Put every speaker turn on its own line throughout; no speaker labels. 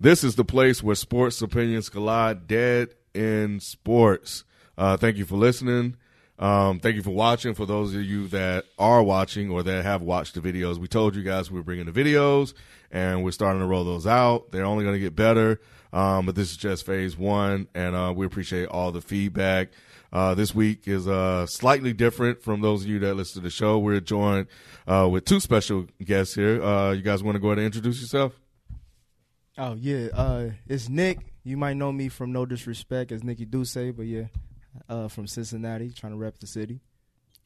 This is the place where sports opinions collide, dead in sports. Uh, thank you for listening. Um, thank you for watching. For those of you that are watching or that have watched the videos, we told you guys we were bringing the videos and we're starting to roll those out. They're only going to get better. Um, but this is just phase one, and uh, we appreciate all the feedback. Uh, this week is uh, slightly different from those of you that listen to the show. We're joined uh, with two special guests here. Uh, you guys want to go ahead and introduce yourself?
Oh yeah, uh, it's Nick. You might know me from No Disrespect as Nicky Duce, but yeah, uh, from Cincinnati, trying to rep the city.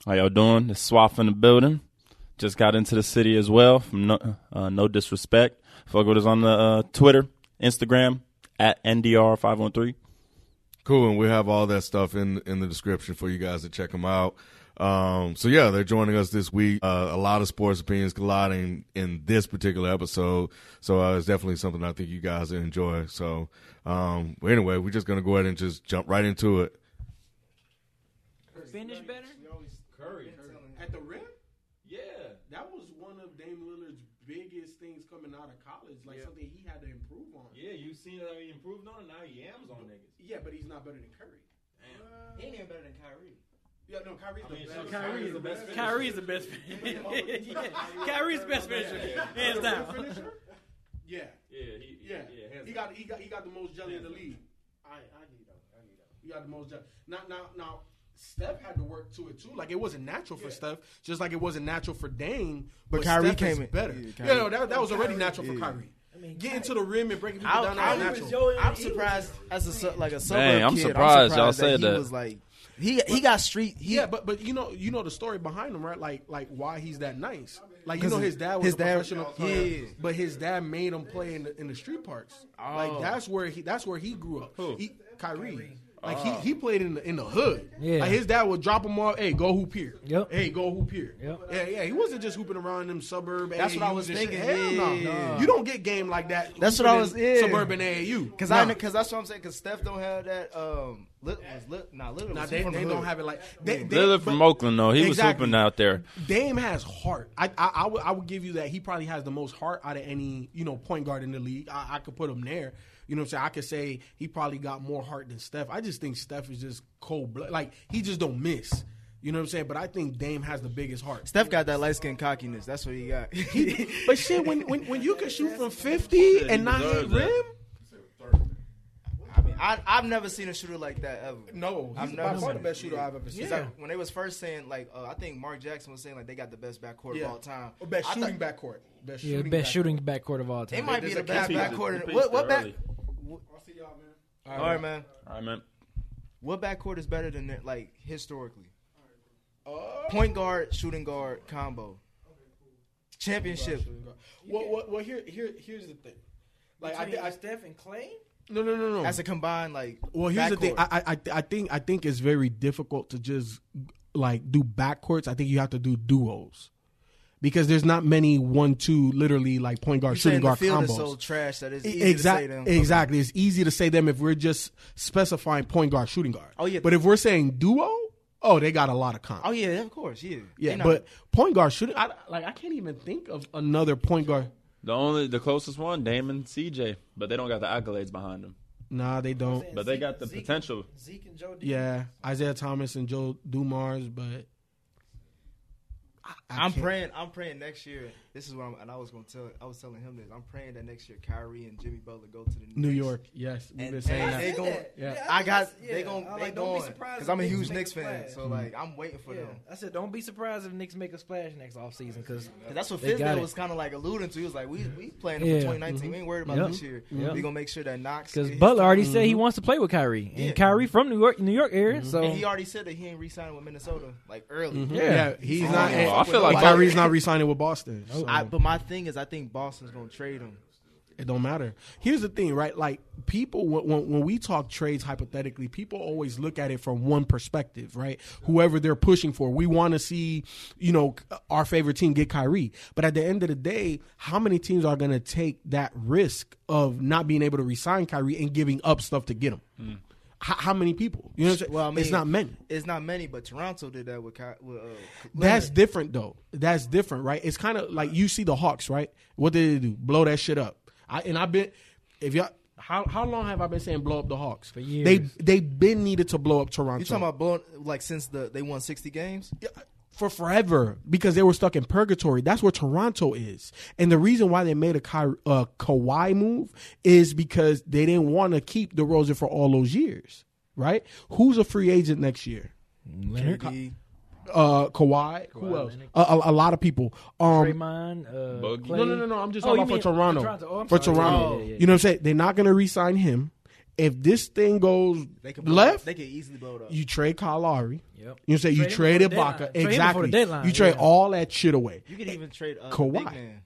How y'all doing? It's Swaff in the building. Just got into the city as well. From no, uh, no disrespect, fuck with us on the uh, Twitter, Instagram at ndr five one three.
Cool, and we have all that stuff in in the description for you guys to check them out. Um, so yeah, they're joining us this week. Uh, a lot of sports opinions colliding in this particular episode, so uh, it's definitely something I think you guys will enjoy. So um, but anyway, we're just gonna go ahead and just jump right into it.
finish better?
Curry at the rim. Yeah, that was one of Dame Lillard's biggest things coming out of college, like something he had to improve on.
Yeah, you seen that he improved on it. Now he yams on niggas.
Yeah, but he's not better than Curry.
He ain't even better than Kyrie.
Yeah, no, Kyrie's the
mean,
best.
so
Kyrie's
Kyrie is the best finisher.
Kyrie's the best finisher. Kyrie's the best finisher. Hands down.
finisher. Yeah,
Yeah, he,
yeah,
yeah.
He got he got he got the most jelly in the league.
I, I need that. I need that.
He got the most jelly. Now now now. Steph had to work to it too. Like it wasn't natural for Steph, just like it wasn't natural for Dame.
But Kyrie
Steph is
came in-
better.
yeah,
Yeah,
Kyrie-
no, that, that was already natural for Kyrie. Getting to the rim and breaking people down that was natural.
I'm surprised as a su- like a suburb
Dang, I'm
kid,
surprised y'all
that
said
he
that.
was like he he got street. He,
Yeah, but but you know you know the story behind him, right? Like like why he's that nice. Like you
'Cause
know his dad was
his
a
dad-
professional player,
yeah.
but his dad made him play in the, in the street parks.
Oh.
Like that's where he that's where he grew up. He, Kyrie. Like
Oh.
he, he played in the in the hood.
Yeah.
Like his dad would drop him off. Hey, go hoop here.
Yep.
Hey, go hoop here.
Yep.
Yeah, yeah. He wasn't just hooping around them suburb.
That's what I
AAUs
was
and
thinking,
Shit. Hell no.
yeah.
You don't get game like that.
That's what
hooping
I was-
in
yeah.
Suburban AAU.
Cause
Nah.
I, cause that's what I'm saying. Cause Steph don't have that. Um, lit, was lit, nah, Lillard
Nah,
was
they,
from the
they don't
hood.
have it like they, they,
Lillard
but-
from Oakland though. He
Exactly.
was hooping out there.
Dame has heart. I, I, I, would, I would give you that. He probably has the most heart out of any you know point guard in the league. I, I could put him there. You know what I'm saying? I could say he probably got more heart than Steph. I just think Steph is just cold blood. Like he just don't miss. You know what I'm saying? But I think Dame has the biggest heart.
Steph got that light skin cockiness. That's what he got.
But shit, when when, when you can shoot from 50 and not hit
deserves that.
rim,
I mean, I, I've never seen a shooter like that ever.
no,
I've
he's
never
by far
seen
the
it.
best shooter I've ever seen.
It's like when they was first saying like uh, I think Mark Jackson was saying like they got the best backcourt
Yeah.
of all time.
Or Best
I thought-
shooting backcourt. Best
Yeah,
shooting.
best
backcourt.
shooting backcourt of all
They
time.
might be
There's
the
a
best
piece-
a
backcourt.
piece
What, what
there
back?
early.
I'll see y'all, man.
All right, man.
All right, man.
What backcourt is better than that, like historically? Point guard, shooting guard combo. Championship.
Well, well, well, here, here, here's the thing. Like I, think I,
uh, Steph and Clay?
no, no, no, no.
That's a combined like.
Well, here's the thing.
backcourt.
I, I- I th- I think I think it's very difficult to just like do backcourts. I think you have to do duos because there's not many one two literally like point guard
You
shooting
saying the
guard
field
combos.
is so trash that it's
E-
easy
exact-
to say them.
Exactly. It's easy to say them if we're just specifying point guard shooting guard.
Oh, yeah.
But if we're saying duo, oh they got a lot of comp.
Oh yeah, of course, yeah.
yeah,
They not-
but point guard shooting, I, like I can't even think of another point guard.
The only the closest one, Damon CJ, but they don't got the accolades behind them.
Nah, they don't.
But they got the potential.
Zeke and Joe D.
Yeah, Isaiah Thomas and Joe Dumars, but
I'm praying. I'm praying next year. This is what I'm, and I was gonna tell. I was telling him this. I'm praying that next year Kyrie and Jimmy Butler go to the
New
Knicks.
York. Yes, we've
And
been saying
they-
that.
they going.
Yeah.
I got.
just-
They
yeah.
going.
I
They
like, don't be
going.
surprised
Because
if
I'm a
Knicks
huge
make
Knicks
the
fan.
playoffs.
So like, I'm waiting for
Yeah.
them.
I said, don't be surprised if Knicks make a splash next offseason because
Cause that's what
They got
Fizdale
it.
was kind of like alluding to. He was like, "We we playing
Yeah. Mm-hmm.
for 2019. We ain't worried about
Yep.
this year.
Yep.
We gonna make sure that Knox
because
get his
Butler
team."
already said he wants to play with Kyrie
Yeah.
and Kyrie from New York, New York area.
And he
So
already said that he ain't re-signing with Minnesota like early.
Mm-hmm.
Yeah, he's
Oh,
not.
I
feel like-
Kyrie's not re-signing with Boston. so
I, but my thing is, I think Boston's gonna trade him.
it don't matter. Here's the thing, right? Like people, when, when when we talk trades hypothetically, people always look at it from one perspective, right? Whoever they're pushing for, we want to see, you know, our favorite team get Kyrie. But at the end of the day, how many teams are going to take that risk of not being able to resign Kyrie and giving up stuff to get him? How, how many people? You know, what I'm saying?
Hmm. Well, I mean,
it's not many.
It's not many, but Toronto did that with. Ky- with uh,
That's
Leonard.
different though. That's different, right? It's kind of like you see the Hawks, right? What did they do? Blow that shit up. I and I've been If y'all, how how long have I been saying blow up the Hawks? For
years.
They they've been needed to blow up Toronto.
You talking about blowing like since the they won sixty games?
for forever because they were stuck in purgatory. That's where Toronto is. And the reason why they made a Ky- uh, Kawhi move is because they didn't want to keep DeRozan for all those years, right? Who's a free agent next year?
KD,
Uh, Kawhi. Who else? A, a, a lot of people. Um,
Draymond, uh,
Boogie.
Clay.
no, no, no, no. I'm just
Oh,
talking
you
about for
mean-
Toronto.
for Toronto. Oh, I'm
for
sorry.
Toronto.
Yeah, yeah, yeah.
You know what I'm saying? They're not going to re-sign him. If this thing goes
they could blow-
left,
They could easily blow it up.
you trade Kyle Lowry.
Yep.
You know what I'm saying? You
Trade
trade
him before the
Ibaka.
deadline. Trade him before the
Exactly.
deadline,
You trade
yeah.
all that shit away.
You could even trade uh,
Kawhi.
Kawhi. Big man.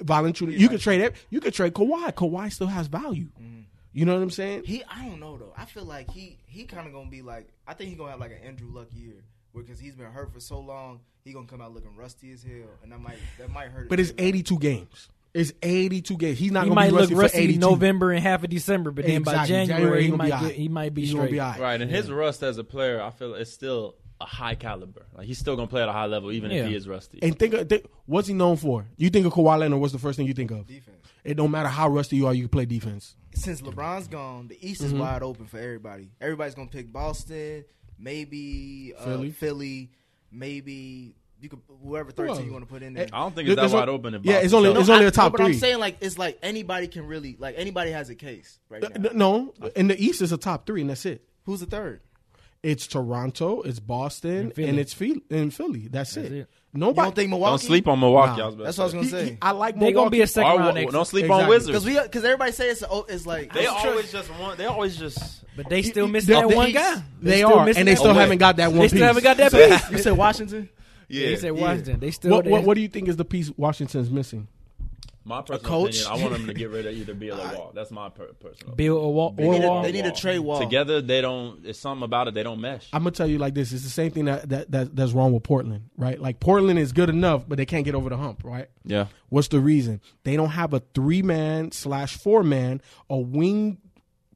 Valanciunas. You could trade it. You could trade Kawhi. Kawhi still has value.
Mm-hmm.
You know what I'm saying?
He, I don't know though. I feel like he, he kind of gonna be like. I think he's gonna have like an Andrew Luck year, because he's been hurt for so long. He gonna come out looking rusty as hell, and that might that might hurt.
But it's 82 games. It's 82 games. He's not
He
going to
might
be
look
rusty,
rusty
for 82.
in November and half of December, but then by
Exactly.
January, he,
gonna
might
be
get,
alright.
he might be
He's
straight.
gonna be all right.
Right, and his rust as a player, I feel it's still a high caliber. Like he's still gonna play at a high level, even
Yeah.
if he is rusty.
And think, of, think, what's he known for? You think of Kawhi Leonard? What's the first thing you think of?
defense.
It don't matter how rusty you are, you can play defense.
Since LeBron's gone, the East is
Mm-hmm.
wide open for everybody. Everybody's gonna pick Boston, maybe uh,
Philly.
Philly. maybe you could whoever
else?
thirteen you want to put in
eh,
there.
I don't think it's
There's
that
no-
wide open. In
Yeah, it's
Boston.
only-
So-
it's only
I-
the top
no, but
three.
I'm saying like it's like anybody can really like anybody has a case right now.
N- No, in the East is a top three, and that's it.
Who's the third?
It's Toronto, it's Boston,
And
and,
Philly.
it's Philly. And Philly. That's, it.
it.
You
Nobody.
don't think Milwaukee?
don't sleep on Milwaukee.
Nah.
I was about
That's
to
what I was
say.
gonna
He-
say.
he- I like
They're gonna be a
Milwaukee.
second
Or wa-
round exit,
don't sleep on
Exactly.
Wizards.
Because we because everybody say it's a, oh, it's like
they
it's true.
always just want. They always just.
but they still
They-
missing that
they-
one guy.
They
still
are,
missing
and they
that
still
one-
haven't got that one.
They still
piece.
haven't got that piece.
you said Washington.
Yeah.
They said Washington. They still.
What,
they-
what, what do you think is the piece Washington's missing?
my personal
coach?
opinion. I want them to get rid of either Bill or Wall. That's my per- personal.
Bill or Wall?
They
Or
need a,
Wall.
they need a
Wall.
trade wall.
Together, they don't. It's something about it. They don't mesh.
I'm gonna tell you like this: it's the same thing that, that, that that's wrong with Portland, right? Like Portland is good enough, but they can't get over the hump, right?
yeah.
What's the reason? They don't have a three man slash four man, a wing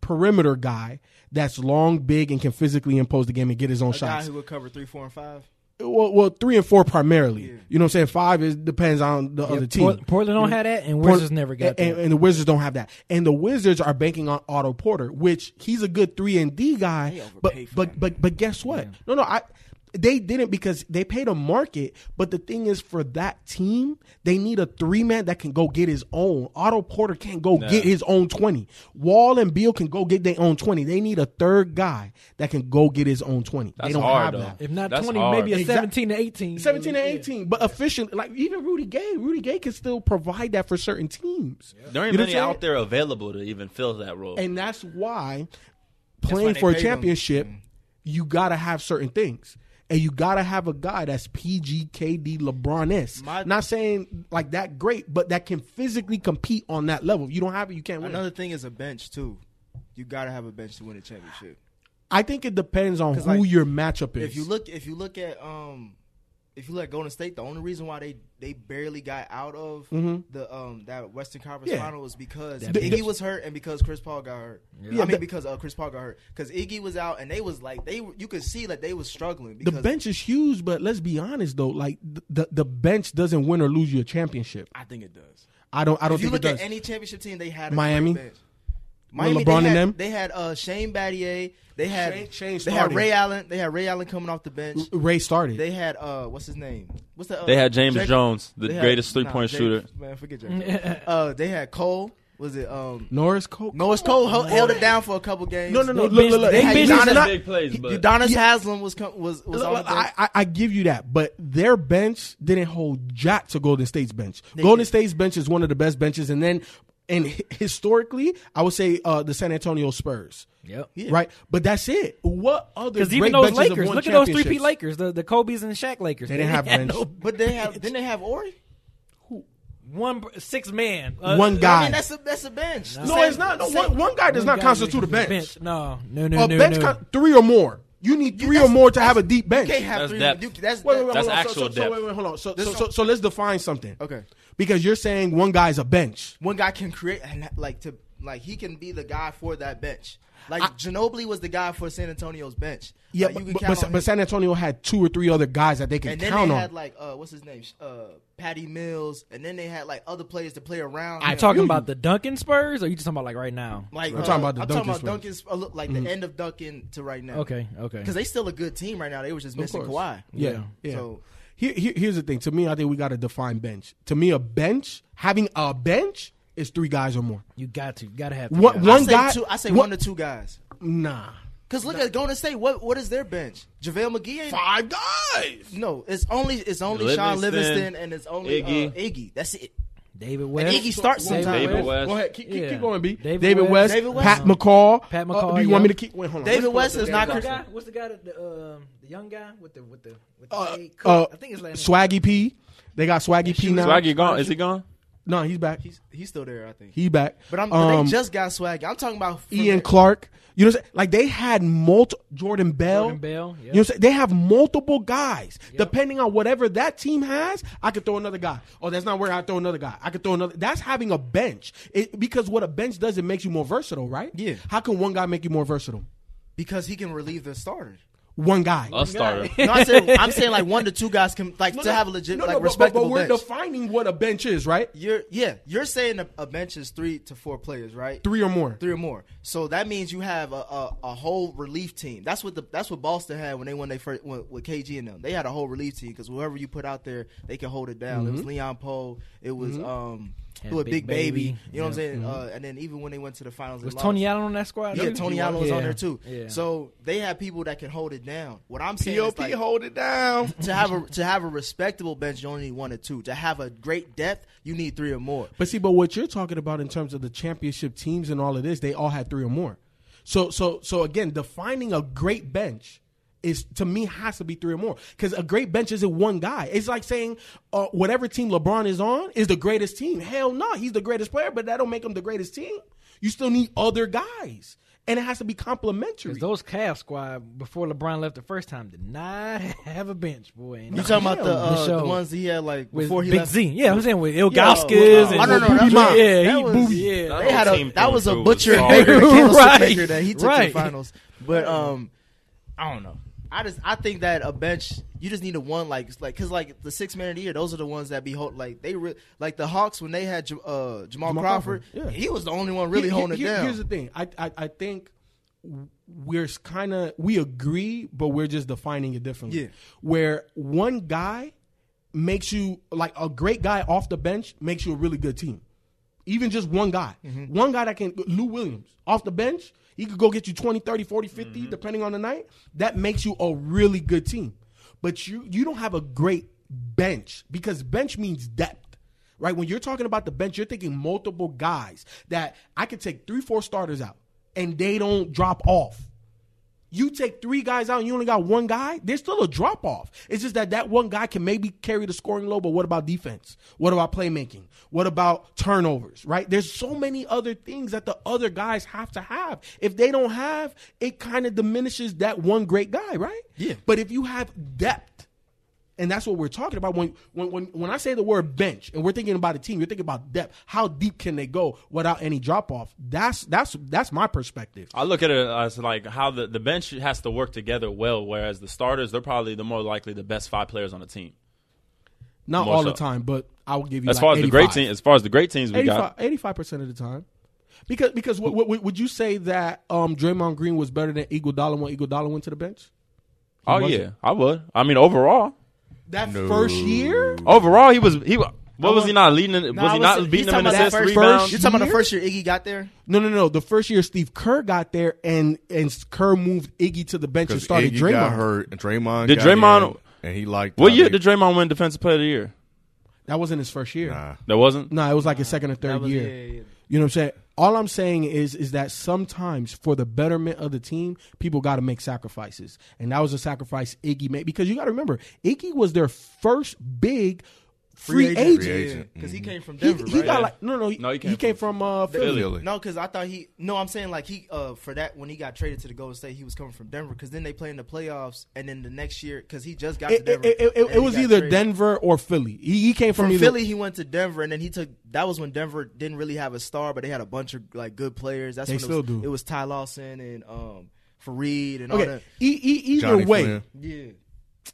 perimeter guy that's long, big, and can physically impose the game and get his own
A guy
shots.
who would cover three, four, and five.
well, well, three and four primarily. You know what I'm saying? Five is depends on the other team.
Port- Portland don't have that, and
Port-
Wizards never got
and,
that.
and the Wizards don't have that. And the Wizards are banking on Otto Porter, which he's a good three and D guy.
They
But
overpaid for
but
that
but but guess what? No no I. They didn't because they paid a market, but the thing is, for that team, they need a three man that can go get his own. Otto Porter can't go get his own twenty. Wall and Beal can go get their own twenty. They need a third guy that can go get his own twenty. they
That's
don't
hard,
have
though.
that.
If not
That's
twenty,
hard.
maybe a
Exact-
seventeen to eighteen.
17 and 18, but efficient. Like even Rudy Gay, Rudy Gay can still provide that for certain teams.
There ain't
You know
many
what I'm
out there available to even fill that role.
And that's why playing
they Mm.
for a
paid him.
championship, you gotta have certain things. And you gotta have a guy that's PGKD LeBron s.
My-
Not saying like that great, but that can physically compete on that level. If you don't have it, you can't win.
Another thing is a bench too. You gotta have a bench to win a championship.
I think it depends on
'Cause,
who
like,
your matchup is.
If you look, if you look at um, if you look at Golden State, the only reason why they they barely got out of the um that Western Conference
Yeah.
final was because
the-
Iggy was hurt and because Chris Paul got hurt. I mean
the-
because uh, Chris Paul got hurt because Iggy was out and they was like they you could see that they was struggling
the
because
bench is huge, but let's be honest though, like th- the the bench doesn't win or lose you a championship.
I think it does.
I don't I don't
If you
think
look
it does.
at any championship team, they had a
Miami?
great bench. Miami,
LeBron
they
and
had,
them?
They had uh, Shane Battier. They had
Shane- Shane
they had
started.
Ray Allen. They had Ray Allen coming off the bench.
Ray started.
They had uh, what's his name? What's the? Uh,
They had James
Jack-
Jones, the
they had-
greatest
nah,
three-point
James-
shooter.
Man, forget James. Jones. uh, they had Cole. Was it um?
Norris Cole.
Noah's Cole ho- held it down for a couple games.
No, no, no.
They
Look, look,
benched-
look.
they
Hey,
benched-
Giannis-
Giannis-
big plays, but
Udonis Haslam was com- was was
look,
on the
look,
bench.
I, I, I give you that, but their bench didn't hold jack to Golden State's bench.
They
Golden
did.
State's bench is one of the best benches, and then and hi- historically, I would say uh, the San Antonio Spurs,
Yep.
right? But that's it. What other
Because
great
even those
benches have
Lakers,
won
look at those three P
championships?
Lakers, the the Kobe's and Shaq Lakers.
They didn't have
had
bench.
no-
but they have didn't they have Ori?
one six man. Uh,
One guy.
I mean that's a that's a bench. The
No,
same-
it's not. No,
same-
one, one guy does
one
not
guy
constitute a
was-
bench.
No, no, no,
a
no,
bench,
no.
con- three or more. You need three
that's-
or more to have a deep bench.
You can't have
That's
three.
depth.
You, that's
Wait, wait, wait,
That's
hold on. So-
actual
so, so,
depth.
wait, wait, hold on. So, so, so, so let's define something.
Okay.
Because you're saying one guy's a bench.
one guy can create and like to Like he can be the guy for that bench. Like Ginobili was the guy for San Antonio's bench.
Yeah,
Like, you can
but,
count
but,
on
but
him.
San Antonio had two or three other guys that they could
And then
count
they
on.
had like uh, what's his name, uh, Patty Mills, and then they had like other players to play around.
You
him.
talking about the Duncan Spurs, or you just talking about like right now?
like
I'm
uh,
talking about the Mm-hmm.
I'm
Duncan
talking about Duncan's uh, look, like the end of Duncan to right now.
Okay, okay.
because they still a good team right now. They were just missing
course.
Kawhi.
yeah, yeah.
Yeah.
So
Here, here- here's the thing. To me, I think we got to define bench. To me, a bench having a bench is three guys or more.
You got to, you gotta have
What-
guys.
what- One
I say
guy-
two, I say
what-
one to two guys.
Nah,
Because look at Golden State. What what is their bench? JaVale McGee ain't
five guys.
No, it's only it's only Sean
Livingston,
Livingston and it's only Iggy. Uh,
Iggy.
Iggy. That's it.
David West.
Iggy starts
David
sometimes.
David West.
Go ahead, keep, keep,
Yeah.
keep going, B. David,
David
West,
West.
David West.
Pat McCall.
Pat
Uh,
McCall,
do you
yeah.
want me to keep? Wait, hold on.
David West is
What's
not.
the
Chris-
guy? What's the guy? That, the um, the young guy with the with the with
Oh,
the
Uh,
fade
uh,
cut? I think his last name.
Swaggy P. They got Swaggy P now.
Swaggy gone? Is he gone?
No, he's back.
He's he's still there, I think.
He back.
But I'm but
Um,
they just got swag. I'm talking about from
Ian
the-
Clark. You know, what I'm saying? like they had multiple Jordan Bell.
Jordan Bell, yeah.
You know, what I'm saying? they have multiple guys. Depending on whatever that team has, I could throw another guy. Oh, that's not where I throw another guy. I could throw another. That's having a bench. It, because what a bench does, it makes you more versatile, right?
Yeah.
How can one guy make you more versatile?
because he can relieve the starter.
One guy.
A starter.
No, I said, I'm saying like one to two guys can like
No,
to
no,
have a legit
no, no,
like
but- but-
respectable
But, we're
bench.
defining what a bench is, right?
you're yeah, you're saying a, a bench is three to four players, right?
Three or more.
Three or more. So that means you have a, a, a whole relief team. That's what the that's what Boston had when they won they first when, with KG and them. They had a whole relief team because whoever you put out there, they can hold it down. It was Leon Poe. It was um,
And
who a big
Mm-hmm. Big
baby.
Baby. Mm-hmm.
You know what I'm saying? Uh, and then even when they went to the finals,
Was
and
Tony
lost-
Allen on that squad?
Yeah,
too?
Tony Allen was on
Yeah.
there too.
Yeah.
So they have people that can hold it down. What I'm saying is
POP
like,
hold it down.
to have a to have a respectable bench, you only need one or two. To have a great depth, you need three or more.
But see, but what you're talking about in terms of the championship teams and all of this, they all had three or more. So so so again, defining a great bench is to me has to be three or more because a great bench isn't one guy. It's like saying uh, whatever team LeBron is on is the greatest team. Hell no, he's the greatest player, but that don't make him the greatest team. You still need other guys, and it has to be complementary.
'Cause those Cavs squad before LeBron left the first time did not have a bench, boy. And
You talking about the
The
uh, the
show.
ones he had like
with
before he
Big
left?
Z? Yeah, I'm saying with
Yo,
Ilgauskas
I
and
don't know,
Booby
that's
Ma.
what-
Yeah,
that
he
was-
booby.
That
Yeah,
they
whole
had a
team
that was a
through
butcher
was
maker,
sorry.
candlestick
Right.
maker that he took to the
Right.
finals. But um, I don't know. I just I think that a bench you just need a one like like because like the six man of the year those are the ones that be hold, like they re- like the Hawks when they had Jam- uh, Jamal,
Jamal
Crawford,
Crawford, yeah.
he was the only one really
Here-
holding
here-
it down.
Here's the thing. I I, I think we're kind of we agree, but we're just defining it differently.
Yeah.
Where one guy makes you like a great guy off the bench makes you a really good team. Even just one guy. One guy that can Lou Williams off the bench, he could go get you 20, 30, 40, 50 depending on the night. That makes you a really good team. But you you don't have a great bench because bench means depth right? When you're talking about the bench, you're thinking multiple guys that I could take three, four starters out and they don't drop off. You take three guys out and you only got one guy, there's still a drop off. It's just that that one guy can maybe carry the scoring load, but what about defense? What about playmaking? What about turnovers, right? There's so many other things that the other guys have to have. If they don't have, it kind of diminishes that one great guy, right?
Yeah.
But if you have depth, and that's what we're talking about when, when when when I say the word bench and we're thinking about a team, you're thinking about depth. How deep can they go without any drop off? That's that's that's my perspective.
I look at it as like how the, the bench has to work together well, whereas the starters, they're probably the more likely the best five players on the team.
Not
More
all
so.
the time, but I will give you
As
like
far as the great
85.
team, as far as the great teams we got,
85 percent of the time. Because because what, what, would you say that um, Draymond Green was better than Iguodala when Iguodala went to the bench?
oh
wasn't.
yeah, I would. I mean, overall,
That first year,
overall he was he. wa- What was he not leading? in-
No,
was
I
he not
he's
beating them
talking
in
about that
assists,
first-
rebounds?
You're talking about the
year?
first year Iggy got there.
no, no, no. The first year Steve Kerr got there and and Kerr moved Iggy to the bench and
Because
started
Iggy
Draymond.
got hurt. And Draymond
Did
got
Draymond-
in, and he liked.
What
how
year
they-
did Draymond win Defensive Player of the Year?
That wasn't his first year.
Nah.
That wasn't.
No, it was like his second or third
That was-
year.
yeah, yeah.
You know what I'm saying? All I'm saying is is that sometimes for the betterment of the team, people got to make sacrifices, and that was a sacrifice Iggy made because you got to remember Iggy was their first big free,
Free
agent.
agent.
Free agent.
because he came from
He,
Denver,
he
right?
got like no no he,
No,
he
he
came,
came
from, uh, Philly.
Philly.
No, because I thought he. No, I'm saying like he uh for that when he got traded to the Golden State, he was coming from Denver. Because then they play in the playoffs, and then the next year, because he just got
It,
to
it,
Denver.
it, it-
and
it
he
was
got
either
traded.
Denver or Philly. He, he came from,
From
either,
Philly, he went to Denver, and then he took. That was when Denver didn't really have a star, but they had a bunch of like good players. That's
They
when it
still
was,
do.
It was Ty Lawson and um Fareed and all
Okay,
that.
e- e- either
Johnny
way,
Flynn.
Yeah,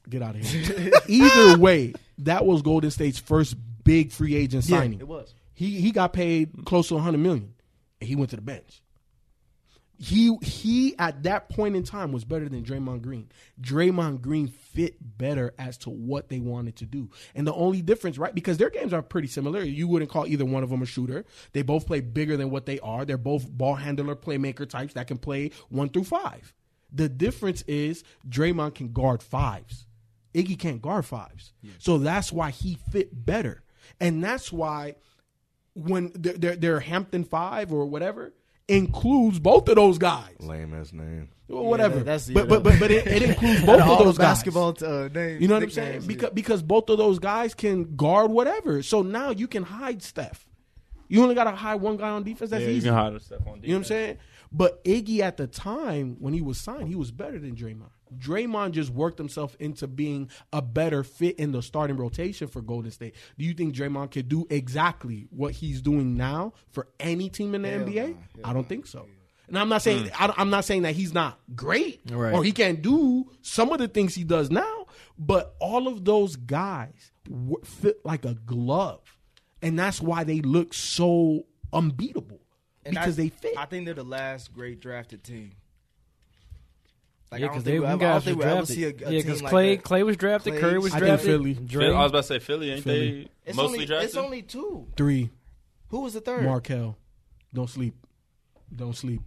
get out of here. either way, that was Golden State's first big free agent
yeah,
signing.
it was.
He he got paid close to 100 million. And he went to the bench. He he at that point in time was better than Draymond Green. Draymond Green fit better as to what they wanted to do. And the only difference, right? Because their games are pretty similar. You wouldn't call either one of them a shooter. They both play bigger than what they are. They're both ball handler playmaker types that can play 1 through 5. The difference is Draymond can guard fives. Iggy can't guard fives. So that's why he fit better. And that's why when their, their, their Hampton Five or whatever includes both of those guys
Lame ass name.
or whatever.
that- that's- yeah,
but, but but but it, it includes both
Out
of
all
those
the
guys.
basketball uh, names.
You know what I'm
nicknames,
saying?
yeah.
Because because both of those guys can guard whatever. So now you can hide Steph. You only got to hide one guy on defense. That's
Yeah, you
easy.
can hide yourself on defense.
You know what I'm saying? But Iggy at the time when he was signed, he was better than Draymond. Draymond just worked himself into being a better fit in the starting rotation for Golden State. Do you think Draymond could do exactly what he's doing now for any team in the NBA? I don't think so. And I'm not saying
Mm.
I, I'm not saying that he's not great
Right.
or he can't do some of the things he does now, but all of those guys w- fit like a glove, and that's why they look so unbeatable
And
because
I,
they fit.
I think they're the last great drafted team. Like,
yeah,
I don't
because
think
they
we'll
them
ever- I don't
guys
think
were
we'll ever
drafted.
see a, a
yeah,
team
because
like
Clay
that.
Clay was drafted,
Clay-
Curry was
I think
drafted.
Philly.
Dray-
I was about to say Philly, ain't
Philly.
they
It's
mostly
only,
drafted?
It's only two.
Three,
Who was the third?
Markel. Don't sleep. Don't sleep.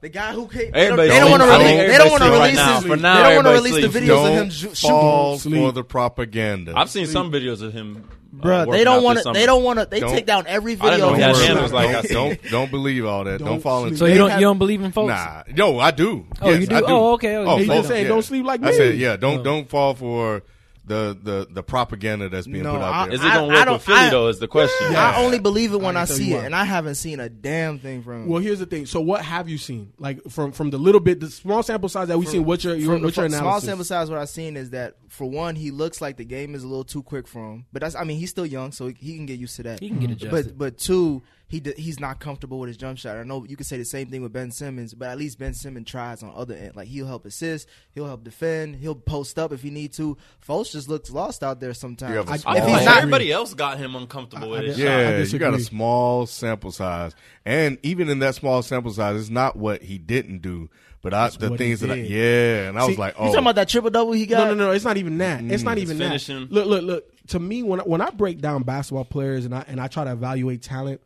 The guy who came.
Everybody
they don't
sleep.
want to
I
release.
think
They don't want to
everybody
release.
sleep right
his,
now. For
they
now,
don't want to
everybody
release the videos
sleeps.
Don't
of him ju-
fall
shooting. Sleep.
for the propaganda.
I've seen some videos of him.
Bruh,
uh, working
they
out
don't
this
want to.
summer.
They don't want to. They
Don't-
take down every
I didn't
video.
know he
of
had
him.
handles like I
don't,
said.
don't don't believe all that. Don't,
Don't
fall
sleep.
into
So you
They
don't
have-
you don't believe in folks?
Nah, no, I do.
Oh,
Yes,
you do?
I do.
Oh, okay, okay. He
just
folks,
said, "Don't sleep like
I
me."
said, yeah, don't
Oh.
don't fall for the the the propaganda that's being
No,
put out
I-
there.
Is it gonna
I
work
don't-
with Philly
I-
though? Is the question?
I only believe it when
I
I,
tell you
see
why.
it, and I haven't seen a damn thing from. him.
Well, here's the thing. So, what have you seen? Like from from the little bit, the small sample size that we've seen. What's your, your
From the
what's your
fu-
analysis?
small sample size, what I've seen is that for one, he looks like the game is a little too quick for him. But that's, I mean, he's still young, so he can get used to that.
He can get adjusted.
But but two, he d- he's not comfortable with his jump shot. I know you could say the same thing with Ben Simmons, but at least Ben Simmons tries on other end. Like he'll help assist, he'll help defend, he'll post up if he need to. Fultz just looks lost out there sometimes.
You have a
If
small-
he's
I
Like,
not-
everybody else got him uncomfortable with
I-
his
I-
shot.
Yeah, you got a
disagree.
small sample size, and even in that small sample size, it's not what he didn't do, but I, the
what he
things that I,
did.
yeah, and I was like,
you
oh,
talking about that triple double he got?
No, no, no. It's not even that. It's not even that.
finishing.
Look, look, look. To me, when I- when I break down basketball players and I and I try to evaluate talent,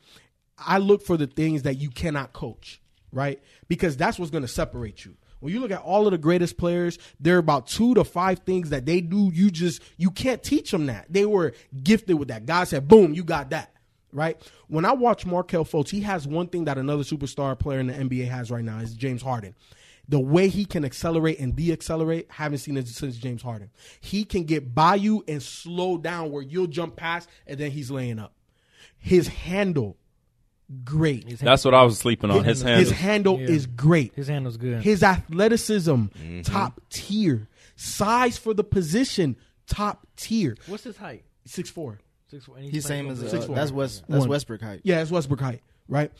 I look for the things that you cannot coach, right? Because that's what's going to separate you. When you look at all of the greatest players, there are about two to five things that they do. You just you can't teach them that. They were gifted with that. God said, "Boom, you got that." Right when I watch Markel Fultz, he has one thing that another superstar player in the NBA has right now is James Harden the way he can accelerate and deaccelerate, haven't seen it since James Harden. He can get by you and slow down where you'll jump past and then he's laying up. His handle, great. His,
That's what I was sleeping on. His handle.
handle
Yeah.
is great.
His handle's good.
His athleticism, top tier. Size for the position, top tier.
What's his height?
Six four.
Six.
He's same as
Six
uh,
four.
that's West that's
One.
Westbrook height.
Yeah, it's Westbrook height, right?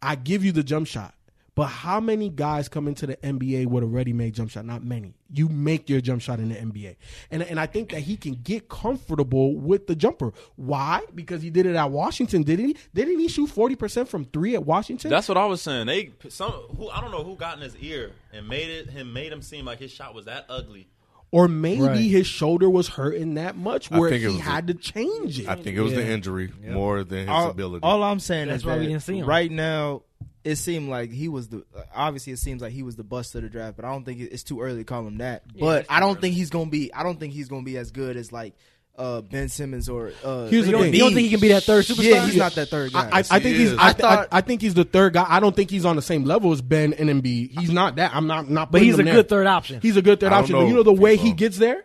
I give you the jump shot, but how many guys come into the NBA with a ready-made jump shot? Not many. You make your jump shot in the NBA, and and I think that he can get comfortable with the jumper. Why? Because he did it at Washington, didn't he? Didn't he shoot forty percent from three at Washington?
That's what I was saying. They some who I don't know who got in his ear and made it him made him seem like his shot was that ugly.
or maybe
Right.
his shoulder was hurting that much where
think it
he
was a-
had to change it.
I think it was the injury more than his
all,
ability.
all I'm saying
That's
is
why
that
we didn't see him.
right now. It seemed like he was the. Obviously, it seems like he was the bust of the draft, but I don't think it- it's too early to call him that. but I don't think he's gonna be. I don't think he's gonna be as good as like uh, Ben Simmons or. Uh,
Here's the
Joel
thing. You don't
Embiid.
think he can be that third superstar?
Yeah, he's not that third guy.
I, I, I think he's.
is.
I,
I thought-
I, I think he's the third guy. I don't think he's on the same level as Ben and Embiid. He's not that. I'm not. Not.
But
putting
he's a
him there.
good third option.
He's a good third
I don't
option. But
know
you know the way he
people.
gets there,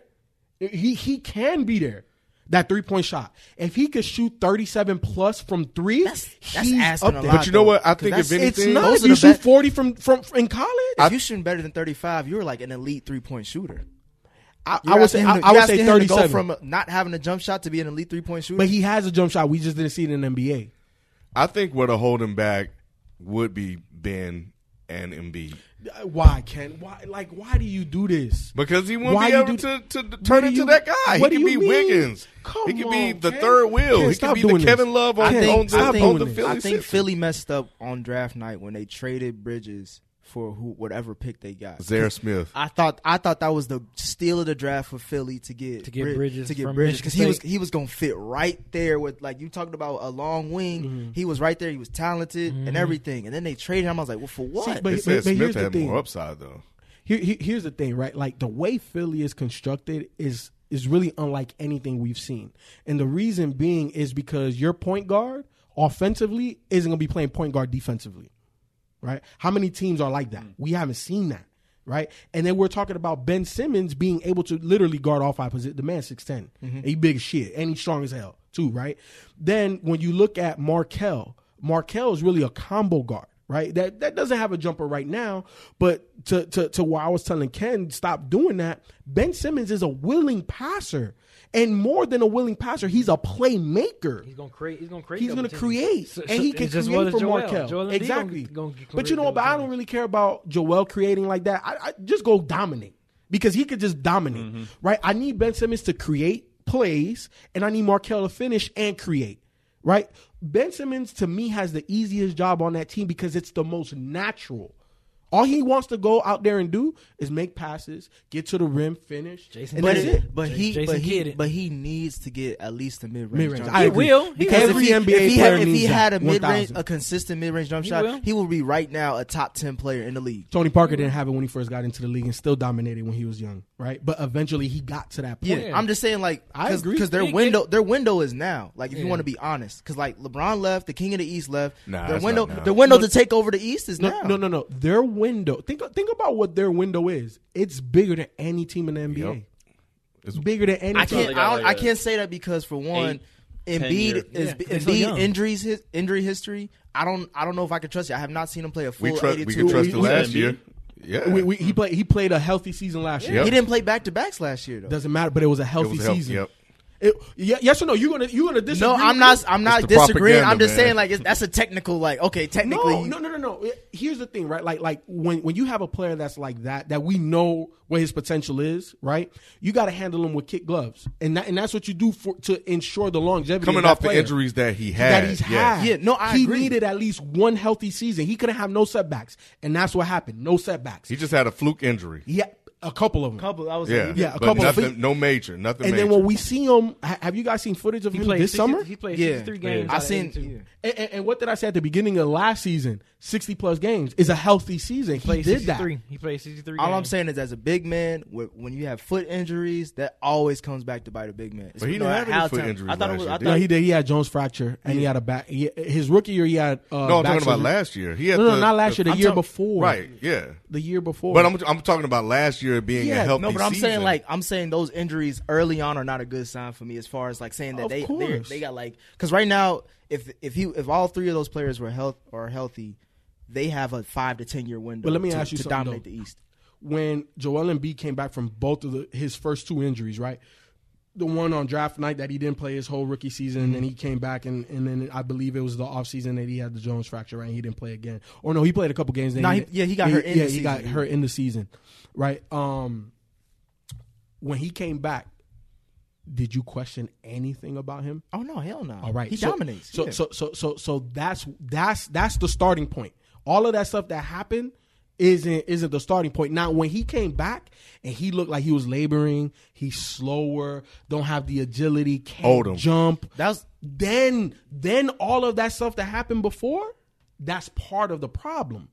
he he can be there. That three point shot. If he could shoot thirty seven plus from three,
That's- that's
he's
asking
up
a
there.
lot,
But you know what? I
Because
think if
that's-
It's
anything,
not.
Those
If
are
you
the
shoot
best-
forty from from in college.
If you shooting better than 35, you're like an elite three point shooter.
I,
You're
I would
asking
say
him
I,
to-
I
you're
would say
asking him to
thirty
go
seven.
from uh, not having a jump shot to be an elite three point shooter.
but he has a jump shot. We just didn't see it in NBA.
I think what'll hold him back would be Ben and Embiid
Uh, Why, Ken? Why, like, why do you do this?
because he won't
Why
be
you
able
do-
to, to d-
What
turn
do
into
you-
that guy. He
what do
can
you
be
mean?
Wiggins.
Come
he can be
on,
the
Ken.
third wheel.
Ken,
he
stop
can be the
doing this.
Kevin Love on,
I
think-
on the,
stop
on
doing
the
this.
Philly
I think
system.
Philly messed up on draft night when they traded Bridges for who whatever pick they got.
Zaire Smith.
I thought I thought that was the steal of the draft for Philly to get
To get
Brid-
Bridges
to get
from
Bridges
Michigan
because he was
State.
he was gonna fit right there with like you talking about a long wing. He was right there. He was talented and everything. And then they traded him. I was like, well, for what?
but-
They said
here's
Smith
the
had
thing.
more upside though.
Here, here- here's the thing, right? Like the way Philly is constructed is is really unlike anything we've seen, and the reason being is because your point guard offensively isn't going to be playing point guard defensively, right? How many teams are like that? We haven't seen that, right? And then we're talking about Ben Simmons being able to literally guard all five positions. The man six he big as shit, and he's strong as hell too, right? Then when you look at Markel, Markel is really a combo guard right? That that doesn't have a jumper right now, but to to to where I was telling Ken stop doing that. Ben Simmons is a willing passer, and more than a willing passer, he's a playmaker.
He's gonna create. He's gonna create.
He's going to
opportunities.
create,
So-
and
so
he can
it's just
create
what
for
Joel-
Markel.
Joel Embiid gonna-
exactly.
gonna
but
create
you know,
those
but I
things.
don't really care about Joel creating like that. I, I just go dominate because he could just dominate,
Mm-hmm.
right? I need Ben Simmons to create plays, and I need Markel to finish and create, right? Ben Simmons to me has the easiest job on that team because it's the most natural. All he wants to go out there and do is make passes, get to the rim, finish.
Jason
and
But,
that's
Kidd.
it.
it, but
J-
he,
Jason
but he,
Kidd it.
but he needs to get at least a mid range.
Mid-range. I
Jump
He
agree.
will. He
Because
will.
every
if he,
NBA
if he
player
had, if
needs
he had
that,
a mid range,
1,000.
a consistent mid range jump
He
shot,
will.
he will be right now a top ten player in the league.
Tony Parker didn't have it when he first got into the league and still dominated when he was young, right? But eventually he got to that
Yeah,
point.
I'm just saying like
I
cause,
agree.
because their
He-
window their window is now. Like if you
Yeah.
want to be honest, because like LeBron left, the King of the East left.
Nah,
their
it's
window
not now.
their window to take over the East is
No,
now.
no, no, no. Their window. Think think about what their window is. It's bigger than any team in the NBA.
Yep.
It's bigger than any.
I
team.
can't. I, don't, I can't say that because for one,
Eight,
Embiid
ten years.
is
Yeah, they're so
Embiid
young.
injuries his injury history. I don't. I don't know if I can trust you. I have not seen him play a full
We trust. We
eighty-two.
can trust
we-
the
we-
last
Embiid.
year. Yeah,
We, we, he played. He played a healthy season last year.
Yep.
He didn't play back to backs last year though.
Doesn't matter, but it was a
it
healthy
was help.
season.
Yep.
It, ye- yes or no? You're gonna you're gonna disagree?
no, I'm
with
not.
me?
I'm not
It's the
disagreeing. I'm
propaganda,
just saying
man.
like it's, that's a technical. Like okay, technically,
No, no, no, no, no. It- Here's the thing, right? Like, like when when you have a player that's like that, that we know what his potential is, right? You got to handle him with kick gloves, and that, and that's what you do for to ensure the longevity. of
Coming
that
off the
player
injuries that he had,
that he's
yeah.
had.
Yeah, no, I
he
agree.
needed at least one healthy season. He couldn't have no setbacks, and that's what happened. No setbacks.
he just had a fluke injury.
yeah, a couple of them.
Couple. I was
Yeah,
like,
Yeah, a
but
couple of
nothing,
feet.
no major, nothing.
and
major.
then when we see him, ha- have you guys seen footage of
He
him
played
this
60
summer?
He played
Yeah.
63 games.
I
out of
seen-
82.
yeah.
And, and, and what did I say at the beginning of last season? Sixty plus games is a healthy season. He
Played
did that.
63. He played 63.
All I'm
games.
saying is, as a big man, wh- when you have foot injuries, that always comes back to bite a big man. It's
But he
no
didn't
matter
have any
how
foot
talented-
injuries
I thought it
last
was.
year,
I
did
No,
thought
he did. He had Jones fracture, and he had a back. He, his rookie year, he had. Uh,
no, I'm
back
talking about
surgery.
last year. He had
No, no,
the-
not last year. The
I'm
year
talking-
before,
Right, yeah.
The year before.
But I'm I'm talking about last year being
Yeah,
a healthy
No, but I'm saying
season.
like I'm saying those injuries early on are not a good sign for me as far as like saying that
Of
they they
course.
they got like because right now if if he if all three of those players were health are healthy, they have a five to ten year window.
But let me
to,
ask you
to
something,
dominate
though.
the East.
when Joel Embiid came back from both of the, his first two injuries, right? The one on draft night that he didn't play his whole rookie season, and then he came back, and, and then I believe it was the offseason that he had the Jones fracture, right? He didn't play again, or no, he played a couple games. Then
No, he- yeah, he got hurt in
yeah,
the
he got
season.
hurt in the season, right? Um, when he came back, did you question anything about him?
Oh no, hell no!
All right,
he
so-
dominates.
So,
yeah.
so so so so that's that's that's the starting point. All of that stuff that happened isn't isn't the starting point. Now when he came back and he looked like he was laboring, he's slower, don't have the agility, can't
Hold 'em.
jump.
That's-
then then all of that stuff that happened before, that's part of the problem.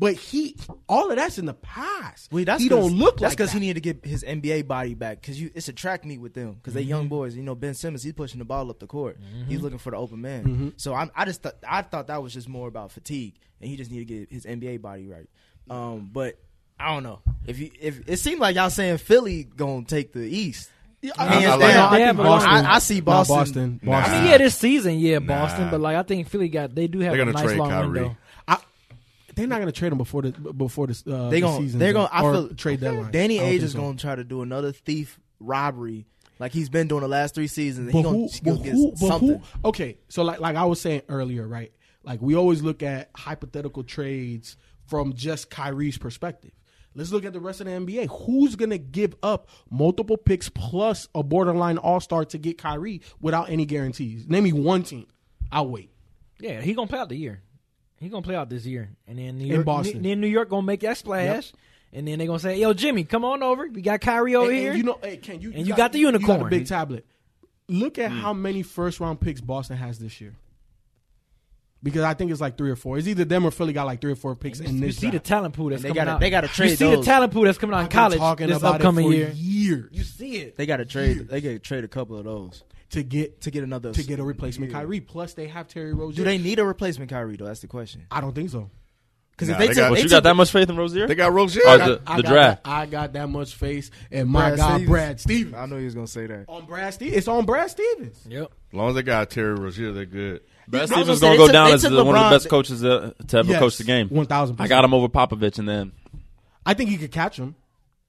But he all of that's in the past.
Well, that's
he
'cause-
don't look
That's
like that.
he needed to get his NBA body back because you it's a track meet with them because they
Mm-hmm.
young boys. You know Ben Simmons, he's pushing the ball up the court. He's looking for the open man.
Mm-hmm.
So I'm, I just thought I thought that was just more about fatigue and he just needed to get his NBA body right. Um, but I don't know if you if it seemed like y'all saying Philly gonna take the East.
Yeah,
I mean,
I- I
it's
like
down.
that.
They have a long-
I, I see
Nah,
Boston.
Boston.
Nah.
Boston.
I mean, yeah, this season, yeah,
Nah.
Boston, but like I think Philly got they do have
They're
a
gonna
nice
trade
long
Kyrie.
window.
I, they're not going to trade him before the before this. Uh,
They
the
gonna,
season's
they're gonna.
up,
I
or
feel
trade deadline.
Danny
I don't
Age
think
is
so.
gonna try to do another thief robbery, like he's been doing the last three seasons.
But
he gonna,
who?
he
But
gonna get
who? But
something.
who? Okay, so like like I was saying earlier, right? Like we always look at hypothetical trades from just Kyrie's perspective. Let's look at the rest of the NBA. Who's gonna give up multiple picks plus a borderline All Star to get Kyrie without any guarantees? Name me one team. I'll wait.
Yeah, he gonna play out the year. He gonna play out this year, and then New York,
Boston.
then New York gonna make that splash, and then they gonna say, "Yo, Jimmy, come on over. We got Kyrie over
And- and
here."
you know, hey, can you?
And you got the
You got
unicorn.
the big tablet. Look at how many first round picks Boston has this year. Because I think it's like three or four. It's either them or Philly got like three or four picks in
you
this.
see the
draft.
talent pool that's
They
coming
gotta-
out.
they gotta
You
trade
see the
those.
talent pool that's coming out in
I've been
college
talking
this
about
upcoming
it for
year.
years
You see it.
They got to trade. They got to trade a couple of those
to get
to get another.
to get a replacement Kyrie. Plus they have Terry Rozier.
Do they need a replacement Kyrie though? That's the question.
I don't think so.
Because
Nah,
if they,
they
took,
got-
But
they
you
took-
got that much faith in Rozier?
They got Rozier.
Oh,
I-
the,
I
the
got
draft.
That, I got that much face, and my God,
Stevens.
Brad Stevens.
I know he was gonna say that.
On Brad Stevens, it's on Brad Stevens.
Yep.
As long as they got Terry Rozier, they're good.
Brad
I was
Stevens
gonna say,
going to go
they
down
took-
as
they
the-
took
one of the
LeBron-
best coaches uh, to ever
Yes.
coach the game.
One thousand.
I got him over Popovich and them.
I think he could catch him.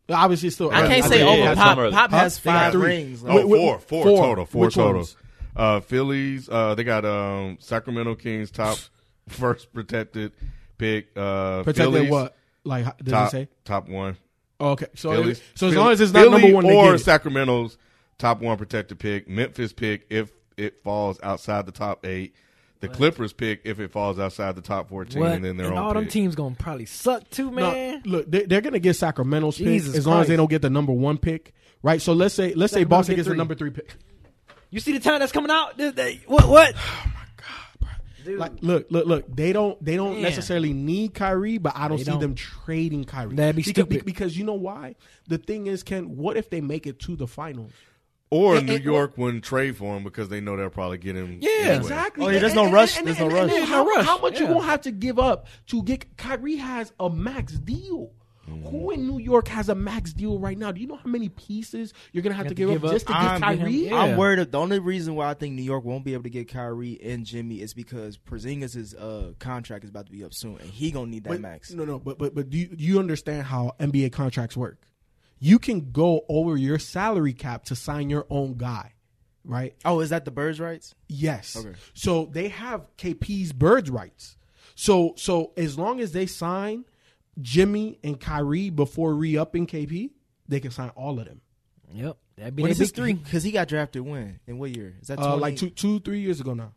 Obviously, it's still.
I
early.
can't say
yeah,
over
yeah,
Pop.
some early.
Pop
Huh?
has
They got
five
three.
rings.
Wh-
Oh,
wh-
four, four
four.
total, four
Which
total.
ones?
Uh, Phillies. Uh, they got um, Sacramento Kings top first protected pick. Uh,
Protected
Phillies,
what? Like, how- does
top,
it say?
top one.
Oh, okay, so
Phillies.
so as
Philly-
long as it's not number
Philly
one, they
or
get it.
Sacramento's top one protected pick. Memphis pick if it falls outside the top eight. The Clippers pick if it falls outside the top fourteen,
What?
and then their
and
own
all them
pick.
teams gonna probably suck too,
No,
man.
look, they, they're gonna get Sacramento's
Jesus
pick as long as they
Christ.
don't get the number one pick, right? So let's say let's say
Sacramento
Boston
get
gets the
three.
number three pick.
You see the talent that's coming out. They- they- what? What?
Like, look, look, look. They don't they don't
Man.
necessarily need Kyrie, but I don't
They
see
don't.
them trading Kyrie.
That'd be
because,
stupid.
because you know why? The thing is, Ken, what if they make it to the finals?
or
and-
New
and-
York wouldn't trade for him because they know they'll probably get him.
Yeah,
anyway.
Exactly.
Oh, yeah, there's no
And-
rush.
and-
There's
and-
no
and-
rush.
and
There's no
how-
rush.
How much
Yeah.
you gonna have to give up to get Kyrie has a max deal? Who in New York has a max deal right now? Do you know how many pieces you're gonna have, to, give, up just to get
I'm-
Kyrie?
Yeah.
I'm worried. Of, the only reason why I think New York won't be able to get Kyrie and Jimmy is because Porzingis' uh, contract is about to be up soon, and he gonna need that
But-
max.
No, no, but but but do you, you understand how NBA contracts work? You can go over your salary cap to sign your own guy, right?
Oh, is that the Birds' rights?
Yes. So they have KP's birds rights. So so as long as they sign Jimmy and Kyrie before re-upping KP, they can sign all of them.
Yep. That'd be
When
their
is this
big three.
Because he got drafted when? In what year? Is that
Uh,
20?
like two two three years ago now.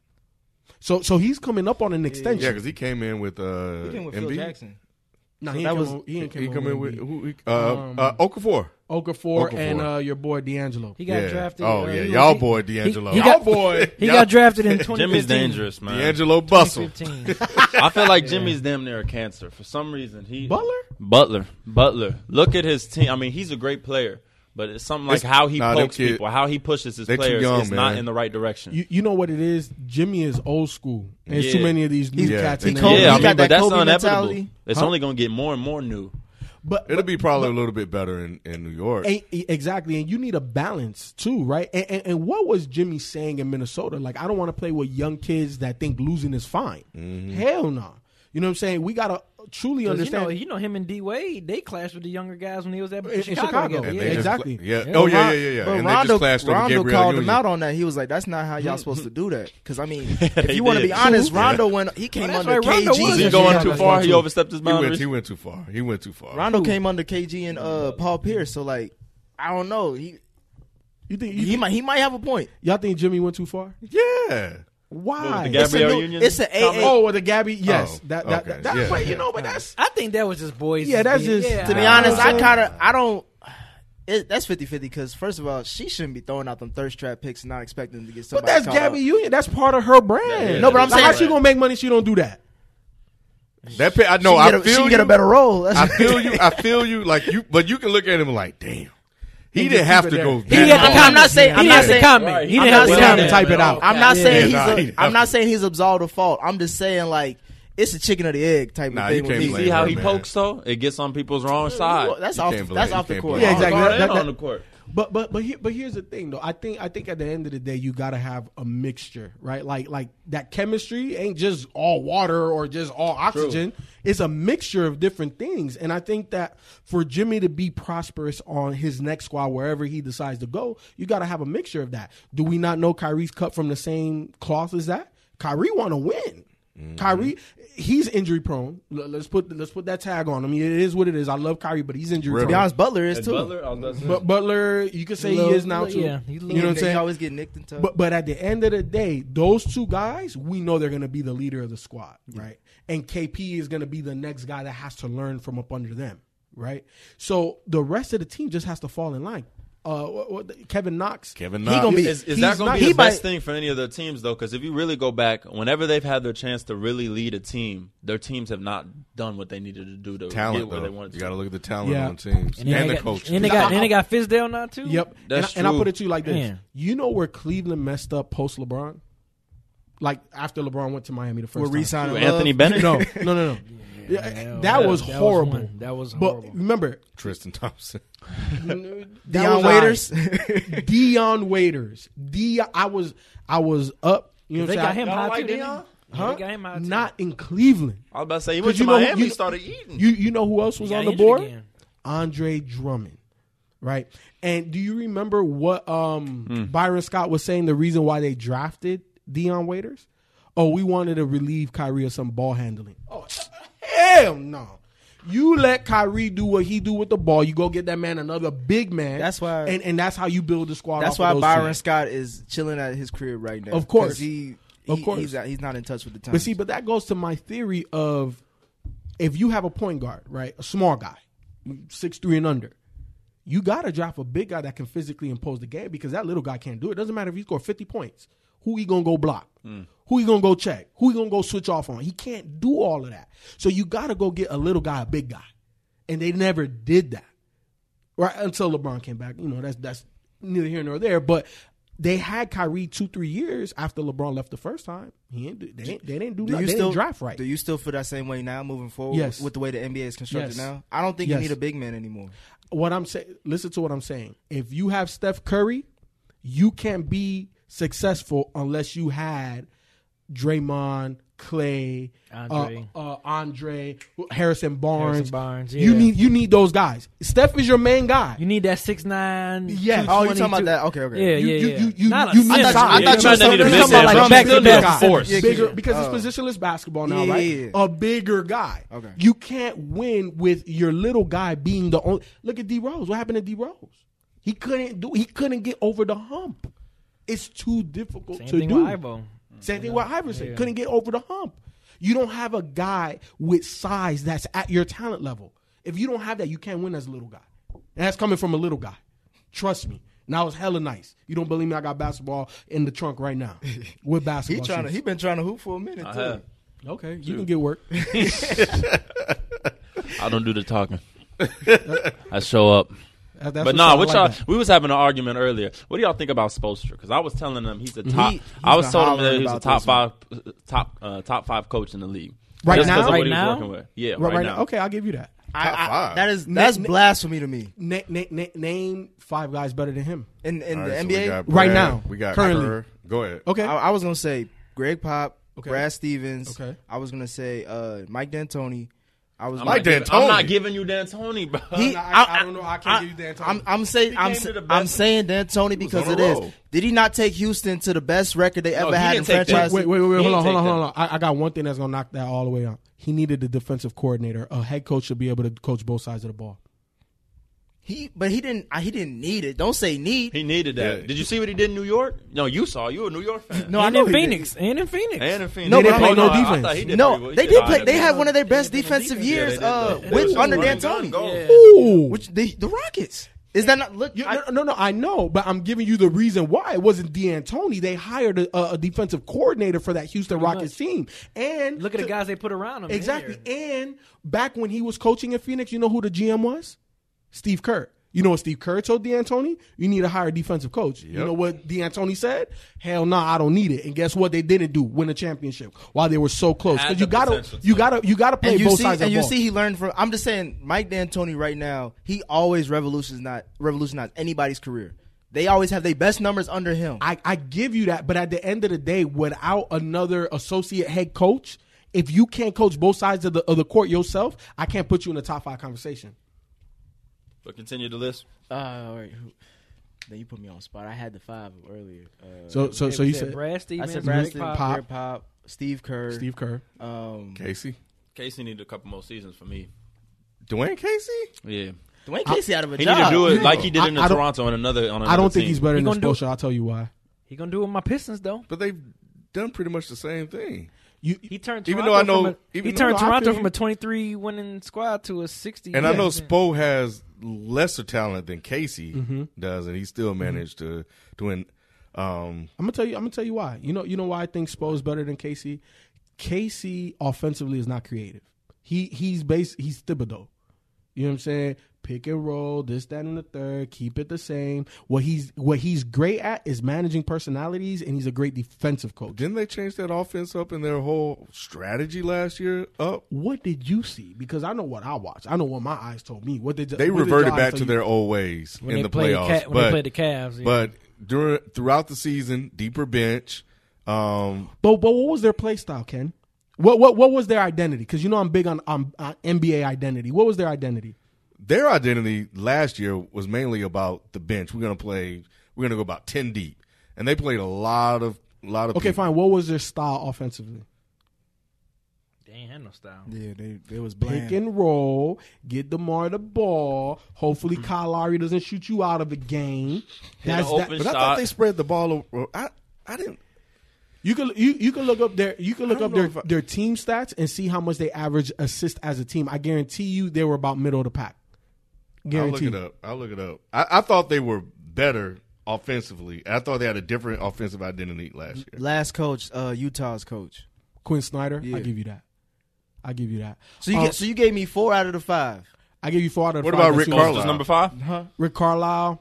So so he's coming up on an
yeah,
extension.
because he came in with uh,
He came with Phil
Embiid?
Jackson.
No,
So
he,
that
ain't
was-
come o- he ain't
He
came
come
over
in with
with me.
who? he- Uh,
Um,
uh, Okafor.
Okafor,
Okafor.
and uh, your boy D'Angelo.
He got
yeah.
drafted.
Oh
uh,
yeah,
he was-
y'all
he-
boy D'Angelo.
he
y'all
got-
boy.
He
y'all-
got drafted in 2015.
Jimmy's dangerous, man.
D'Angelo Bustle.
2015.
I feel like Jimmy's damn near a cancer for some reason. He
Butler?
Butler, Butler. Look at his team. I mean, he's a great player, but it's something like
It's-
how he
nah, them
pokes
kid-
people, how he pushes his
they too
players.
young,
it's not
man.
in the right direction.
You, you know what it is? Jimmy is old school. There's too
Yeah.
many of these new
Yeah.
cats
He
in
Kobe-
there.
Kobe
yeah, I
got
mean,
that
but that's
Kobe
unevitable.
mentality.
It's only going to get more and more new.
but,
It'll be probably a little bit better in, in New York.
And- e, exactly, and you need a balance too, right? And, and, and what was Jimmy saying in Minnesota? Like, I don't want to play with young kids that think losing is fine.
Mm-hmm.
Hell no. You know what I'm saying? We gotta truly
you know,
understand.
you know him and D Wade. They clashed with the younger guys when he was at
in
Chicago.
Chicago. And
together.
And
yeah.
they just
exactly.
cla- yeah. Oh yeah,
Ron-
yeah, yeah.
but
And they
Rondo,
just clashed over
Rondo
Gabriel
called
Union.
him out on that. He was like, "That's not how y'all supposed to do that." Because I mean, if
They
you want to
did.
be honest, Rondo went. He came
That's
under
right, Rondo
KG.
was
Was
Yeah,
he
yeah,
going
yeah,
too
that's
far?
one
He
too.
overstepped his
He went,
boundaries.
he went too far. He went too far.
Rondo came under KG and uh, Paul Pierce. So like, I don't know. He
You think you
he might he might have a point.
y'all think Jimmy went too far?
Yeah.
Why?
the Gabrielle
it's a,
Union
It's an AA.
oh, well, the Gabby. Yes,
Oh,
that that,
okay.
that,
Yeah.
but you know, but that's
I think that was just boys.
Yeah, that's
being-
just-
to be
I-
honest, I
Uh,
kind of I don't. It, that's 50-50 because first of all, she shouldn't be throwing out them thirst trap picks and not expecting them to get
but
somebody.
that's
caught up.
Gabby Union. That's part of her brand.
Yeah, yeah, No, but I'm
Like,
saying-
how she gonna make money? She don't do that.
That pick, I
She
know.
can
I
get a,
feel
she can
you.
get a better role. That's-
I feel you. I feel you. Like you, but you can look at him like, damn, he
And
didn't
just
have
keep
to
it
go.
there.
that
He
far.
had to comment.
I'm not saying-
He
I'm
had
not
to
saying-
comment. He
I'm
didn't
not
have to
saying-
comment.
Type it out.
I'm not
Yeah.
saying
Yeah, nah,
he's.
he
A, I'm not saying he's absolved of fault. I'm just saying like it's a chicken or the egg type
Nah,
of
you
thing. with
can't
me.
blame
See how
her,
he
man.
pokes though? It gets on people's wrong side.
That's
You
off.
can't blame-
that's
you
off the
can't
court.
blame
Yeah, exactly.
Guard
That-
and
that-
on the court.
But but but here, but here's the thing though. I think I think at the end of the day you gotta have a mixture, right? Like like that chemistry ain't just all water or just all oxygen. It's a mixture of different things. And I think that for Jimmy to be prosperous on his next squad wherever he decides to go, you gotta have a mixture of that. Do we not know Kyrie's cut from the same cloth as that? Kyrie wanna win. Kyrie, he's injury prone. L- Let's put let's put that tag on him. It is what it is. I love Kyrie, but he's injury
River.
prone.
Giannis Butler is
Is
too.
Butler, I was about to say.
But Butler, you could say
Little-
he is now
little-
too.
Hmm. yeah, he
you
little-
know what I'm
They
saying.
always get nicked and tucked.
But but at the end of the day, those two guys, we know they're going to be the leader of the squad, right? And KP is going to be the next guy that has to learn from up under them, right? So the rest of the team just has to fall in line. Uh, what, what, Kevin Knox,
Kevin
He
Knox.
gonna be-
He's-
Is, is that
he's
going
not-
to be
he
the best
might-
thing for any of their teams, though? Because if you really go back, whenever they've had their chance to really lead a team, their teams have not done what they needed to do to
talent
get where
though.
they wanted
you
to.
got to look at the talent
Yeah.
on teams
And
and,
then they
the
got,
coach.
And they got, and they got Fisdale now too.
Yep.
That's
and, I, and I
true.
put it to you like this.
Man.
You know where Cleveland messed up post LeBron? Like after LeBron went to Miami the first
We're
time.
re-signing
Who,
Love.
Anthony Bennett?
No, no, no, no. Yeah, that was
that was
horrible.
one. That was
But
horrible.
remember,
Tristan Thompson.
that
Deion
was
Waiters.
I. Dion Waiters. D. I was I was up. You know
They
what I'm
got
saying?
him
I-
high
like
too. didn't
Dion?
they?
Huh?
They got him high too.
Not in Cleveland.
I was about to say, he
'Cause
went to
you know who-
Miami
you-
and started eating.
You you know who else was
He got
on the
injured
board?
again.
Andre Drummond. Right. And do you remember what um Byron Scott was saying the reason why they drafted Dion Waiters? Oh, we wanted to relieve Kyrie of some ball handling. Oh hell no. You let Kyrie do what he do with the ball. You go get that man another big man.
That's why-
and, and that's how you build the squad.
That's
off of
why
those
Byron
two.
Scott is chilling at his crib right now.
Of course.
'Cause he,
Of
he-
course.
he's not, he's not in touch with the time.
But see, but that goes to my theory of if you have a point guard, right, a small guy, six three and under, you got to draft a big guy that can physically impose the game because that little guy can't do it. Doesn't matter if he score fifty points. Who he gonna go block? Who he gonna go check? Who he gonna go switch off on? He can't do all of that. So you got to go get a little guy, a big guy, and they never did that right until LeBron came back. You know, that's that's neither here nor there. But they had Kyrie two three years after LeBron left the first time. He didn't. Do, they, didn't- they didn't do.
do
nothing.
you
they
still
didn't draft right?
Do you still feel that same way now, moving forward?
Yes.
With the way the NBA is constructed
Yes.
now, I don't think
Yes.
you need a big man anymore.
what I'm saying. Listen to what I'm saying. If you have Steph Curry, you can't be successful unless you had Draymond, Clay,
Andre.
uh, uh, Andre, Harrison Barnes.
Harrison Barnes,
You
yeah.
need you need those guys. Steph is your main guy.
You need that six nine.
Yes.
Oh, you talking about that? Okay,
Yeah, yeah,
okay.
you-
yeah.
you- you-
Not a
you need
six-
size. I
Yeah,
thought you
you
were
might
talking
not need a
about
mid-man,
like
but
back
I'm
to
still
back.
doing
Yeah.
force.
Yeah,
bigger
yeah.
because
Oh.
it's positionless basketball now,
Yeah,
right?
yeah, yeah.
A bigger guy.
Okay.
You can't win with your little guy being the only. Look at D Rose. What happened to D Rose? He couldn't do. He couldn't get over the hump. It's too difficult
Same
to
thing
do.
with Ivo.
Mm-hmm.
Same thing with Iverson. Couldn't get over the hump. You don't have a guy with size that's at your talent level. If you don't have that, you can't win as a little guy. And that's coming from a little guy. Trust me. Now it's hella nice. You don't believe me? I got basketball in the trunk right now with
He
basketball.
trying to.
shoes.
He been trying to hoop for a minute
I
too.
have.
Okay, you can get work.
I don't do the talking. I show up.
That- that's
but
what's
nah,
up. I
what
like
y'all?
that.
We was having an argument earlier. What do y'all think about Spoelstra? Because I was telling them he's a top.
he's
I was
been
told him that
hollering
he was a
about
top
this
five, top uh, top five coach in the league.
Right
Just 'cause
now?
of what
Right
he was
now?
working with. Yeah,
right, right now. Okay, I'll give you that.
I,
Top
I,
five.
that is that's
Nick-
blasphemy to me.
Na- na- na- name five guys better than him.
In in
All
the
right, so we
NBA,
got
Right
Brad,
now,
we got
currently.
Kerr. Go ahead.
Okay,
I, I was gonna say Greg Pop,
Okay.
Brad Stevens.
Okay.
I was gonna say uh, Mike D'Antoni. I was
I'm
Mike
not giving-
D'Antoni.
I'm not giving you D'Antoni, bro.
He-
I- I don't know. I can't give you Dan Tony.
I'm, I'm saying I'm,
came to the best-
I'm saying D'Antoni because
on
it
a
is.
roll.
Did he not take Houston to the best record they ever
he
had in
didn't take that.
franchise?
wait, wait, wait, wait.
He
Hold
ain't
on, hold on,
take
hold on. I, I got one thing that's gonna knock that all the way out. He needed a defensive coordinator. A head coach should be able to coach both sides of the ball.
He, but he didn't. uh, He didn't need it. Don't say need.
He needed that.
Yeah.
Did you see what he did in New York? No, you saw. You were a New York
I
fan.
And
know
in
he did.
Phoenix. And in Phoenix.
and in Phoenix.
No, but I'm-
Oh, I-
no
I
defense.
thought he did pretty
No,
well. He
they did
all
play.
right.
They had one of their best
did
defensive
defense.
years
Yeah, they
uh,
did.
with
They
under
won and done,
D'Antoni.
go.
Yeah.
Ooh,
Which the, the Rockets is that not look?
You-
I-
no, no, no, I know, but I'm giving you the reason why it wasn't D'Antoni. They hired a, a- a defensive coordinator for that Houston Rockets team, and
Look at the
to-
guys they put around him.
Exactly.
They're-
And back when he was coaching in Phoenix, you know who the GM was? Steve Kerr. You know what Steve Kerr told D'Antoni? You need a higher defensive coach. You
Yep.
know what D'Antoni said? Hell no, I don't need it. And guess what? They didn't do win a championship while they were so close.
Had
Because
the
you gotta,
potential to.
you gotta, you gotta play
and you
both
see,
sides of
and
the
you
ball.
see, he learned from. I'm just saying, Mike D'Antoni right now, he always revolutions not revolutionize anybody's career. They always have their best numbers under him.
I, I give you that, but at the end of the day, without another associate head coach, if you can't coach both sides of the of the court yourself, I can't put you in the top five conversation.
But continue the list.
Uh, all right. who- Then you put me on the spot. I had the five earlier. Uh,
So so so
They
you said
Brad Stevens,
I said
Rick
Brad Stevens,
Pop.
Rick Pop, Steve Kerr,
Steve Kerr.
um,
Casey,
Casey needed a couple more seasons for me.
Dwayne Casey.
Yeah,
Dwayne Casey out of a
he
job.
need to do it like he did
I-
in the
I don't-
Toronto on another. On another
I don't think
team.
he's better
He
than
gonna do
Spoelstra. I'll tell you why.
He gonna do it with my Pistons though.
But they've done pretty much the same thing.
You
He turned
Even
Toronto
though I know-
from a,
even
he
though-
turned
no, I
Toronto
feel
from
you.
a twenty three winning squad to a sixty.
And I know
Yeah.
Spo has lesser talent than Casey
Mm-hmm.
does, and he still managed to to win. Um,
I'm gonna tell you. I'm gonna tell you why. You know. You know why I think Spo is better than Casey. Casey offensively is not creative. He he's base. He's Thibodeau. You know what I'm saying? Pick and roll, this, that, and the third. Keep it the same. What he's what he's great at is managing personalities, and he's a great defensive coach.
didn't they change that offense up in their whole strategy last year? Up,
What did you see? Because I know what I watched. I know what my eyes told me. What did
they
what did
reverted
y'all
back
tell
to
you?
their old ways
when
in
they
the
played
playoffs.
the Ca- when
but
they played the Cavs. yeah.
but during throughout the season, deeper bench. Um,
But but what was their play style, Ken? What what what was their identity? Because you know I'm big on, on on NBA identity. What was their identity?
their identity last year was mainly about the bench. We're gonna play. We're gonna go about ten deep, and they played a lot of lot of.
Okay,
people.
fine. What was their style offensively?
they ain't had no style.
Yeah, they, they was
pick and roll, get Demar the ball. Hopefully,
Mm-hmm.
Kyle Lowry doesn't shoot you out of the game. That's
an
that.
open
But I
shot.
thought they spread the ball. Over. I I didn't.
You can you, you can look up their you can look
don't
up their,
know if I-
their team stats and see how much they average assist as a team. I guarantee you they were about middle of the pack.
I'll look
Guarantee.
it up. I'll look it up. I, I thought they were better offensively. I thought they had a different offensive identity last year.
Last coach, uh, Utah's coach.
Quinn Snyder,
Yeah.
I give you that. I give you that.
So you
Um,
get, so you gave me four out of the five.
I give you four out of
What
five.
about
That's
Rick
it.
Carlisle?
Carlos number five.
Rick Carlisle.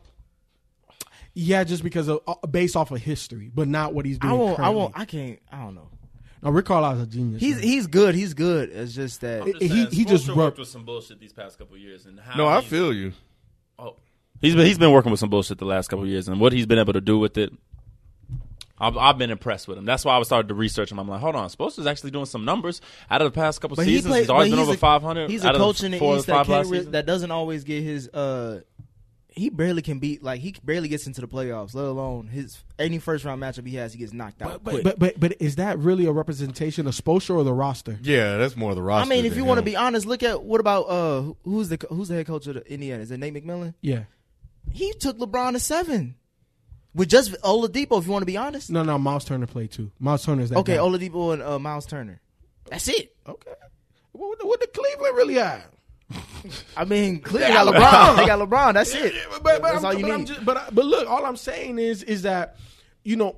Yeah, just because of uh, based off of history, but not what he's doing.
I won't. I
currently.
won't. I can't. I don't know.
Now Rick Carlisle's a genius.
He's
man.
he's good. He's good. It's just that
He- he- he just
Spoelstra
rubbed-
with some bullshit these past couple years, and how
No, I
he's-
feel you.
Oh. He's been he's been working with some bullshit the last couple of years, and what he's been able to do with it, I've, I've been impressed with him. That's why I started to research him. I'm like, hold on, Spoelstra's actually doing some numbers out of the past couple
But he
seasons.
played,
he's always
but
been
he's
over
a,
500.
He's
out
a
of the
coach in the
four or
East that,
five last
can't re-
season.
that doesn't always get his. uh He barely can beat. Like he barely gets into the playoffs. Let alone his any first round matchup he has, he gets knocked out. quick.
But, but but but is that really a representation of Spoelstra or the roster?
Yeah, that's more the
I
roster.
mean, if
than
you want to
him.
be honest, look at what about uh who- who's the co- who's the head coach of the Indiana? Is it Nate McMillan?
Yeah.
He took LeBron to seven with just Oladipo. If you want to be honest,
No, no. Miles Turner played too. Miles Turner is that.
okay,
guy.
Oladipo and uh, Miles Turner. That's it.
okay. What, what did Cleveland really have?
I mean, clearly they got LeBron. they got LeBron. That's it.
But, but
That's
I'm-
all you
but I'm
need.
just- but I- but look, all I'm saying is is that you know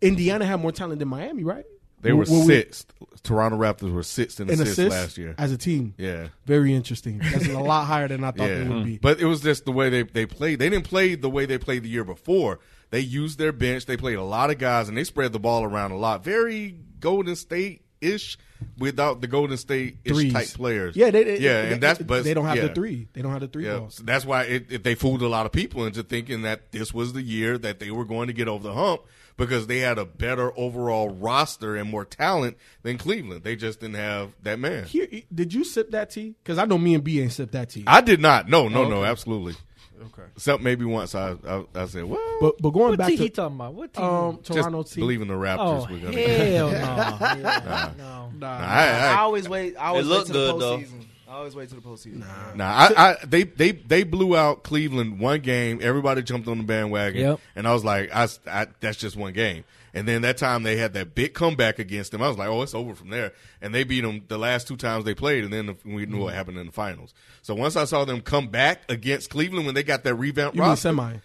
Indiana had more talent than Miami, right?
they were
Were we-
sixth. Toronto Raptors were sixth in
In
assists
assists
last year.
as a team.
Yeah,
Very interesting. That's a lot higher than I thought
yeah.
it would be.
But it was just the way they they played. They didn't play the way they played the year before. They used their bench. They played a lot of guys, and they spread the ball around a lot. Very Golden State ish, without the Golden State ish
Threes.
type players.
Yeah, they, they
yeah,
they-
and that's but
they don't have the
yeah.
three. They don't have the three
Yeah,
balls.
so that's why it, it, they fooled a lot of people into thinking that this was the year that they were going to get over the hump because they had a better overall roster and more talent than Cleveland. They just didn't have that man.
Here, did you sip that tea? Because I know me and B ain't sip that tea.
I did not. No,
Oh,
no, no, absolutely. Okay. Except maybe once I I, I said, well,
but but going
What
back
team
to
he talking about? What team?
um,
just
Toronto team.
believe in the Raptors.
oh
we're
hell
gonna.
no! Yeah, no.
Nah, I,
I
I,
always wait. I always
It
wait
looked
to the
good, though.
postseason. I always wait to the postseason.
nah, I, I, they, they, they blew out Cleveland one game. Everybody jumped on the bandwagon,
Yep.
and I was like, I, I, that's just one game. And then that time they had that big comeback against them. I was like, oh, it's over from there. And they beat them the last two times they played, and then we knew
Mm-hmm.
what happened in the finals. So once I saw them come back against Cleveland when they got that revamp
You mean
roster,
semi?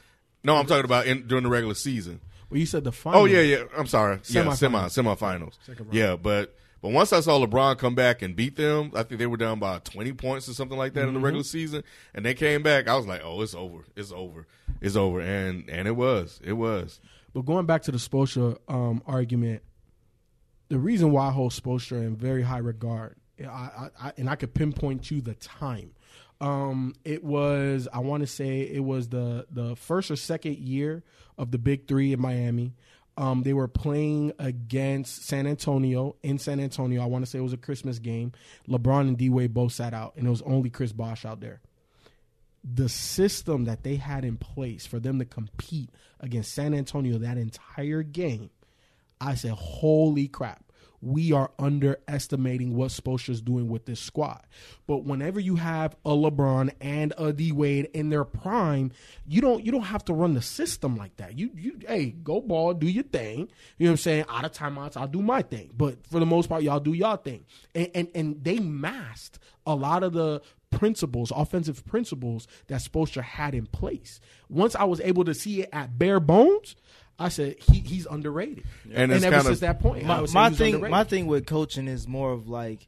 no, I'm talking about in, during the regular season.
Well, you said the final.
Oh yeah, yeah. I'm sorry. Yeah, semi
Semifinals.
semifinals. Yeah, but But once I saw LeBron come back and beat them, I think they were down by 20 points or something like that in the regular season, and they came back. I was like, oh, it's over, it's over, it's over, and and it was, it was.
But going back to the Spoelstra um, argument, the reason why I hold Spoelstra in very high regard, I, I, I, and I could pinpoint you the time. Um, it was I want to say it was the the first or second year of the Big Three in Miami. Um, they were playing against San Antonio in San Antonio. I want to say it was a Christmas game. LeBron and D Wade both sat out, and it was only Chris Bosh out there the system that they had in place for them to compete against San Antonio that entire game, I said, holy crap. We are underestimating what Spoelstra's doing with this squad. But whenever you have a LeBron and a D Wade in their prime, you don't you don't have to run the system like that. You you hey, go ball, do your thing. You know what I'm saying? Out of timeouts, I'll do my thing. But for the most part, y'all do y'all thing. And and, and they masked a lot of the principles, offensive principles that Spoelstra had in place. Once I was able to see it at bare bones, I said he, he's underrated.
And
And,
it's
ever
kind of-
since that point, I
my,
would say
my
he was
thing
underrated.
my thing with coaching is more of like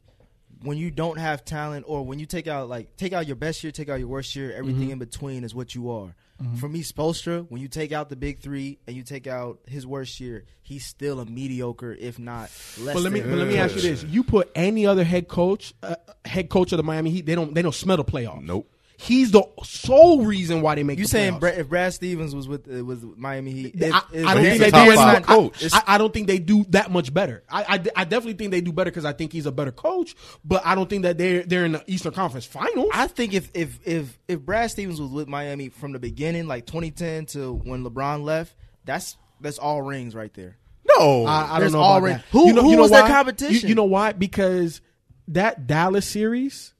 when you don't have talent or when you take out like take out your best year take out your worst year everything
Mm-hmm.
in between is what you are for me Spolstra when you take out the big three and you take out his worst year he's still a mediocre if not less
But let me
than
but let me ask you this: You put any other head coach, uh, head coach of the Miami Heat, they don't they don't smell the playoffs.
Nope.
He's the sole reason why they make.
you
the
saying
playoffs.
Brad, if Brad Stevens was with uh, was Miami Heat
I,
if-
I
if-
don't
he's a
think they do
top
any
five
much- I-
coach.
I, I don't think they do that much better. I, I de- I definitely think they do better because I think he's a better coach. But I don't think that they're they're in the Eastern Conference Finals.
I think if if if if Brad Stevens was with Miami from the beginning, like 2010 to when LeBron left, that's that's all rings right there.
No,
I, I don't
There's
know about
already-
that.
Who- who was
why?
their competition?
You, you know why? Because that Dallas series,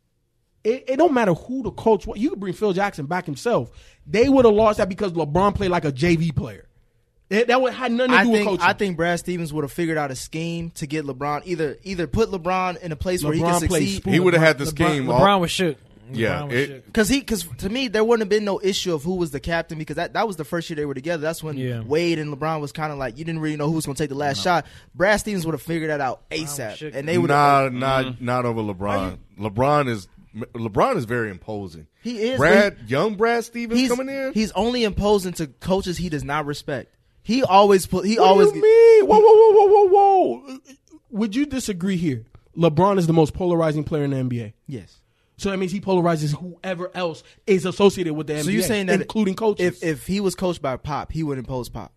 it, it don't matter who the coach. was. You could bring Phil Jackson back himself. They would have lost that because LeBron played like a JV player. It- that would had nothing to
I
do with
think
coaching.
I think Brad Stevens would have figured out a scheme to get LeBron either either put LeBron in a place where he can
LeBron plays
succeed
he would have had this
LeBron,
game. all-
LeBron was shoot.
Yeah,
LeBron was
it-
shoot.
Cause he, cause to me, there wouldn't have been no issue of who was the captain because that, that was the first year they were together. That's when
Yeah.
Wade and LeBron was kind of like you didn't really know who was gonna take the last shot. Brad Stevens would have figured that out asap,
shook.
and they would.
nah, not not over LeBron. LeBron is LeBron is very imposing.
He is,
Brad, young Brad Stevens
He's
coming in.
He's only imposing to coaches he does not respect. He always put. He
What
always.
do you mean? Whoa, whoa, whoa, whoa, whoa, whoa! Would you disagree here? LeBron is the most polarizing player in the NBA.
Yes.
So that means he polarizes whoever else is associated with the NBA,
So you're saying that
including
If
coaches,
if he was coached by Pop, he would impose Pop.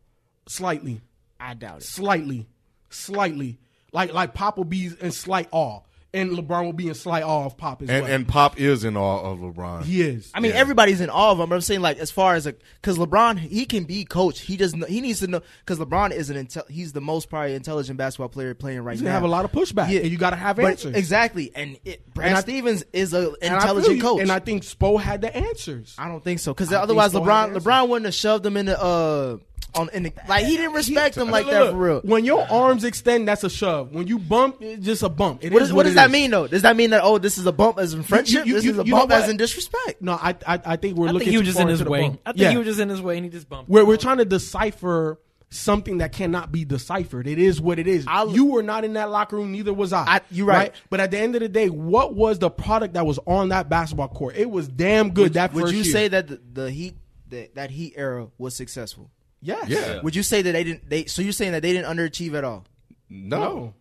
slightly.
I doubt it.
slightly, slightly. Like like Pop will be in slight awe, and LeBron will be in slight awe of Pop as
and
well.
and Pop is in awe of LeBron.
he is.
I mean, everybody's in awe of him. But I'm saying, like, as far as a, because LeBron, he can be coached. He doesn't. He needs to know because LeBron is an. Intel, he's the most probably intelligent basketball player playing right
He's
now.
gonna have a lot of pushback,
Yeah.
and you got to have
But-
answers.
Exactly, and it, Brad
And I-
Stevens is an
And I feel
intelligent
you,
coach.
and I think Spo had the answers.
I don't think so because
I think
otherwise,
Spo
LeBron
had the
LeBron wouldn't have shoved him in the uh on in the like he didn't respect him like
Look,
that
look,
for real.
When your arms extend, that's a shove. When you bump, it's just a bump. It
What,
is
is, what does
it
that
is.
mean though? Does that mean that oh, this is a bump as in friendship?
you-
this
you-
is a
you know
bump as
what?
in disrespect.
No, I, I I think we're
I
looking.
think he
too
was just
far
in his
into the
way.
bump.
I think
Yeah.
he was just in his way, and he just bumped.
We're, we're trying to decipher something that cannot be deciphered. It is what it is.
I'll-
you were not in that locker room, neither was I.
I- you're right.
But at the end of the day, what was the product that was on that basketball court? It was damn good that
Would
first
you
year.
say that the, the Heat that, that Heat era was successful?
yes?
Yeah.
Would you say that they didn't? They so you're saying that they didn't underachieve at all?
no.
No.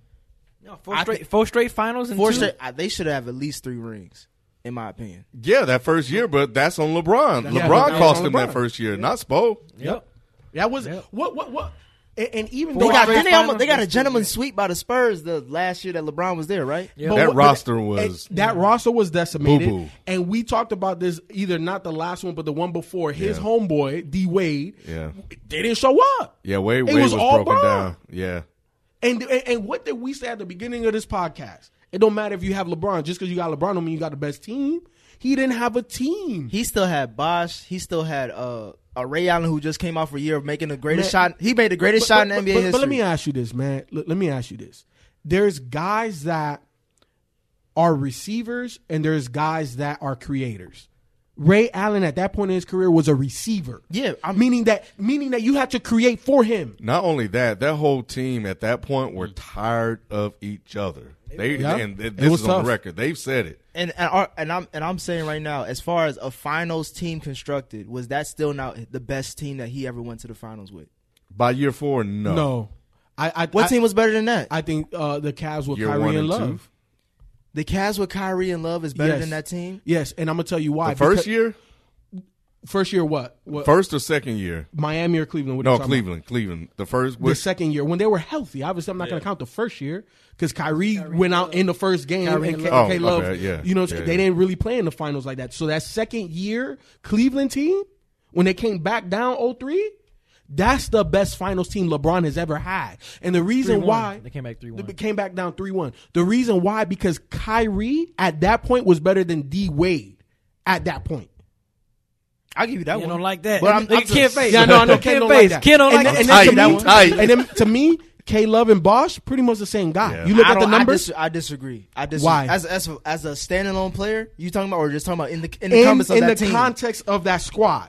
No, four
I
straight,
think-
four straight finals and
Four
two.
straight, I, they should have at least three rings, in my opinion.
Yeah, that first year, but that's on LeBron.
Yeah,
LeBron
that's
cost
on
him
LeBron.
that first year, not Spo.
Yep.
That was
Yeah.
what what what and, and even
They
though
got
I-
then they, almost, they got a
finals.
gentleman sweep by the Spurs the last year that LeBron was there, right?
Yeah.
But
That
what-
roster
but-
was-
and that roster was decimated,
Boo-boo.
and we talked about this either not the last one, but the one before. His
Yeah.
homeboy D Wade,
Yeah.
they didn't show up.
Yeah, Wade,
It
Wade was,
was all
broken
Bron.
down. Yeah.
And, and and what did we say at the beginning of this podcast? It don't matter if you have LeBron. Just because you got LeBron don't mean you got the best team. He didn't have a team.
He still had Bosh. He still had uh, a Ray Allen who just came off for a year of making the greatest
Man.
shot. He made the greatest shot in NBA
but-
history.
but let me ask you this, man. Let, let me ask you this. There's guys that are receivers and there's guys that are creators. Ray Allen at that point in his career was a receiver.
Yeah, I'm-
meaning that meaning that you had to create for him.
Not only that, that whole team at that point were tired of each other. They
Yeah.
and th-
It
this
was
is on
tough.
record. They've said it.
and and, our, and I'm and I'm saying right now, as far as a finals team constructed, was that still not the best team that he ever went to the finals with?
By year four, no.
No, I, I
What
I,
team was better than that?
I think uh, the Cavs with
Year
Kyrie
one and
and
two.
Love.
the Cavs with Kyrie and Love is better
Yes.
than that team.
Yes, and I'm gonna tell you why.
The first
Because-
year,
first year, what? what
first or second year?
Miami or Cleveland? What are you
No,
talking about?
Cleveland, Cleveland. The first
the
which,
second year when they were healthy. Obviously, I'm not going to count the first year because Kyrie, went out in the first game and K-
Love.
K-
Oh,
Love,
okay, yeah,
you know,
yeah,
they
yeah.
didn't really play in the finals like that. So that second year Cleveland team, when they came back down 03, that's the best finals team LeBron has ever had. And the reason
3-1.
why
They came back 3-1.
They came back down 3-1. The reason why because Kyrie at that point was better than D Wade at that point.
I'll give you that
You
one.
don't like that.
But I'm-
Look
I'm
at Ken
just-
face.
Yeah, no, I know
Look at
Ken don't
face.
like that.
Ken don't
and,
like
then-
that.
and, then to
Tight,
me, and then to me, K Love and Bosch pretty much the same guy.
Yeah.
You look
I
at the
don't- I
numbers.
dis- I, disagree. I disagree.
Why?
As as a, as a standalone player, you talking about or just talking about in the in the
in,
compass of
in the
that team?
context of that squad.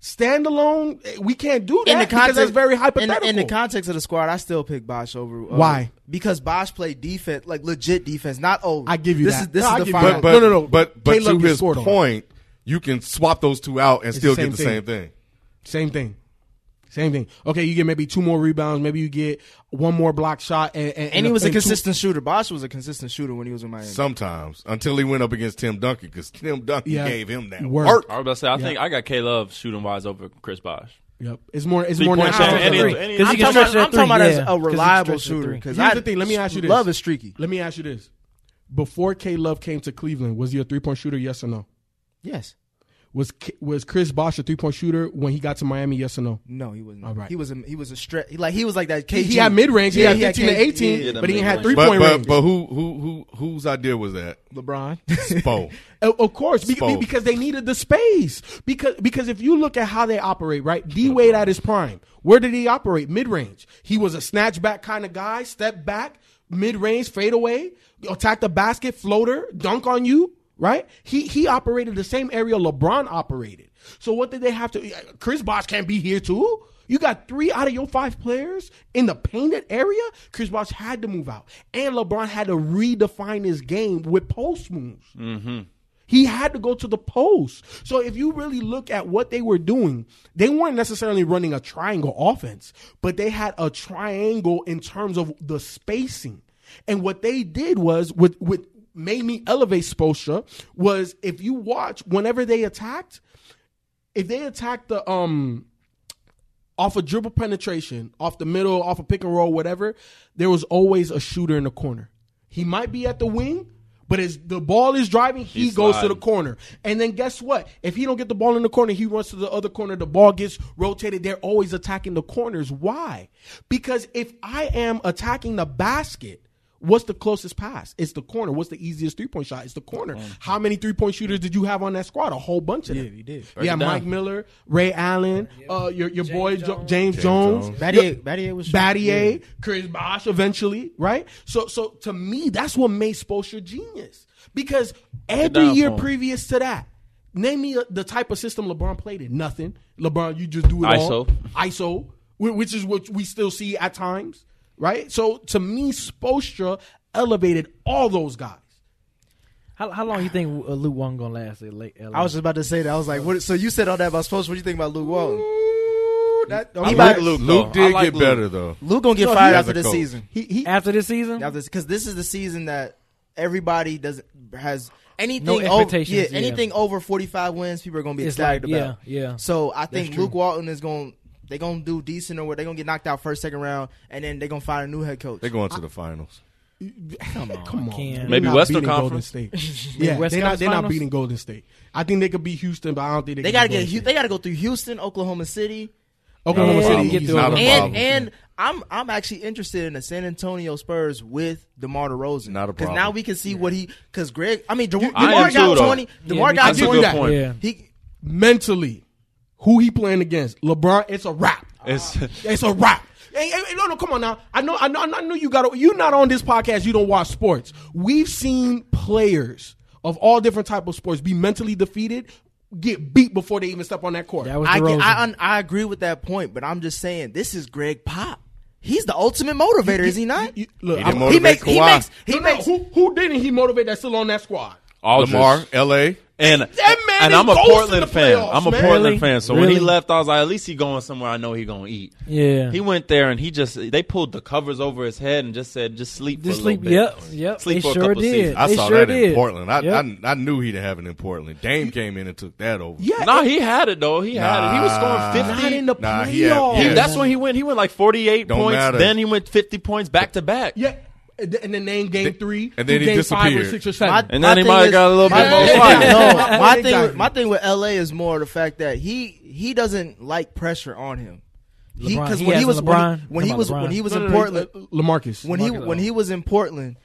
Standalone, eh, we can't do that
in the
because
context,
that's very
in the-
hypothetical.
In, the context of the squad, I still pick Bosch over. uh,
Why?
Because Bosch played defense, like legit defense, not old.
I give you
this
that.
is this
No, I
is
give you
the
that.
but,
final.
but
No, no, no.
But but
K-Love
to
gets
his
scored on.
point, you can swap those two out and
the
still get
same
the
thing.
same thing.
Same thing. Same thing. Okay, you get maybe two more rebounds. Maybe you get one more block shot. And, and,
and he was a
and two-
consistent shooter. Bosch was a consistent shooter when he was in Miami.
Sometimes until he went up against Tim Duncan because Tim Duncan
Yeah.
gave him that
Work.
work.
I was about to say, I think I got K Love shooting wise over Chris Bosch.
Yep. It's more. It's
Three
more. than
point
that.
shot. Any-
Here's
any-
Because
I'm
he can
talking about,
stretch that
I'm talking about
three,
as
yeah. 'Cause
a
he can
reliable
stretch that
shooter.
three.
Because I
the thing. Let me ask you this.
Love is streaky.
Let me ask you this. Before K Love came to Cleveland, was he a three point shooter? Yes or no?
Yes.
Was K- was Chris Bosh a three point shooter when he got to Miami? Yes or no?
No, he wasn't.
All right.
He was a he was a stretch. Like he was like that.
He,
KG.
had mid range.
Yeah,
he had fifteen to
KG.
eighteen,
Yeah.
but he ain't had three
But
point
but
range.
but who who who whose idea was that?
LeBron.
Spo.
Of of course, be- be-
Spoke.
because they needed the space. Because because if you look at how they operate, right? D Wade at his prime, where did he operate? Mid range. He was a snatchback kind of guy, step back, mid range, fade away, attack the basket, floater, dunk on you. Right? He he operated the same area LeBron operated. So what did they have to? Chris Bosh can't be here too. You got three out of your five players in the painted area. Chris Bosh had to move out, and LeBron had to redefine his game with post moves. He had to go to the post. So if you really look at what they were doing, they weren't necessarily running a triangle offense, but they had a triangle in terms of the spacing. And what they did was with with made me elevate Sposha was if you watch whenever they attacked, if they attacked the um off a dribble penetration, off the middle, off a pick and roll, whatever, there was always a shooter in the corner. He might be at the wing, but as the ball is driving, he
He's
goes to
sliding.
the corner. And then guess what? If he don't get the ball in the corner, he runs to the other corner. The ball gets rotated. They're always attacking the corners. Why? Because if I am attacking the basket, what's the closest pass? It's the corner. What's the easiest three point shot? It's the corner. How many three point shooters did you have on that squad? A whole bunch of them. Yeah, you did. yeah,
it down.
Mike Miller, Ray Allen, uh, your your boy Jo- James, Jones,
Jones.
your-
Battier, Battier was
Battier, Chris Bosh eventually, right? So so to me, that's what made Spoelstra genius because every
down
year
for him.
previous to that. Name me uh, the type of system LeBron played in. Nothing. LeBron, you just do it all.
ISO.
ISO, whi- which is what we still see at times, right? So to me, Spoelstra elevated all those guys.
How, how long you think uh, Luke Wong gonna last at late?
I was just about to say that. I was like, what, so you said all that about Spurs. What do you think about Luke Walton?
He
He
might-
might-
Luke,
though. I
did
like
get
Luke.
better though.
Luke gonna get
No, he
fired
has
after
a
the
coach.
season.
he, he,
after this season.
After because this is the season that everybody doesn't has anything
No
over
expectations,
yeah,
yeah.
anything over 45 wins people are going to be
It's
excited
like,
about.
yeah, yeah.
So I think
true.
Luke Walton is going to they're going to do decent or what they're going to get knocked out first second round and then they're going to find a new head coach.
They're going to the finals.
Come on,
Ken.
They're
Maybe
not
Western
beating Golden
Conference?
State. yeah,
West
they're not.
Conference
They're not
Finals?
beating Golden State. I think they could beat Houston, but I don't think they.
they
could
got to
beat
get
Golden
Hu-
State.
they got to go through Houston, Oklahoma City,
Oklahoma
Yeah,
City.
get
Easy.
through
Not a
and
problem.
and I'm I'm actually interested in the San Antonio Spurs with DeMar DeRozan.
Not a
Because
problem.
now we can see what he because Greg. I mean, De-
I
DeMar
am
got
too, though.
20. DeMar
me
got
That's a
20.
good point.
Yeah.
He
mentally, who he playing against? LeBron. It's a wrap.
It's
It's a wrap. Hey, hey, hey, no, no, come on now. I know, I know, I know you got. You're not on this podcast. You don't watch sports. We've seen players of all different type of sports be mentally defeated get beat before they even step on that court.
That was
I, get,
DeRozan.
I, un- I agree with that point, but I'm just saying this is Greg Pop. He's the ultimate motivator, is he not?
You- look,
He
I'm-
didn't motivate
he makes. He
Kawhi.
makes. He
no, no,
makes.
who, who didn't he motivate that's still on that squad?
Aldridge.
Lamar, L.A.
And,
man
and
is
I'm a
ghost in
Portland
the
fan.
playoffs,
I'm a
man.
Portland
Really?
fan. So when he
Really?
left, I was like, at least he going somewhere I know he gonna eat.
Yeah.
He went there and he just they pulled the covers over his head and just said, just sleep. for
Just
a
sleep.
Little
Yep.
bit.
Yep.
Sleep
they
for a
sure
couple
did.
seasons.
I
they
saw
sure
that
did.
in Portland. I,
Yep.
I I knew he'd have it in Portland. Dame came in and took that over.
Yeah,
No, he had it though. He had it. He was
Nah.
scoring
not
fifty.
in the
Nah,
playoffs.
he had-
He-
yeah.
That's when he went. He went like forty-eight
Don't
points.
matter.
Then he went fifty points back to back.
yeah. And th- and then they in game three,
and then
through
he
game five
disappeared.
or six or
My-
seven.
And then
my
he
thing
might have
is-
got a little
my-
bit more
yeah,
fight.
No, my thing,
Exactly.
with, my thing with LA is more the fact that he he doesn't like pressure on him.
LeBron.
Because
He
when he
has
was when
LeBron.
he, when he
Come on,
was
LeBron.
when he was
No, no,
in
no,
Portland
uh, Lamarcus.
when he
Mark it
when
up.
he was in Portland.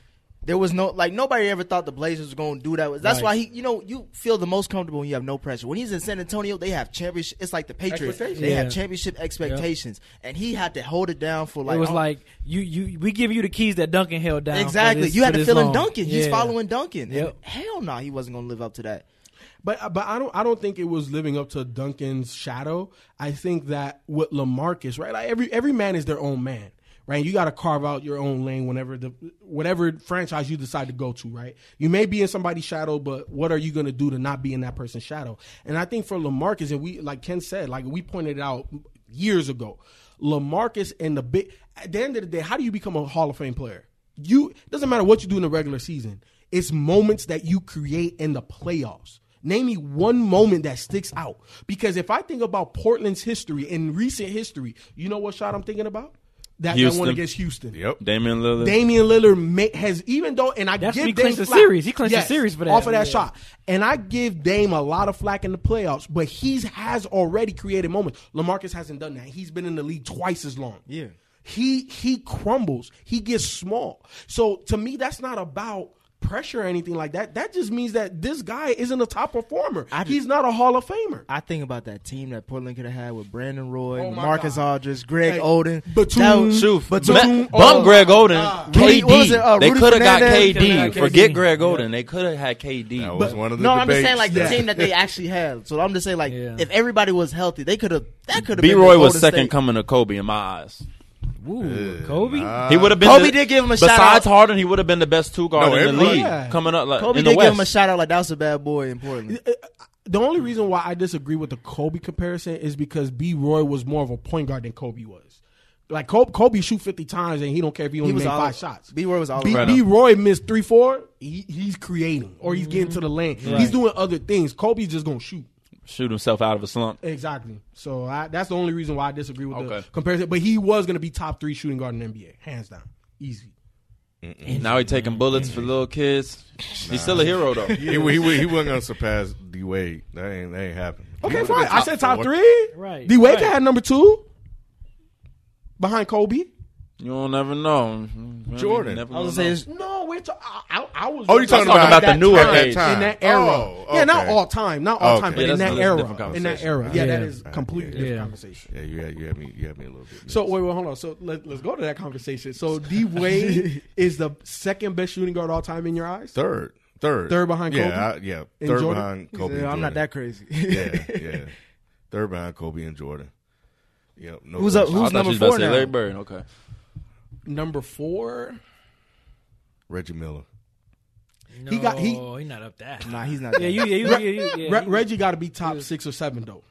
There was no like nobody ever thought the Blazers were going to do that. That's
Right.
why he, you know, you feel the most comfortable when you have no pressure. When he's in San Antonio, they have championship. It's like the Patriots. They
Expectations.
Yeah.
have championship expectations, and he had to hold it down for like
it was
oh,
like you, you. We give you the keys that Duncan held down. for
exactly.
this-
you had
for
to
this
fill in
long.
Duncan. He's
Yeah.
following Duncan. And
Yep.
Hell no, he wasn't going to live up to that.
But uh, but I don't I don't think it was living up to Duncan's shadow. I think that with Lamarcus, right? Like every every man is their own man, right? You got to carve out your own lane whenever the whatever franchise you decide to go to, right? You may be in somebody's shadow, but what are you going to do to not be in that person's shadow? And I think for Lamarcus, and we like Ken said, like we pointed out years ago, Lamarcus and the big at the end of the day, how do you become a Hall of Fame player? You it doesn't matter what you do in the regular season. It's moments that you create in the playoffs. Name me one moment that sticks out. Because if I think about Portland's history in recent history, you know what shot I'm thinking about? That, that
Houston.
one against Houston.
Yep.
Damian Lillard.
Damian Lillard ma- has even though, and I
That's
give
when he
Dame
clinched the
flack-
series. He clinched the series for that.
off of that
Yeah.
shot, and I give Dame a lot of flack in the playoffs, but he's has already created moments. Lamarcus hasn't done that. He's been in the league twice as long.
Yeah.
he he crumbles. He gets small. So to me, that's not about. Pressure or anything like that. That just means that this guy isn't a top performer.
I-
He's not a Hall of Famer.
I think about that team that Portland could have had with Brandon Roy,
Oh my
Marcus
God.
Aldridge, Greg
Hey,
Oden,
Batum.
That was-
Shoot,
Batum,
Ma-
oh,
bump Greg Oden,
Rudy- what was
KD.
it, uh,
they
Rudy
could have got
Fernandez?
KD.
KD.
Forget Greg Oden. They could have had KD.
That was one of the
No, I'm just
debates
saying like the
that-
team that they actually had. So I'm just saying like
Yeah.
if everybody was healthy, they could have. That could have.
B.
been the
Roy was
Golden
second
State.
coming to Kobe in my eyes.
Ooh, Kobe.
Nah.
He would have been.
Kobe
the-
did give him a
besides
shout-out.
Harden, he would have been the best two guard
No,
in the
everybody-
league
Yeah.
coming up. Like,
Kobe
in the
did
West.
give him a shout out like that was a bad boy in Portland.
The only reason why I disagree with the Kobe comparison is because B. Roy was more of a point guard than Kobe was. Like Kobe, Kobe shoot fifty times and he don't care if he only
was
made
all-
five shots.
B. Roy was all
B.
around.
B. Roy missed three four. He, he's creating or he's getting to the lane. He's doing other things. Kobe's just gonna shoot.
Shoot himself out of a slump.
Exactly. So I, that's the only reason why I disagree with
Okay.
the comparison. But he was gonna be top three shooting guard in the NBA, hands down, easy.
Now he taking bullets for little kids. He's still a hero though.
He, wa- he, wa- he wasn't gonna surpass D Wade. That ain't that ain't happening.
Okay, fine. I said top
four.
three.
Right,
D. Wade
right.
had number two behind Kobe.
You don't never know.
Jordan.
Never
I was
know.
gonna say,
No, we're ta- I, I, I was.
Oh, you talking
talking
about,
about the newer
at that
age.
time.
in that era?
Oh,
Yeah, not
okay.
all time, not all
Okay.
time, but
Yeah,
in
that's
that
a
era,
different
in that
conversation.
era. Yeah, that
Yeah.
is completely different
Yeah.
conversation.
Yeah, you had you had me you had me a little bit.
So wait, wait, hold on. So let, let's go to that conversation. So D Wade is the second best shooting guard all time in your eyes.
third, third,
Third behind
Yeah,
Kobe?
I, yeah,
And
third
Jordan?
behind
he
Kobe.
said,
and
I'm
Jordan.
not that crazy.
Yeah, yeah. Third behind Kobe and Jordan. Yep. No
Who's up-
question.
I
who's
thought you
number
was about to
four
say
now?
Larry Bird. Okay.
Number four.
Reggie Miller.
No,
He got- he-
not up that.
Nah, he's not.
Yeah, you, yeah, you, yeah, you, yeah,
Re-
he-
Reggie got to be top six or seven though.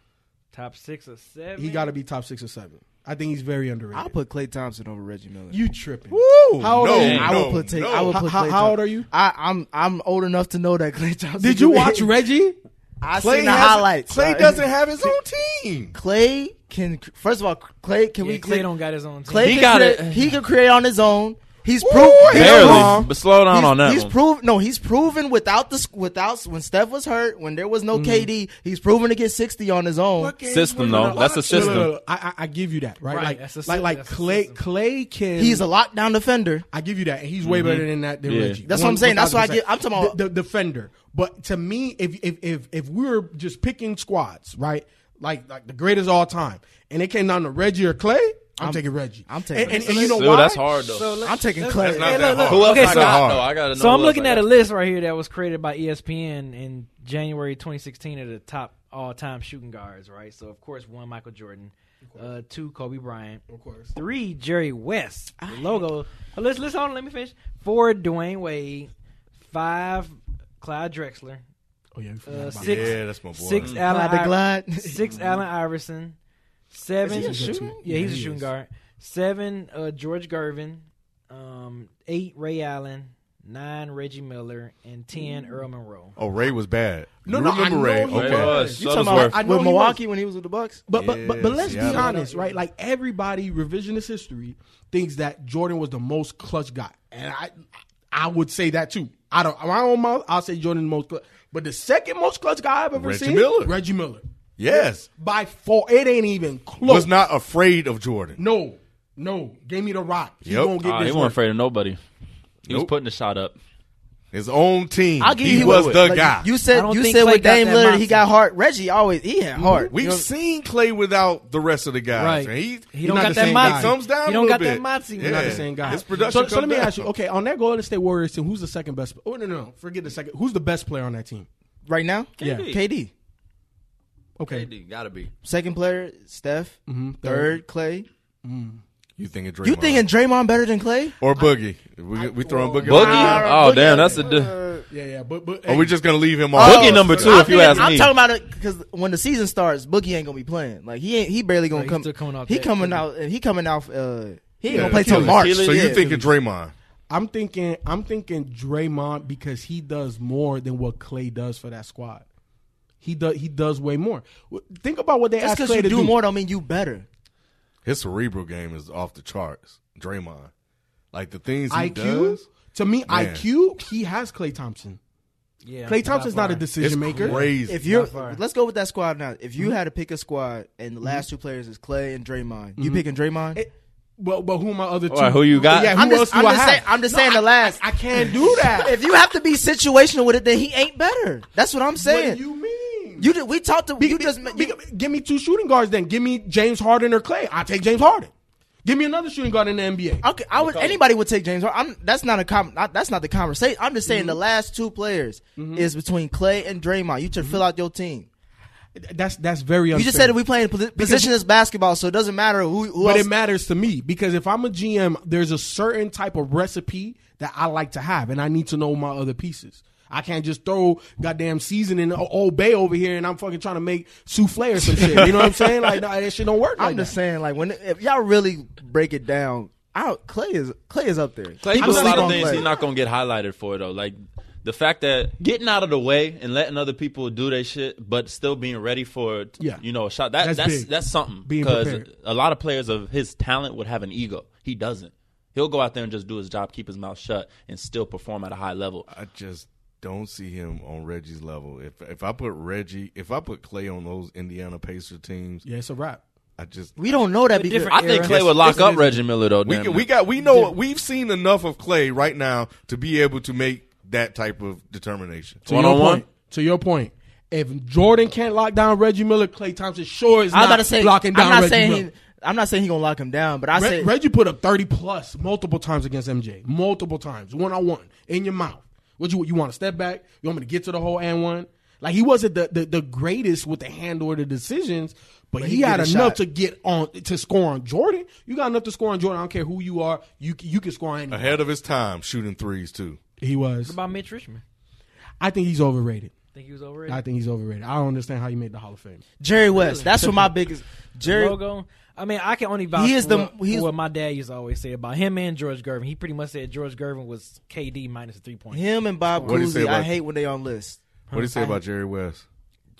top six or seven.
He got to be top six or seven. I think he's very underrated.
I'll put Clay Thompson over Reggie Miller.
you tripping?
Woo!
How old
no,
are you?
No,
I would put. Take,
no.
I would
How-
put
Oh, how-
Klay
how
Thom-
old are you?
I, I'm I'm old enough to know that Clay Thompson.
Did you watch Reggie?
I
Klay
seen the
has-
highlights.
Klay
Uh,
doesn't have his own team.
Clay can. First of all, Clay can
Yeah,
we?
Clay don't got his own. Team.
Clay
He
can
got
create,
it.
He can create on his own. He's
Ooh,
proven.
he
Barely. But slow down
He's,
on that
he's
one.
proven no. He's proven without the without when Steph was hurt, when there was no KD, he's proven to get sixty on his own.
What game
System,
was it?
though. That's a
No, no,
system.
no, no. I, I, I give you that, right?
Right,
Like,
that's a
like,
system.
like
That's a
Clay,
system.
Clay can.
He's a lockdown defender.
I give you that, and he's way better than that than
Yeah.
Reggie.
That's what I'm saying. That's why I
1000%.
get- I'm talking about-
the, the defender. But to me, if if if if we were just picking squads, right, like like the greatest all time, and it came down to Reggie or Clay, I'm, taking Reggie.
I'm taking-
And, and,
So
and you know
Still,
why?
that's hard though.
So
I'm taking
let's-
Clay.
That's not
Hey,
that
look,
hard.
look,
That's not
okay, so-
that hard.
No, I gotta know.
So I'm
who
looking
else I
at a
got.
list right here that was created by E ESPN in January 2016 of the top all-time shooting guards. Right. So of course, one Michael Jordan, uh, two Kobe Bryant,
Of course.
three Jerry West. The logo. Oh, let's let's hold on. Let me finish. Four Dwayne Wade, five Clyde Drexler,
Oh yeah, we forgot
Uh,
about
six-
that.
Yeah, that's my boy. Mm.
six
Mm.
Allen,
Glad to
Ir-
glad.
six Allen Iverson, seven.
Mm-hmm. Is he a shooter?
Yeah, he's
Yeah,
a
he
shooting
is.
guard. Seven uh, George Gervin, um, eight Ray Allen, nine Reggie Miller, and ten Earl Monroe.
Oh, Ray was bad.
No,
you
no, I
remember Ray?
know he
okay.
was.
You
So
talking
was
about
Worth.
I know
with
he was-
Milwaukee when he was with the Bucks.
But, but but but
Yeah,
let's be
Seattle.
honest, right? Like everybody revisionist history thinks that Jordan was the most clutch guy, and I I would say that too. I don't my own mouth. I'll say Jordan the most clutch, but the second most clutch guy I've ever
Reggie
seen,
Miller.
Reggie Miller,
Yes.
by four. It ain't even close.
Was not afraid of Jordan.
No, no. Give me the rock. He
Yep.
gonna get
Ah,
this
he
one.
wasn't afraid of nobody. He was
Nope.
putting the shot up.
His own team.
I'll give
he
you
was
what-
the
like,
guy.
You
I
said
don't
you
think
said
Clay
with
got
Dame
that
Lillard, he
mindset.
got heart. Reggie always he had heart.
We've
You know-
seen Clay without the rest of the guys.
Right.
and He,
He don't
not
got
the
that
same
moxie.
guy.
comes down
He
a
don't
little
got that
bit.
moxie.
Yeah.
Not the same guy.
His production
So, so let
comes
me
down.
ask you. Okay, on that Golden State Warriors team, who's the second best? Oh no, no, no. Forget the second. Who's the best player on that team?
right now.
Yeah.
KD.
Okay.
gotta be.
Second player, Steph. Third, Clay.
You thinking Draymond?
You thinking Draymond better than Clay?
or Boogie? we, we throwing Boogie?
Boogie?
under the-
oh damn, that's a di-
Yeah, yeah. But but
Are we just gonna leave him
Boogie
off?
number two. if you
thinking-
ask
I'm
me,
talking about it because when the season starts, Boogie ain't gonna be playing. Like he ain't, he barely gonna
Right, he's
come.
still coming off
he
that-
coming out. He coming out. Uh, he ain't
Yeah,
gonna play till
Achilles.
March.
So
Yeah.
you thinking Draymond?
I'm thinking I'm thinking Draymond because he does more than what Clay does for that squad. He does he does way more. W- Think about what they
Just
asked
because
Clay
you
to
do more don't mean you better.
His cerebral game is off the charts. Draymond, like the things he
IQ
does,
to me,
Man.
IQ he has Clay Thompson.
Yeah,
Clay Thompson's not a
it's
decision maker.
crazy.
If you
far. Mm-hmm.
let's go with that squad now. If you had to pick a squad and the last two players is Clay and Draymond,
Mm-hmm.
you picking Draymond?
It- Well, but who are my other two?
Alright, who you got?
Yeah, who
I'm
else
just,
do
I'm
I
just
have?
saying, I'm just saying the last.
I can't do that.
if you have to be situational with it, then he ain't better. That's what I'm
what do
saying.
you mean?
You, did we talked to
Be-
you
be-
just
be- give me two shooting guards then. Give me James Harden or Clay. I take James Harden. Give me another shooting guard in the NBA.
Okay, I would. Anybody would take James Harden. I'm, that's not a com, not, That's not the conversation. I'm just saying
Mm-hmm.
the last two players is between Clay and Draymond. You
Mm-hmm.
should fill out your team.
That's that's very unfair.
You just said that we playing posi- positionless basketball, so it doesn't matter who. who
but
else.
it matters to me because if I'm a GM, there's a certain type of recipe that I like to have, and I need to know my other pieces. I can't just throw goddamn season in Old Bay over here, and I'm fucking trying to make souffle or some shit. You know what I'm saying? Like nah, that shit don't work.
I'm
like
just
that.
saying, like when if y'all really break it down, I, Clay is Clay is up there.
Clay
People
does a lot
sleep
of
on
things
Clay.
he's not gonna get highlighted for though. Like the fact that getting out of the way and letting other people do their shit, but still being ready for
Yeah.
you know a shot. That,
That's
that's that's,
big.
something
Being
because
prepared.
a lot of players of his talent would have an ego. He doesn't. He'll go out there and just do his job, keep his mouth shut, and still perform at a high level.
I just don't see him on Reggie's level. If if I put Reggie, if I put Clay on those Indiana Pacer teams,
yeah, it's a wrap.
I just
We don't know that because
different
I think
era.
Clay would lock
Listen,
up
listen.
Reggie Miller though.
we
damn
can-
near.
we got we know we've seen enough of Clay right now to be able to make that type of determination.
To
One on
your
one?
point. To your point. If Jordan can't lock down Reggie Miller, Clay Thompson sure is
I'm
not
about to say.
blocking down
I'm not
Reggie
saying.
Miller.
He, I'm not saying he gonna lock him down, but I
Re-
say
Reggie put up thirty plus multiple times against MJ, multiple times, one on one in your mouth. What you you want to step back? You want me to get to the hole and one? Like he wasn't the, the, the greatest with the handle or the decisions, but, he,
he
had
get a
enough
shot.
to get on to score on Jordan. You got enough to score on Jordan. I don't care who you are, you c- you can score on anyone.
Ahead of his time, shooting threes too.
He was.
about Mitch Richmond.
I think he's overrated.
Think he was overrated.
I think he's overrated. I don't understand how he made the Hall of Fame.
Jerry West. That's what my biggest Jerry.
logo. I mean, I can only vouch
He is
for
the-
what,
he's-
for what my dad used to always say about him and George Gervin. He pretty much said George Gervin was KD minus the three point.
Him and Bob
What'd he say
Cousy. I
about-
hate when they on list.
What do you say about Jerry West?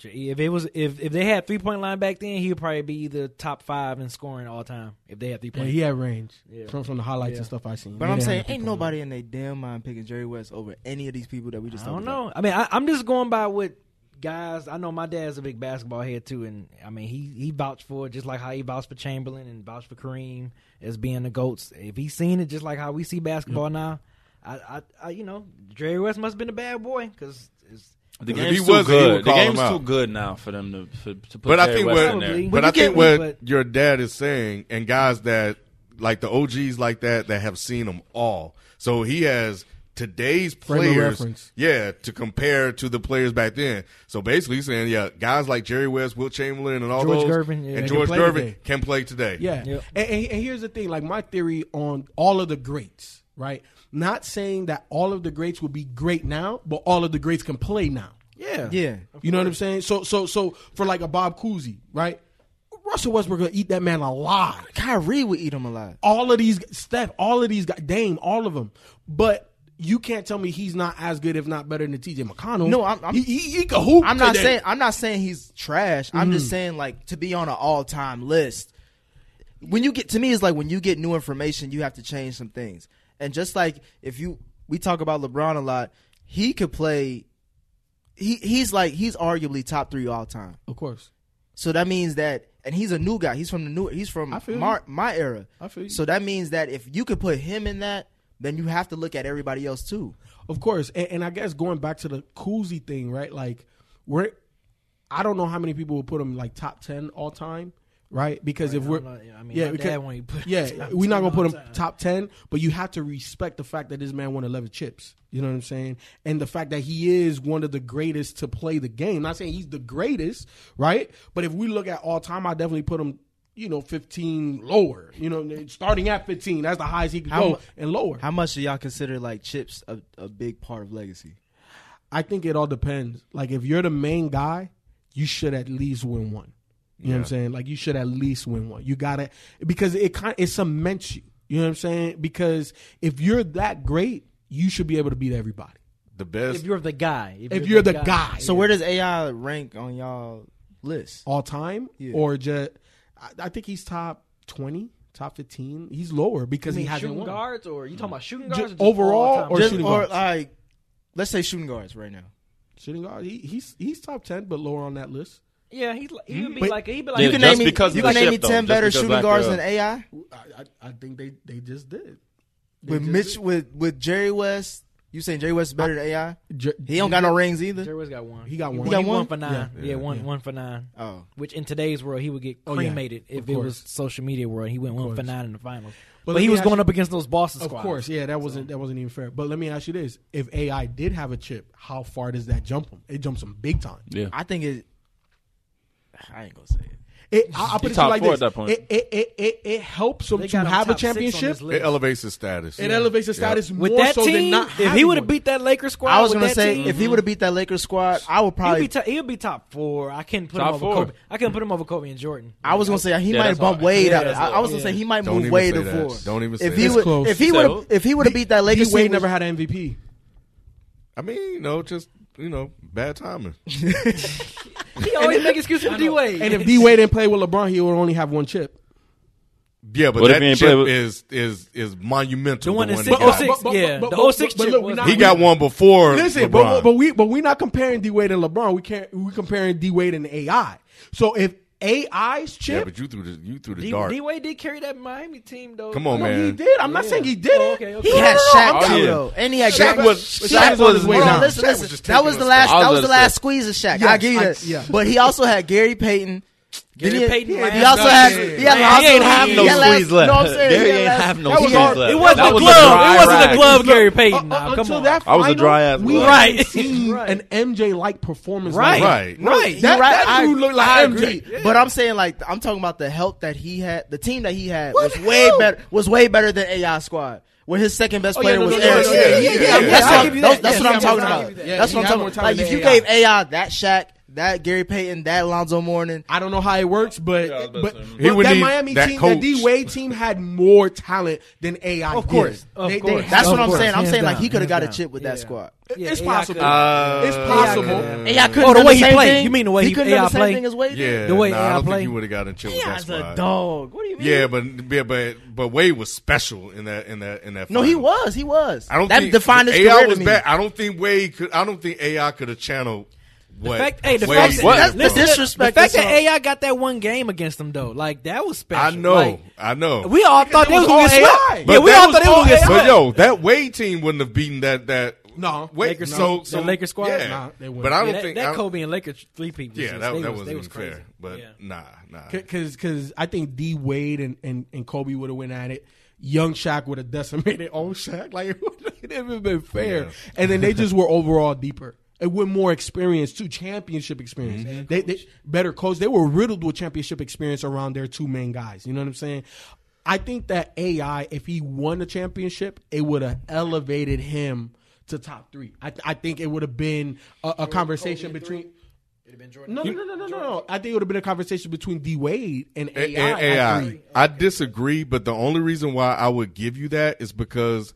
If it was if if they had three point line back then, he would probably be either top five in scoring all time if they had three
Yeah,
point.
he had range
Yeah.
from from the highlights
Yeah.
and stuff I seen.
But
He
I'm
didn't
saying,
have
ain't
people.
nobody in their damn mind picking Jerry West over any of these people that we just
I don't
talked about.
know. I mean, I, I'm just going by what guys. I know my dad's a big basketball head too, and I mean he he vouched for it just like how he vouched for Chamberlain and vouched for Kareem as being the goats. If he's seen it just like how we see basketball now, I, I, I you know Jerry West must have been a bad boy because
The
'Cause if
game's
he
too
was, he would
good. The
call him
game's too
out.
good now for them to, for, to put
But I
Jerry
think
West
what,
in there.
Probably.
but
You
I think
get
what
what- but-
your dad is saying, and guys that like the OGs like that that have seen them all, so he has today's
of
players,
reference.
yeah, to compare to the players back then. So basically, he's saying, yeah, guys like Jerry West, Will Chamberlain, and all
George
those,
Gervin, yeah.
and
They can
George
play
Gervin
today.
can play today.
Yeah.
Yep.
And, and, and here's the thing like, my theory on all of the greats, right? Not saying that all of the greats will be great now, but all of the greats can play now.
Yeah.
Yeah.
You know what I'm saying? So, so, so for like a Bob Cousy, right? Russell Westbrook will eat that man alive.
Kyrie would eat him alive.
all of these Steph, all of these guys, Dame, all of them. But you can't tell me he's not as good, if not better, than TJ McConnell.
No, I'm- I'm-
he, he, he can hoop.
I'm not
today.
saying I'm not saying he's trash. I'm just saying like to be on an all time list. When you get to me, it's like when you get new information, you have to change some things. And just like if you we talk about LeBron a lot, he could play. He he's like he's arguably top three all time.
Of course,
So that means that, and he's a new guy. He's from the new. He's from
I feel
my, my era.
I feel you.
So that means that if you could put him in that, then you have to look at everybody else too.
of course, and, and I guess going back to the Cousy thing, right? Like, we're I don't know how many people would put him like top ten all time, right? Because if we're
I'm not- I mean,
yeah,
my
because,
dad won't even put him
yeah,
top
we're not
10
gonna put him
all time.
top ten, but you have to respect the fact that this man won eleven chips. You know what I'm saying? And the fact that he is one of the greatest to play the game. Not saying he's the greatest, right? But if we look at all time, I definitely put him. You know, fifteen lower. You know, starting at fifteen, that's the highest he could
How
go,
mu-
and lower.
How much do y'all consider like chips a, a big part of legacy?
I think it all depends. Like if you're the main guy, you should at least win one. You know what I'm saying? Like you should at least win one. You gotta because it kind it cements you. You know what I'm saying? Because if you're that great, you should be able to beat everybody.
The best,
If you're the guy.
If, you're, the, guy,
So where does AI rank on y'all list?
all time
Yeah.
or just I, I think he's top twenty, top fifteen. He's lower because
I mean,
he hasn't
shooting
won.
guards, or you talking about shooting
Ju-
guards? or just
overall
all-time
or
players?
Just,
shooting
or
guards.
like, let's say shooting guards right now.
Shooting guard, he, he's he's top ten, but lower on that list.
yeah, he'd, li- he would be
But-
like he'd be
Yeah,
like.
You can
just
name me,
because of
you
the
can name
chip,
me
though,
ten
just
better
because
shooting
like,
guards
uh,
than AI
I, I, I think they, they just did.
with
just-
Mitch with with Jerry West. You saying Jerry West is better than AI?
Jer-
He don't got no rings either.
Jerry West got one.
He got one.
He
got
won
one?
for nine. Yeah, one one for nine.
Oh,
Which in today's world he would get
Oh, yeah.
cremated
Of
if it was
course.
social media world. He went one for nine in the finals,
But
but,
let
he
me
was
ask
going
you-
up against those Boston
Of
squads.
course, yeah, that wasn't that wasn't even fair. But let me ask you this: If AI did have a chip, how far does that jump him? It jumps him big time.
Yeah.
I think it. I ain't gonna say it.
It, I, I'll
He's
put it to you
top
like
four
this:
at that point.
It, it, it, it, it helps him
They
to
got him
have a
top six on this
championship.
list.
it elevates his status.
It elevates his
Yeah.
status more
With that
so than
team,
not.
if he
having
would have
one.
beat that Lakers squad,
I was
with
gonna
that
say
team,
if he would have beat that Lakers squad, I would
he'd
probably.
be, top, he'd be top four. I couldn't put
Top
him over
four.
Kobe. I couldn't put him over Kobe and Jordan.
I was gonna say he
Yeah,
might
that's
have bumped
hard.
Wade
Yeah,
out.
that's
I, I was
hard.
gonna say
Yeah.
he might
Don't
move
even
Wade
say
to
that.
four.
Don't even say
if he
that.
It's close.
would if he
So-
would if he would have beat that Lakers
D Wade
team,
never had an MVP.
I mean, you know, just you know, bad timing.
He always make excuses for D Wade.
And if D Wade didn't play with LeBron, he would only have one chip.
Yeah, but
What if
that
he ain't
chip
play with-
is is is monumental.
The one in
he
six-
got.
oh six,
But- but-
yeah,
but-
the
but-
whole six
but
chip.
look, we
was-
not-
He got one before.
Listen,
LeBron.
but, but we but we're not comparing D Wade and LeBron. We can't. We're comparing D Wade and AI. So if AI's chip
yeah, but you threw the you threw the
D
dart.
Wade did carry that Miami team though.
Come on,
No,
man.
he did. I'm not
Yeah.
saying he didn't.
Oh, okay, okay.
he had Shaq
I'm
too,
here.
though, and he had
Shaq was- Shaq
was on his way
Hold
Shaq
on,
down.
Listen,
was
listen,
just
that
taking
was the
us
last.
down.
That
I
was
was
the
gonna
last
say-
squeeze of Shaq.
Yes,
I give you
I-
that.
that.
yeah.
But he also had Gary Payton.
Gary
Did he-
Payton
He,
last
also
night.
had.
Man,
He, had
he
last-
ain't have
he
no
had last- No, I'm saying
Gary
he had
ain't
last-
have no
that was
squeeze
hard.
left.
It wasn't
That
a
was a
glove.
dry
It wasn't a
ride.
glove, Gary Payton.
Uh, uh,
Now, come
until
on.
that
I was a
final,
dry-ass
We
loser.
haven't
Right.
seen
Right.
an MJ like performance.
Right.
Like
Right.
that.
Right.
That,
You're
that
I-
dude looked like
I
MJ.
agree. But I'm saying like I'm talking about the help that he had. The team that he had
What
was way
help?
better. Was way better than AI squad. Where his second best
Oh, yeah,
player
no,
was
no, no,
Eric.
no, yeah, yeah, yeah,
yeah,
That's
I'll
what I'm-
give you that.
that's- that's
Yeah,
what
I'll
I'm talking
give you
about.
that. Yeah,
That's
he
what I'm
had
talking
more
about.
time
Like
than
if you
AI.
gave AI that Shaq, that Gary Payton, that Lonzo Mourning,
I don't know how it works, but
Yeah, I was about
but,
to say.
but
He would
that
need
Miami
that
team,
coach.
that D Wade team, had more talent than AI.
Of
did.
course. Of
They- they
course.
had-
That's
Of
what I'm
course,
saying. I'm
hands
saying like
down,
he could have
hands
got a
down.
chip with that
Yeah.
squad.
Yeah,
it's
AI
possible.
could-
it's
Uh,
possible.
AI couldn't
Oh, the
have done
way
the
he
same
played.
thing?
You mean the way
he
he-
couldn't have done
AI
the same
played?
thing as Wade? did?
Yeah,
The way
nah,
AI
I don't think
played.
you would have got in chip with that
AI's a
squad.
dog. What do you mean?
Yeah, but yeah, but but Wade was special in that in that in that.
No, he
final.
was. He was.
I don't
that
think
defined his
AI
career
was
to me.
bad. I don't think Wade could. I don't think AI could have channeled what.
fact, hey, the
Wade
fact,
did.
What?
That's
listen,
the disrespect
The fact
is
that
all-
AI got that one game against him though, like that
I
was special.
know,
Like,
I know.
we all thought
it
they
was
was going to
all
get swept.
AI.
But
Yeah, we
that
all
was
thought they
all
was going to get
But
swept.
yo, that Wade team wouldn't have beaten that that
No,
Wait,
Lakers-
so
no,
so
the Lakers squad?
Yeah,
Nah, they wouldn't.
but I don't
Yeah, that,
think
that
I don't-
Kobe and Lakers three people.
Yeah, that,
they
that
was,
wasn't
they was
even
crazy.
fair. But
Yeah.
nah, nah.
because because I think D Wade and, and, and Kobe would have went at it. Young Shaq would have decimated old Shaq. Like it would have even been fair.
Yeah.
And then they just were overall deeper. And with more experience too, championship experience. They, they better coach. They were riddled with championship experience around their two main guys. You know what I'm saying? I think that AI, if he won the championship, it would have elevated him to top three. I, I think it would have been a, a conversation between. No, no, no, no, no, no, no. I think it would have been a conversation between D Wade and AI.
And- and
at
AI.
three.
I disagree, but the only reason why I would give you that is because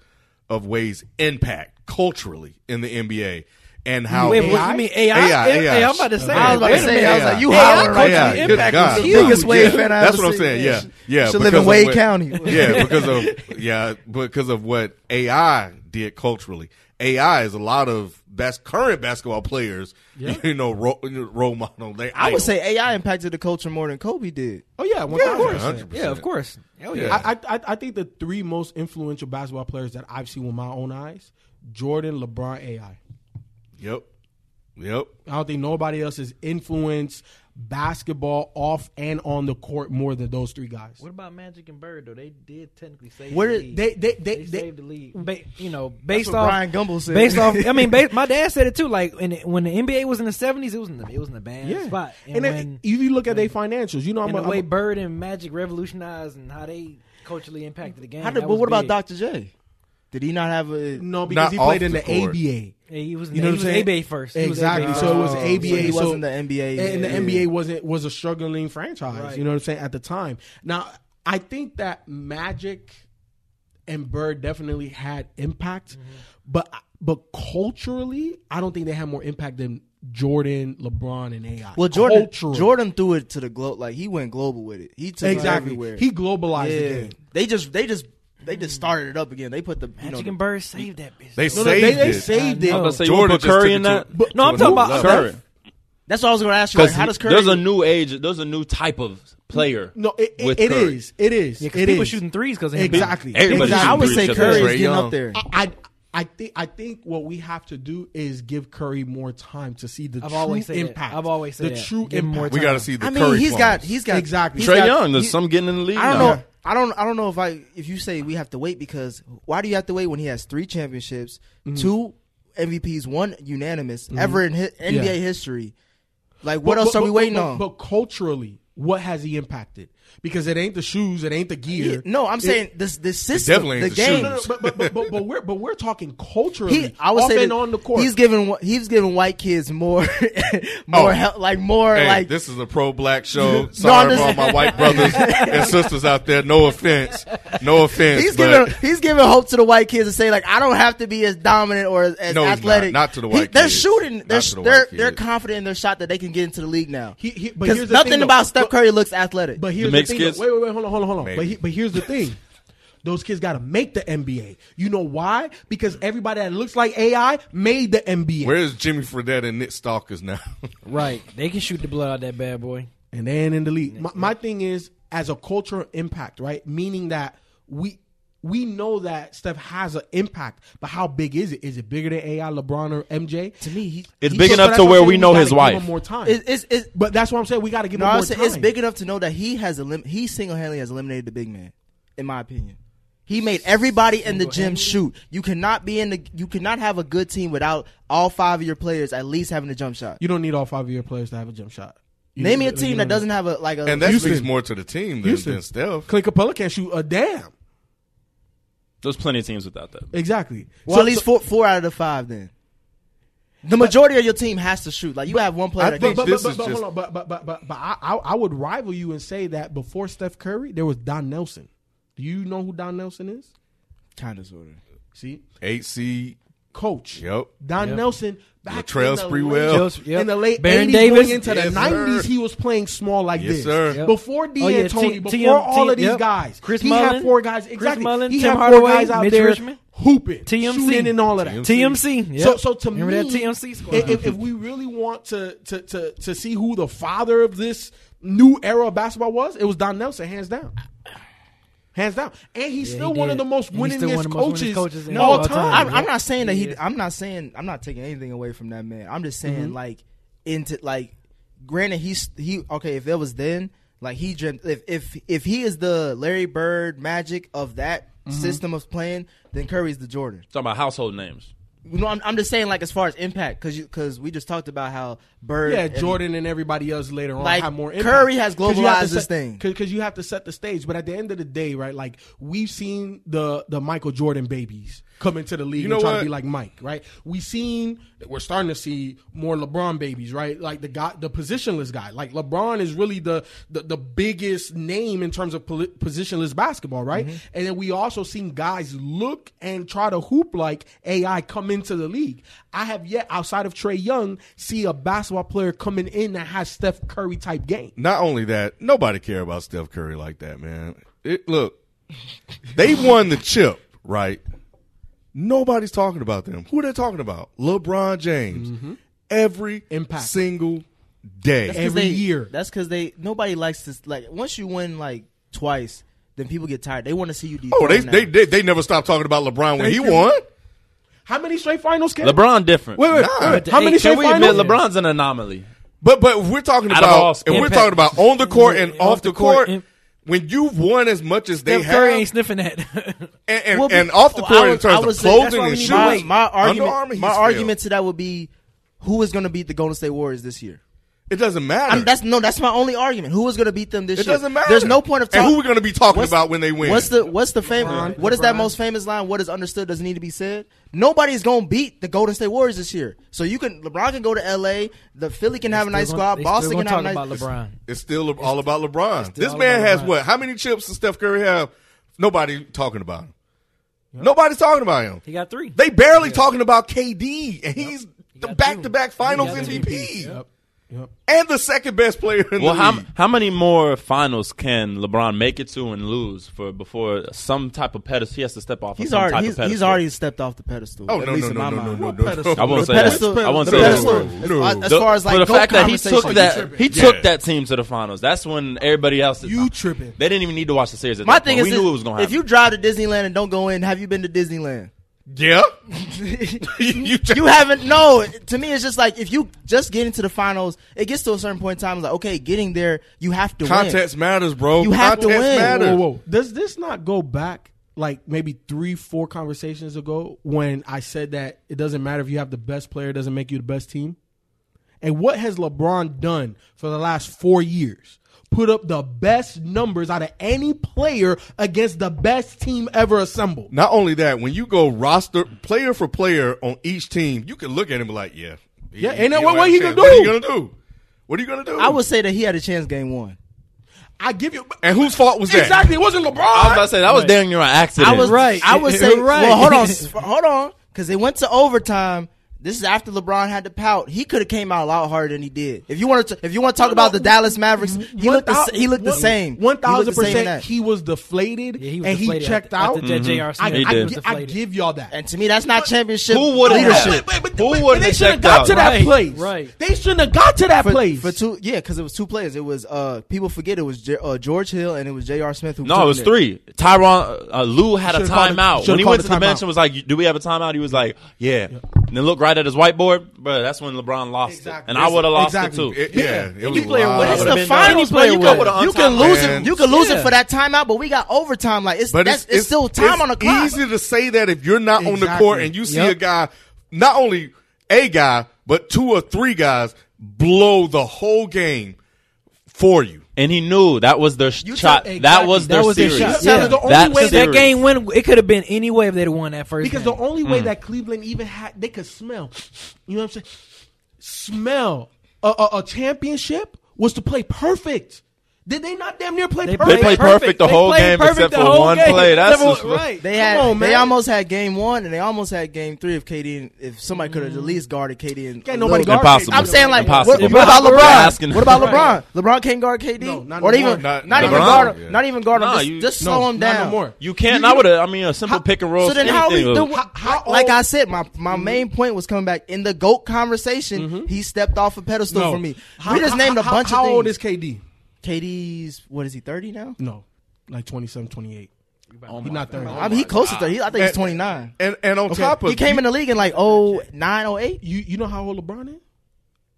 of Wade's impact culturally in the NBA and how
Wait, what you mean AI?
AI,
Yeah, I'm about to say.
I
was about to
wait a
say,
minute.
I was like, you
AI,
hollering right
AI,
now.
good
Impact was
God.
huge.
Biggest Wade
Yeah,
fan I
That's
ever
what I'm
seen.
saying. Yeah, yeah.
should live
because
in
of
Wade
what-
County.
yeah, because of yeah, because of what AI did culturally. AI is a lot of bas- current basketball players, you know, role, role model. They
I would say AI impacted the culture more than Kobe did.
Oh yeah, one
Yeah,
thousand
of course.
percent.
Yeah, of course. Hell yeah.
I, I- I I think the three most influential basketball players that I've seen with my own eyes: Jordan, LeBron, AI.
Yep, yep.
I don't think nobody else has influenced basketball off and on the court more than those three guys.
What about Magic and Bird though? They did technically save
Where
the
did-
league.
they- they- they- they-
saved the league. Ba- you know, based
what
off
Brian Gumbel said.
Based off, I mean, ba- my dad said it too. Like in, when the NBA was in the seventies, it was in the it was in the bad
Yeah,
spot. And,
and, then
when,
if you look at their financials, you know I'm
and
a,
the way
I'm a-
Bird and Magic revolutionized and how they culturally impacted the game.
How did,
that
but
was
what about
big.
Dr. J? Did he not have a?
no because
Not
he played
off
in
the
the,
court.
ABA.
Yeah, he was. In
You
you
know
know,
what
he was
I'm saying?
ABA first. He was
Exactly.
ABA
So it was
first.
Oh,
ABA.
so he
so-
wasn't the NBA.
and
Yeah.
the NBA was not was a struggling franchise.
Right.
You know what I'm saying at the time. Now I think that Magic and Bird definitely had impact,
Mm-hmm.
but but culturally, I don't think they had more impact than Jordan, LeBron, and AI.
Well, Jordan
Culturally.
Jordan threw it to the globe. Like he went global with it. He took
exactly.
it everywhere.
He globalized the
yeah.
game.
They just they just they just started it up again. They put the you know
Magic and Bird saved that bitch.
They
No, no,
saved
they, they
it.
saved
I
it.
know.
Let's say you
Jordan
want to put
just
Curry
took
in
it to
that.
a-
no, I'm
to another
talking about-
level.
Curry.
That's what I was going to ask you. Like,
Because
how does Curry?
there's a new age, there's a new type of player.
No, it,
with
it, it
Curry.
is. It is.
Yeah, 'cause
it
people
is.
shooting threes because
Exactly.
Everybody's
exactly.
I would say
Trey
Curry is getting
Young.
up there.
I, I I think I think what we have to do is give Curry more time to see the
I've
true
always said that.
impact.
I've always said
the
that.
true
Give him
impact.
more
We
time.
got to see the
I mean,
Curry
he's got
clones.
he's got
Exactly.
he's
Trae
Trey
got-
Young,
he-
there's some getting in the league.
I don't
now.
know. I don't. I don't know if I if you say we have to wait because why do you have to wait when he has three championships,
Mm-hmm.
two MVPs, one unanimous ever in hi- NBA
Yeah.
history? Like
But-
what else
but-
are we
but-
waiting
but-
on?
But culturally, what has he impacted? Because it ain't the shoes, it ain't the gear.
Yeah, no, I'm
It-
saying this this system,
definitely ain't
the
the
game.
No, no, but, but, but, but, but we're but we're talking culturally.
He, I would
off
say
and
that
on the court.
he's giving wh- he's giving white kids more more
Oh.
help, like more
Hey,
like
this is a pro black show. Sorry
I'm
for all
just-
my white brothers and sisters out there. No offense. No offense.
He's
but
giving he's giving hope to the white kids to say like I don't have to be as dominant or as, as
No, he's not.
athletic.
Not to the
He-
white
they're
kids.
shooting.
Not
They're
to the
they're,
white
they're
kids.
confident in their shot that they can get into the league now.
He- he- but
Because
here's the thing,
nothing
though.
about Steph
But-
Curry looks athletic.
But here's
The
the,
mixed
thing.
kids?
though. Wait, wait, wait. Hold on, hold on, hold on. But,
Maybe.
he, but here's the thing. Those kids got to make the NBA. You know why? Because everybody that looks like AI made the NBA,
Where is Jimmy Fredette and Nick Stalkers now?
Right. They can shoot the blood out that bad boy.
and they ain't in the league. My, my thing is as a cultural impact, right? Meaning that we we know that Steph has an impact, but how big is it? Is it bigger than AI, LeBron, or MJ?
to me, he,
It's
he-
big
So- so
enough
that's
to
what I'm
where
saying,
we know
gotta
his
give
wife.
him More time,
It's, it's, it's,
but that's what I'm saying. We got to give
no,
him
I'm
more
saying
time.
it's big enough to know that he has elim- he single handedly has eliminated the big man, in my opinion. He made everybody in the gym shoot. You cannot be in the you cannot have a good team without all five of your players at least having a jump shot.
You don't need all five of your players to have a jump shot. You-
Name me a
you
team
know
that doesn't have a like a
and that
Houston.
speaks more to the team than,
Houston.
than Steph.
Clint Capella can't shoot a damn.
There's plenty of teams without that.
Exactly.
Well,
So-
at least
so-
four, four out of the five. Then the majority of your team has to shoot. Like you have one player.
I
that
think
can't
But, but,
this
but, but,
is
but
just-
hold on, but but but but, but I, I I would rival you and say that before Steph Curry there was Don Nelson. Do you know who Don Nelson is?
kind of sort of.
See,
Eight seed.
coach.
Yep.
Don Nelson back
Latrell
in the
Sprewell.
late-
Just- yep.
in the late
Baron
eighties,
Davis.
going into the
Yes, sir.
nineties, he was playing small like
Yes,
this.
sir. Yep.
Before
Oh, yeah,
D'Antoni,
T-
before
T-
all of these
yep.
guys,
Chris
he had
Mullen,
four guys.
Chris
Exactly,
Mullen,
he
Tim
had four
Hardaway,
guys out
Mitch
there
Richmond.
hooping,
TMC.
shooting, and all of that.
TMC. Yep.
So, so to
Remember
me,
that TMC squad?
If, if- if we really want to, to to to see who the father of this new era of basketball was, it was Don Nelson, hands down. hands down. And he's
Yeah,
still
he
one of
did.
the most
He's
winningest
still one of the most
coaches,
winningest coaches in
of all
all
time.
time.
I-
I'm,
Yeah.
I'm not saying that
He
he.
is.
I'm not saying. I'm not taking anything away from that man. I'm just
Mm-hmm.
saying like into like. Granted, he's he okay. If it was then, like he dreamt. If if if he is the Larry Bird magic of that
Mm-hmm.
system of playing, then Curry's the Jordan.
Talking about household names.
You know, I'm, I'm just saying like as far as impact because because we just talked about how Bird.
yeah,
and-
Jordan and everybody else later on
Like,
have more impact.
Curry has
'Cause you have to
globalized this
set-
thing.
because you have to set the stage. But at the end of the day, right? Like we've seen the the Michael Jordan babies come into the league
You know
and try
what?
to be like Mike, right? We've seen we're starting to see more LeBron babies, right? Like the guy, the positionless guy. Like LeBron is really the the, the biggest name in terms of poli- positionless basketball, right?
Mm-hmm.
And then we also seen guys look and try to hoop like AI come into the league. I have yet outside of Trey Young see a basketball player coming in that has Steph Curry type game.
Not only that, nobody care about Steph Curry like that, man. It look, they won the chip, right? Nobody's talking about them. Who they talking about? LeBron James. Every
Impact.
single day.
'cause
every
they-
year.
Mm-hmm. That's because they nobody likes to like once you win like twice, then people get tired. They want to see you.
oh, they,
dethroned now.
they they they never stopped talking about LeBron when
They
he
didn't.
won.
How many straight finals can
LeBron different.
Wait, wait,
Nah.
wait. How
Hey,
many
can
straight
we admit
finals?
LeBron's an anomaly?
But but if we're talking
Out of all
about if we're
impact.
talking about on the court and
Yeah,
off, the, court, when you've won as much as they
Steph Curry ain't
have,
sniffing that.
and, and,
Well, be-
and off the
well,
court
I
in
was- I
terms of
was saying, that's
clothing
why we
and
need
shoes,
to- My, my argument,
Under Armour,
my
he's
argument
failed.
to that would be, who is going to beat the Golden State Warriors this year?
It doesn't matter.
I'm, that's no, that's my only argument. Who is going to beat them this
It
year?
doesn't matter.
There's no point of
And
talking.
who we gonna be talking about when they win?
What's the what's the famous?
LeBron,
what is that
LeBron.
most famous line? What is understood doesn't need to be said. Nobody's going to beat the Golden State Warriors this year. So you can LeBron can go to L.A. The Philly can have a
Still
nice
gonna-
squad.
they
Boston
still
can
gonna
have a nice.
talk about LeBron.
It's still all about LeBron. This
all
man
about
has
LeBron.
what? How many chips does Steph Curry have? Nobody talking about him. Nobody's talking about him.
He got three.
They barely talking about KD, and he's the
got
back-to-back Finals
got
MVP,
Yep. Yep.
and the second best player in
Well,
the
how
league.
how many more finals can LeBron make it to and lose for before some type of pedestal? He has to step off.
He's
of some type
already
of
he's,
pedestal.
he's already stepped off the pedestal.
Oh
at
no
least
no
in
no
my
no no
mind.
no no!
I
The
won't say that.
pedestal-
I won't
the
say
pedestal-
that.
No.
as- as
The-
far as like Oh,
for the
goat
fact that he took
conversation.
that he
Yeah.
took that team to the finals. That's when everybody else
You tripping.
They didn't even need to watch the series. At
My
that
thing
point.
is,
we
this,
knew it was going to
if
happen.
you drive to Disneyland and don't go in, have you been to Disneyland?
Yeah, you,
You haven't. No, to me, it's just like if you just get into the finals, it gets to a certain point in time. It's like okay, getting there, you have to
Context matters, bro.
You have to
Context
win.
Matters.
Whoa, whoa, whoa. Does this not go back like maybe three, four conversations ago when I said that it doesn't matter if you have the best player, it doesn't make you the best team? And what has LeBron done for the last four years? Put up the best numbers out of any player against the best team ever assembled.
Not only that, when you go roster player for player on each team, you can look at him and be like, yeah,
Yeah, ain't that
he
what-
don't
what
have
he
a
gonna
chance. What
do?
are you gonna do? What are you gonna do?
win. I would say that he had a chance game one.
I give you
And whose fault was that?
exactly. It wasn't LeBron.
I was about to say that was damn near an accident.
I was
Right.
I would say
Right.
Well, hold on, s- hold on, because they went to overtime. This is after LeBron had to pout. He could have came out a lot harder than he did. If you want to, if you want to talk about the Dallas Mavericks, he
One
looked the, s-
thou-
he looked the
one-
same. He
One
looked the
thousand
same in
percent.
that.
He was deflated,
Yeah, he was
and
deflated
he checked
after-
out.
after that JR
I,
Smith
I,
was
gi- I
deflated.
give y'all that.
And to me, that's not championship
Who would've had
leadership.
it?
But, but,
Who
but,
wouldn't
they
have
should have
checked
got
out?
to that
Right,
place.
right.
They shouldn't have got to that
for,
place.
for two, yeah, because it was two players. It was uh, people forget it was J- uh, George Hill and it was J.R. Smith. Who
No,
took
it was
there.
three. Tyron uh, Lou had
Should've
a
called it-
timeout.
should've
when he
called
went
a
to the bench
timeout.
and was like, "Do we have a timeout?" He was like, "Yeah." And then look right at his whiteboard, bro. That's when LeBron lost it,
Exactly.
and I would have lost
Exactly.
it too.
It- yeah, it was
Any player
wild.
would
But
have
it's
would've
the
been done.
finals.
Any player
You
would've
can,
would've
you can
untied
lose
that.
it. You can lose it
Yeah.
for that timeout, but we got overtime. Like it's that's, it's, still time
it's-
on the clock.
It's easy to say that if you're not on the
Exactly.
court and you see
Yep.
a guy, not only a guy, but two or three guys blow the whole game for you.
And he knew that was their sh-
You
shot.
took-
That was
exactly.
their
That was their
series.
shot.
Yeah. The only
That
way
Because that
series.
game win, it could have been any way if they'd have won that first.
because
game.
the only way that Cleveland even had, they could smell. You know what I'm saying? Smell a, a, a championship was to play perfect. Did they not damn near play
They
perfect?
They played perfect the
They
whole
played
game
perfect
except
the
for
whole
one
game.
play. That's
Never-
just-
right.
They had
Come on,
they
man.
almost had game one and they almost had game three of KD. And if somebody could have at least guarded KD, and
Can't nobody guard
Impossible.
I'm saying like what,
Impossible.
what about
We're
LeBron?
asking-
What about LeBron?
Right.
LeBron can't guard KD,
No, not
or
no more.
even not,
Not-
even
LeBron?
guard him.
Yeah.
Not even guard him.
Nah,
just
you-
just
No,
slow him
not
down
no more.
You can't. I would have. I mean, a simple pick and roll.
So then, how we
anything
do?
would-
How- how
like
old- Mm-hmm.
I said, my my main point was coming back in the goat conversation. He stepped off a pedestal for me.
How-
we just
how-
named a
how-
bunch
How
of
old
things.
is KD?
KD's what is he thirty now?
No, like 27, 28. He's not 30.
I mean, he close to thirty. He- I think he's
And-
twenty nine.
And and on top of
He came in the league in like oh nine oh eight.
You you know how old LeBron is?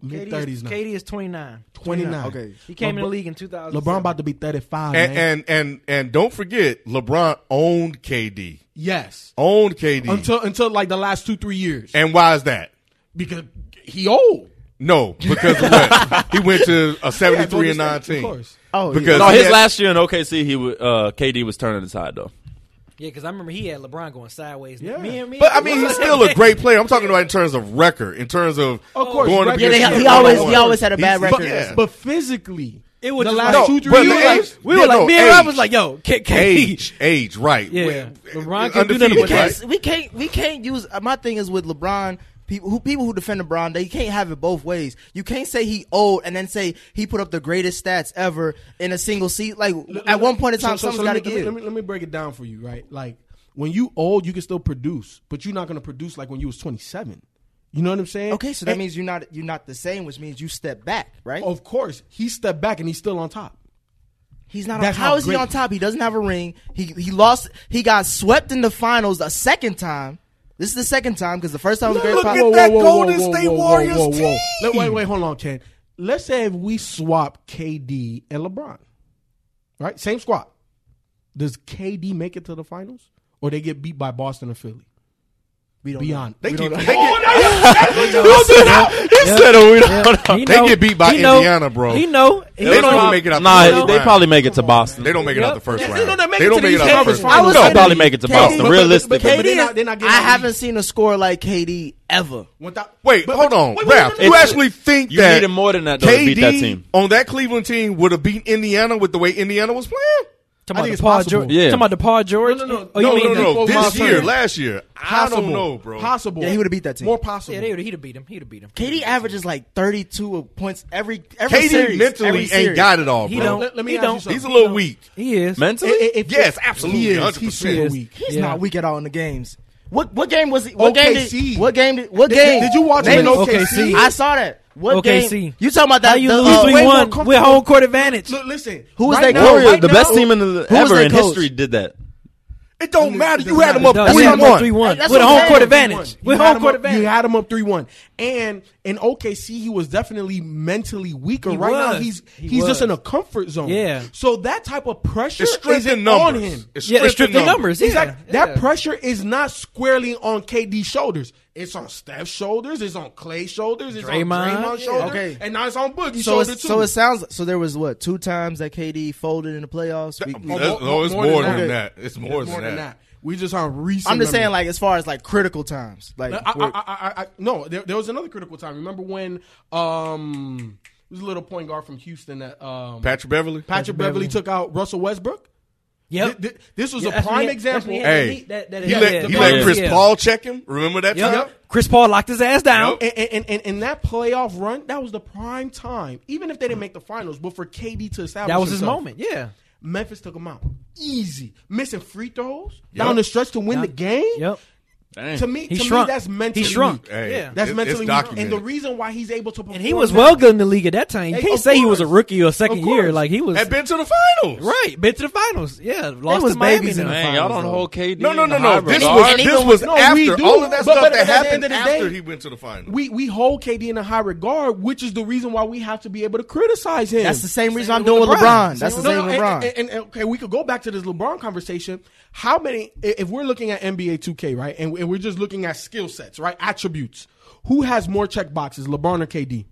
Mid
Katie
thirties
is,
now.
Katie is 29.
29.
Okay.
He came in the
LeBron-
league in 2000.
LeBron about to be 35.
and,
man.
and and and don't forget LeBron owned KD.
yes.
Owned KD.
Until until like the last 2 3 years.
and why is that?
because he old.
No, because of what? he went to a
Yeah, I told
seventy-three
you
and
that, of
nineteen.
course.
Oh,
because
No,
he
his
had-
last year in OKC, he wa- uh, KD was turning his side though.
Yeah, because I remember he had LeBron going sideways.
Yeah.
Me and me.
But I mean, he's still a great player. I'm talking about in terms of record, in terms of,
Of course,
going
record.
up
Yeah, they-
against
he
you
always-
one-on-one.
he
always had a bad
He's-
record.
But, yeah.
But physically,
It was
the
just
last
like-
two
No,
three
but
years,
you
like,
age-
We were like,
no,
me and Rob
age.
was like, yo, kick KD.
age, age, right?
Yeah.
We-
LeBron
it's
can't do nothing
undefeated,
we
with
right?
can't, we can't we can't use uh, my thing is with LeBron people who people who defend LeBron they can't have it both ways. You can't say he old and then say he put up the greatest stats ever in a single seat. Like at one point in time,
so- so-
something's
so
got to
let me-
give.
Let me, let me break it down for you, right? Like when you old, you can still produce, but you're not going to produce like when you was 27. You know what I'm saying?
okay, so that
And-
means you're not you're not the same, which means you step back, right?
of course he stepped back and he's still on top.
He's not. On,
That's
how
how
is he
great-
on top? He doesn't have a ring. He he lost. He got swept in the finals a second time. This is the second time because the first time was great.
Look
Pop-
at that Golden State Warriors team.
Let- wait, wait, hold on, Ken. Let's say if we swap KD and LeBron, right? Same squad. Does KD make it to the finals, or they get beat by Boston or Philly?
We don't know.
Beyond,
They
We
keep.
don't
They
know.
get,
He said, "Oh, we don't know."
He
They
know-
get beat by
he know-
Indiana, bro.
He know. He
They don't
know.
even make it out.
Nah,
the first
they
round.
probably make it to Boston.
They don't make it out
Yep.
the first
Yeah,
round.
they don't make
They
it
don't
to
make
the
it out the
Eastern
first
Conference
round.
Finals.
was
They'll
saying-
probably make it to
KD
Boston.
but- but-
Realistically,
but- but
KD
they're
is-
not- they're not getting
I
beat.
haven't seen a score like KD ever.
Without-
Wait,
but-
hold
but-
on,
wait, wait,
Ralph.
no, no,
You
no.
actually think
You
that
needed more than that, though, to beat that
KD
team.
on that Cleveland team would have beat Indiana with the way Indiana was playing?
Talking about
think
the
it's
Paul
possible.
George.
Yeah.
Talking about the Paul George.
No, no, no.
Oh, you
no,
mean
no,
the-
no,
before
This
Miles
year,
Turner?
last year,
Possible.
I don't know, bro.
Possible.
Yeah, he would've beat that team.
More possible.
Yeah, they would he'd have beat him. He'd have beat him.
KD averages like 32 points every every
KD
series. every
mentally ain't
series.
got it all,
He
bro.
don't.
Let- let me
he
ask you
don't.
something.
He's a little weak.
He is.
mentally.
I- I- if-
Yes, absolutely,
He is.
100%.
He's super weak.
He's
Yeah.
not weak at all in the games. What what game was it? What game?
OKC.
Did, what game? Did, what
Did-
game?
did you watch
Name
him in
it.
OKC?
I saw that. What
OKC.
game? You talking about that?
How you
the,
lose
uh,
three
way more
one with
comfortable-
home court advantage?
Look, listen.
Who was that
right now-
Warriors,
right
the
now-
best team in the,
was
ever
their
in
coach?
history did that.
It don't matter. You had him
No,
up
that's
three
him up
one.
three one
That's
with a
what
home
I'm
court
saying.
advantage.
You
With
had
home
him
court
up- You
advantage.
had him up three one, and in OKC he was definitely mentally weaker.
He
right now
was.
he's
He
he's just
was.
in a comfort zone.
Yeah.
So that type of pressure
It's
is
strength in
on
numbers.
him.
It's
Yeah,
strength in
it's strictly numbers. Yeah,
Exactly.
yeah.
That pressure is not squarely on KD's shoulders. It's on Steph's shoulders. It's on Clay's shoulders. It's
Draymond.
on Draymond's
Yeah.
shoulders.
Okay.
And now it's on Boogie's
So,
shoulder
it's,
too.
so it sounds. So there was what two times that KD folded in the playoffs. We-
oh, That's-
more-
no, it's
more than
more than
that.
that. It's more
It's more
than
than
that.
that. We just on recent.
I'm just saying,
memory.
like as far as like critical times, like
Uh, I, I, I, I, I, no, there, there was another critical time. Remember when um, it was a little point guard from Houston that um,
Patrick Beverly.
Patrick Beverly took out Russell Westbrook.
Yep.
Th- th- this was
Yeah,
a
that's when
prime
he- that's
example.
when he
And,
had-
Hey,
he- that- that-
he
yeah,
let,
yeah,
he
yeah.
let Chris
Yeah.
Paul check him. Remember that time?
Yep. Chris Paul locked his ass down.
Yep.
and, and, and that playoff run, that was the prime time. Even if they didn't make the finals, but for KD to establish
That was his
himself.
moment. Yeah.
Memphis took him out easy, missing free throws down the stretch to win
Down-
the game.
Yep.
To me,
He
to
shrunk.
me, that's mentally
He shrunk.
weak.
Hey,
Yeah.
That's
it-
mentally
it's
weak. And
documented.
the reason why he's able to perform
And he was
now-
well good in the league at that time. You
Hey,
can't
of
say he was a
course.
rookie or
Of
second
course.
year. Like he was
Had been to the finals.
right. Been to the finals. Yeah. Lost
was
to Miami
babies in
then.
the
Man, y'all don't hold KD.
No, no, no,
in high
no. This
regard.
was this was
No, we
after
do.
all of that
But-
stuff
but
that
at the
happened
end of the
after
day-
he went to the finals.
we we hold KD in a high regard, which is the reason why we have to be able to criticize him.
that's the same reason I'm doing with LeBron. That's the
No,
same
no,
with
and-
LeBron.
And, and- and, okay, we could go back to this LeBron conversation. How many? i- If we're looking at NBA 2K, right, and, and we're just looking at skill sets, right, attributes. Who has more check boxes, LeBron or KD?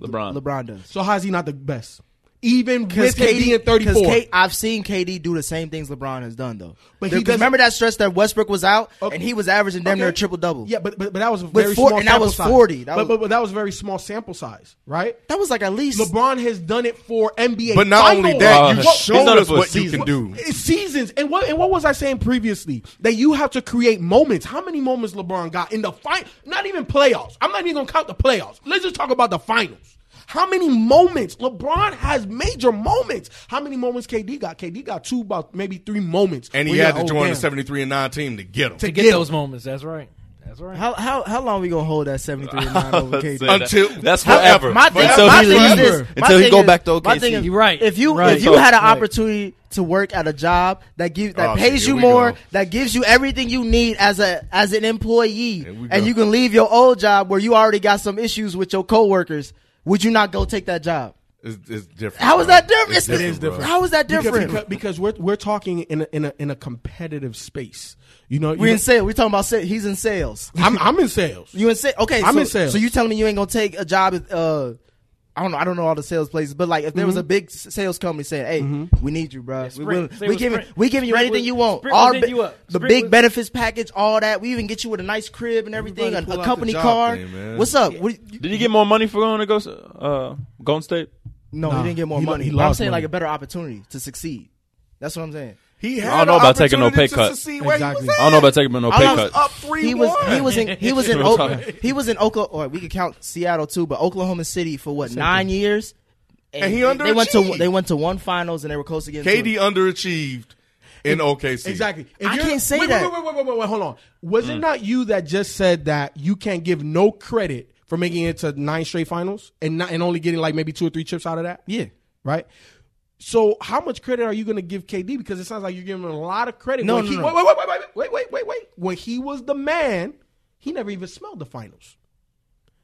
LeBron.
LeBron does.
So how is he not the best? Even with KD in 34,
Because K- I've seen KD do the same things LeBron has done though. But
But he doesn't-
remember that stretch that Westbrook was out
Okay.
and he was averaging damn near a
Okay.
triple double.
Yeah, but, but but that was a very
four-
small
and that
sample
was
size.
40. That
but,
was-
but but that was a very small sample size, right?
that was like at least
LeBron has done it for NBA.
But not only
finals.
Uh,
that, you
Wow. He's
showed
done it
us
for a
what you
season.
can do.
It's seasons. And what and what was I saying previously? That you have to create moments. How many moments LeBron got in the final? Not even playoffs. I'm not even gonna count the playoffs. Let's just talk about the finals. How many moments? LeBron has major moments. How many moments KD got? KD got two, about maybe three moments.
And he
Where
had
you're
to
like,
join
oh,
the
damn.
73 and 9 team to get him.
To get
Yeah.
those moments. That's right. That's right.
How how how long we gonna hold that seventy three and nine over
That's
KD?
it.
Until-
that's
How-
forever.
My thing,
until
my
he
thing
leaves,
is this. My
until he
thing
go
is-
back to
my thing
OKC.
is-
You're right.
If you
Right.
if you had an opportunity to work at a job that gives that
Oh, shit,
pays
here
you
we
more,
go.
that gives you everything you need as a as an employee,
Here we
and
go.
you can leave your old job where you already got some issues with your coworkers. Would you not go take that job?
It's, it's different.
How is
bro.
that different?
It's
It is
bro.
different.
How is that
Because-
different?
Because, because we're we're talking in a, in a in a competitive space. You know, you
We're
know-
in sales. We're talking about sales. He's in sales.
I'm I'm in sales.
You in sales? Okay,
I'm
so,
in sales.
So you telling me you ain't gonna take a job? At, uh, I don't know. I don't know all the sales places, but like if there was
Mm-hmm.
a big s- sales company saying, "Hey, we need you, bro. we
Sprint.
will,
Say it
we
was
giving
Sprint.
we giving you
Sprint
anything
was-
you want.
Sprint was
Our
hitting you up.
The
Sprint
big
was-
benefits package, all that. We even get you with a nice crib and everything, a,
Everybody pull
a
out
company
the job
car.
thing, man.
What's up? What, you,
Did he get more money for going to go uh, Golden State?
no,
Nah,
he didn't get more
he lo-
money.
he
but I'm
lost
saying
money.
like a better opportunity to succeed. That's what I'm saying.
He
don't
had
know
an
about taking no
opportunity
pay
to
cut.
succeed where he was
Exactly.
at.
I don't know about taking no
I
pay
don't-
cut.
Up three
He was he was in he was in
We're
Oklahoma,
talking.
he was in Oklahoma. Or we could count Seattle too, but Oklahoma City for what nine years,
And he
they went to
underachieved.
they went to one finals and they were close to getting.
KD
to,
underachieved in OKC.
Exactly. If
I
you're-
can't say
wait,
that. Mm.
Wait, wait, wait, wait, wait, wait. Hold on. Was it not you that just said that you can't give no credit for making it to nine straight finals and not and only getting like maybe two or three chips out of that?
yeah.
Right. So how much credit are you going to give KD? Because it sounds like you're giving him a lot of credit.
No,
when
no,
he,
no.
Wait, wait, wait, wait, wait, wait, wait, wait, wait. When he was the man, he never even smelled the finals.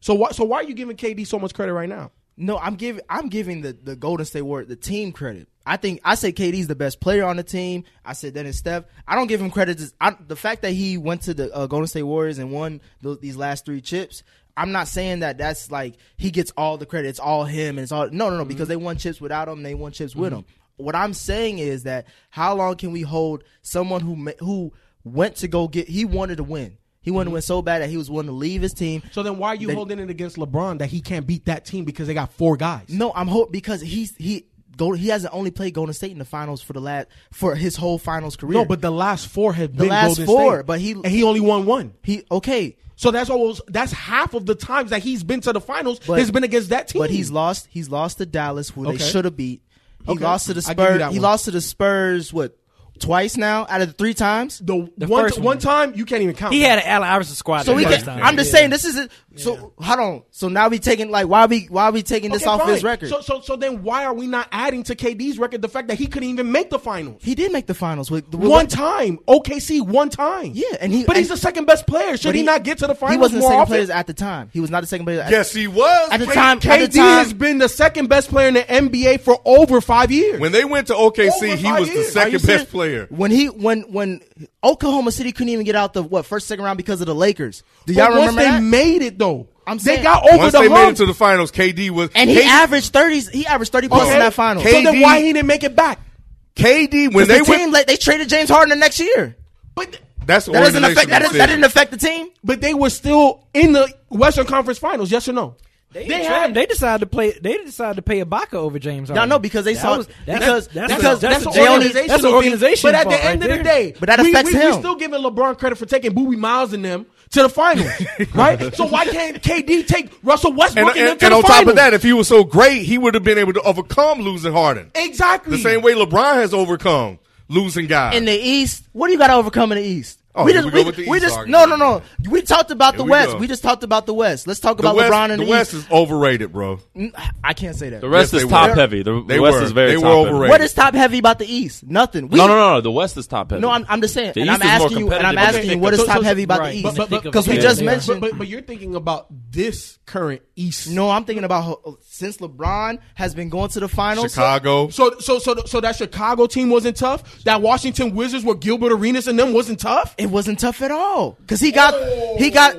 So why? So why are you giving KD so much credit right now?
No, I'm giving I'm giving the, the Golden State Warriors the team credit. I think I say KD's the best player on the team. I said Dennis Steph. I don't give him credit. to- I, the fact that he went to the uh, Golden State Warriors and won those, these last three chips. I'm not saying that that's like he gets all the credit. It's all him and it's all no, no, no. Because they won chips without him, and they won chips with him. What I'm saying is that how long can we hold someone who ma- who went to go get? He wanted to win. He wanted to win so bad that he was willing to leave his team.
So then why are you
They-
holding it against LeBron that he can't beat that team because they got four guys?
No, I'm hope because he's he go he hasn't only played Golden State in the finals for the last for his whole finals career.
No, but the last four have been
last
Golden
four,
State,
but he-
and he only won one.
he okay,
So that's almost that's half of the times that he's been to the finals
But-
has been against that team.
but he's lost. He's lost to Dallas, who they
Okay.
should have beat. He
Okay.
lost to the
I give you
Spurs.
that
He
one.
lost to the Spurs what twice now out of the three times.
the,
The
one
first
one.
one.
time you can't even count.
He had an Allen Iverson squad.
So
the
we can,
first time.
I'm just saying this is it. So hold on. So now we taking like why we why we taking this
Okay,
off his
fine.
record?
So, so so then why are we not adding to KD's record the fact that he couldn't even make the finals?
he did make the finals with, with
one time, OKC, one time.
Yeah, and he-
but he's
and-
the second best player. Should
but
he, not get to the finals
He wasn't the
more
second
often?
player at the time. He was not the second player. At,
Yes, he was.
at the
K-
time. at the
KD
time,
has been the second best player in the NBA for over five years.
When they went to OKC,
Over
he
five
was the
years.
Are you
second best
serious?
player.
When he when when Oklahoma City couldn't even get out the what first second round because of the Lakers. Do
But
y'all
once
remember
they
that?
made it though,
I'm
they
saying-
got over
Once
the
they made
hump.
it to the finals, KD was
and he
K-
averaged thirties. He averaged thirty points in
Okay.
that final.
K-
So then
KD
why he didn't make it back?
KD when
Because
they
the team
went.
like, they traded James Harden the next year.
But
That's the
That doesn't affect
organizational
that, doesn't- that
decision.
didn't affect the team.
but they were still in the Western Conference Finals. Yes or no?
They, had, they decided to play. They decided to pay Ibaka over James Harden.
No, no, because they
That
saw
was- that's-
because
that's a-
because
that's a
they only
organization.
organizational
an
thing,
organization
But at
fault
the end
right
of the
there.
day,
But that
we,
affects
we,
him.
We still giving LeBron credit for taking Booby Miles and them to the finals, right? So why can't KD take Russell Westbrook
And,
and,
and,
them to
and
the
on
finals?
top of that, if he was so great, he would have been able to overcome losing Harden.
exactly
The same way LeBron has overcome losing guys.
in the East. What do you got to overcome in the East?
Oh,
we
here
just,
we go
we,
with the
we
East
just no,
argument.
no, no. We talked about
Here
the
we
West.
go.
We just talked about the West. Let's talk
the
about
West,
LeBron and the,
the West
East.
is overrated, bro.
N- I can't say that.
The rest
Yes,
is
they
top
were.
heavy. The,
They
the West
were.
is
They
very top
were
heavy.
overrated.
what is top heavy about the East? Nothing. We,
No, no, no, no. The West is top heavy.
No, I'm, I'm just saying,
The
and
East
I'm
is more
asking you, and I'm
competitive than
asking
they
you,
think.
what is
So-
top
so-
heavy about
right.
the East?
But- but-
Because we
but-
just
yeah.
mentioned.
But, but, but you're thinking about this current East.
no, I'm thinking about ho- since LeBron has been going to the finals.
Chicago.
So so so so that Chicago team wasn't tough. That Washington Wizards with Gilbert Arenas and them wasn't tough.
It wasn't tough at all because he got he got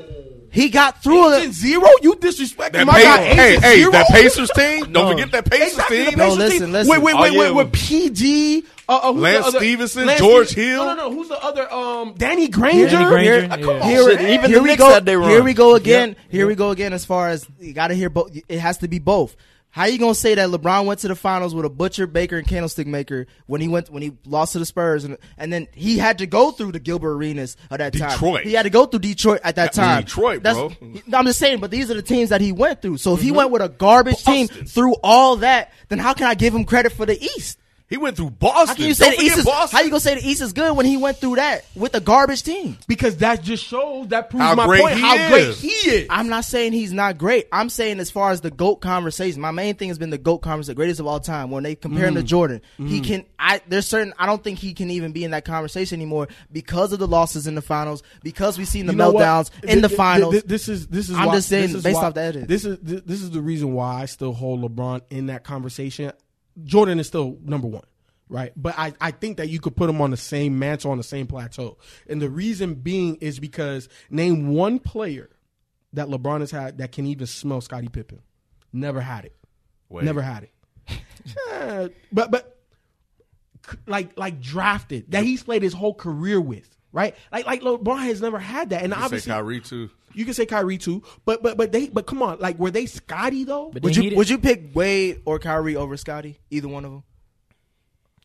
he got through
Eight and
it.
zero? You disrespecting
That
my
Pac-
guy? Eight
hey,
and
hey,
zero?
that Pacers team. Don't forget that Pacers
Exactly, the
team.
Pacers
No, listen,
team.
listen.
Wait, wait,
Oh,
wait,
yeah.
wait. With PG, uh, uh, who's
Lance
the other?
Stevenson, George
Stevenson.
Hill.
No, no, no. Who's the other? Um, Danny Granger.
Danny Granger,
Uh, come
yeah.
on,
Here,
man.
Oh, shit, even
here
the
we
Knicks
go.
had their
Here
run.
we go again. Here we go again. As far as you got to hear both, it has to be both. How you gonna say that LeBron went to the finals with a butcher, baker, and candlestick maker when he went when he lost to the Spurs, and and then he had to go through the Gilbert Arenas at that time.
Detroit.
He had to go through Detroit at that
Yeah,
time.
Detroit, bro. Mm-hmm.
I'm just saying, but these are the teams that he went through. So if he went with a garbage team
Boston.
through all that, then how can I give him credit for the East?
He went through Boston.
How can you say
Don't
the
forget
East is?
Boston.
How you gonna say the East is good when he went through that with a garbage team?
because that just shows that proves
How
my
great
point
he
how great
is.
he is.
I'm not saying he's not great. I'm saying as far as the goat conversation, my main thing has been the goat conversation, greatest of all time. When they compare him to
Mm.
Jordan, he can. I there's certain. I don't think he can even be in that conversation anymore because of the losses in the finals, because we've seen the
You know what?
meltdowns in
Th-
the
th-
finals.
th- This is this is.
I'm
why-
just saying
this is
based
why-
off that it is.
This is th- this is the reason why I still hold LeBron in that conversation. Jordan is still number one, right? But I I think that you could put him on the same mantle on the same plateau, and the reason being is because name one player that LeBron has had that can even smell Scottie Pippen. Never had it.
Wait.
Never had it. Yeah, but but c- like like drafted that he's played his whole career with, right? Like like LeBron has never had that, and
You say
obviously
Kyrie too.
you can say Kyrie too, but but but they but come on, like were they Scotty though?
But
would
then he
you
did-
would you pick Wade or Kyrie over Scotty? Either one of them.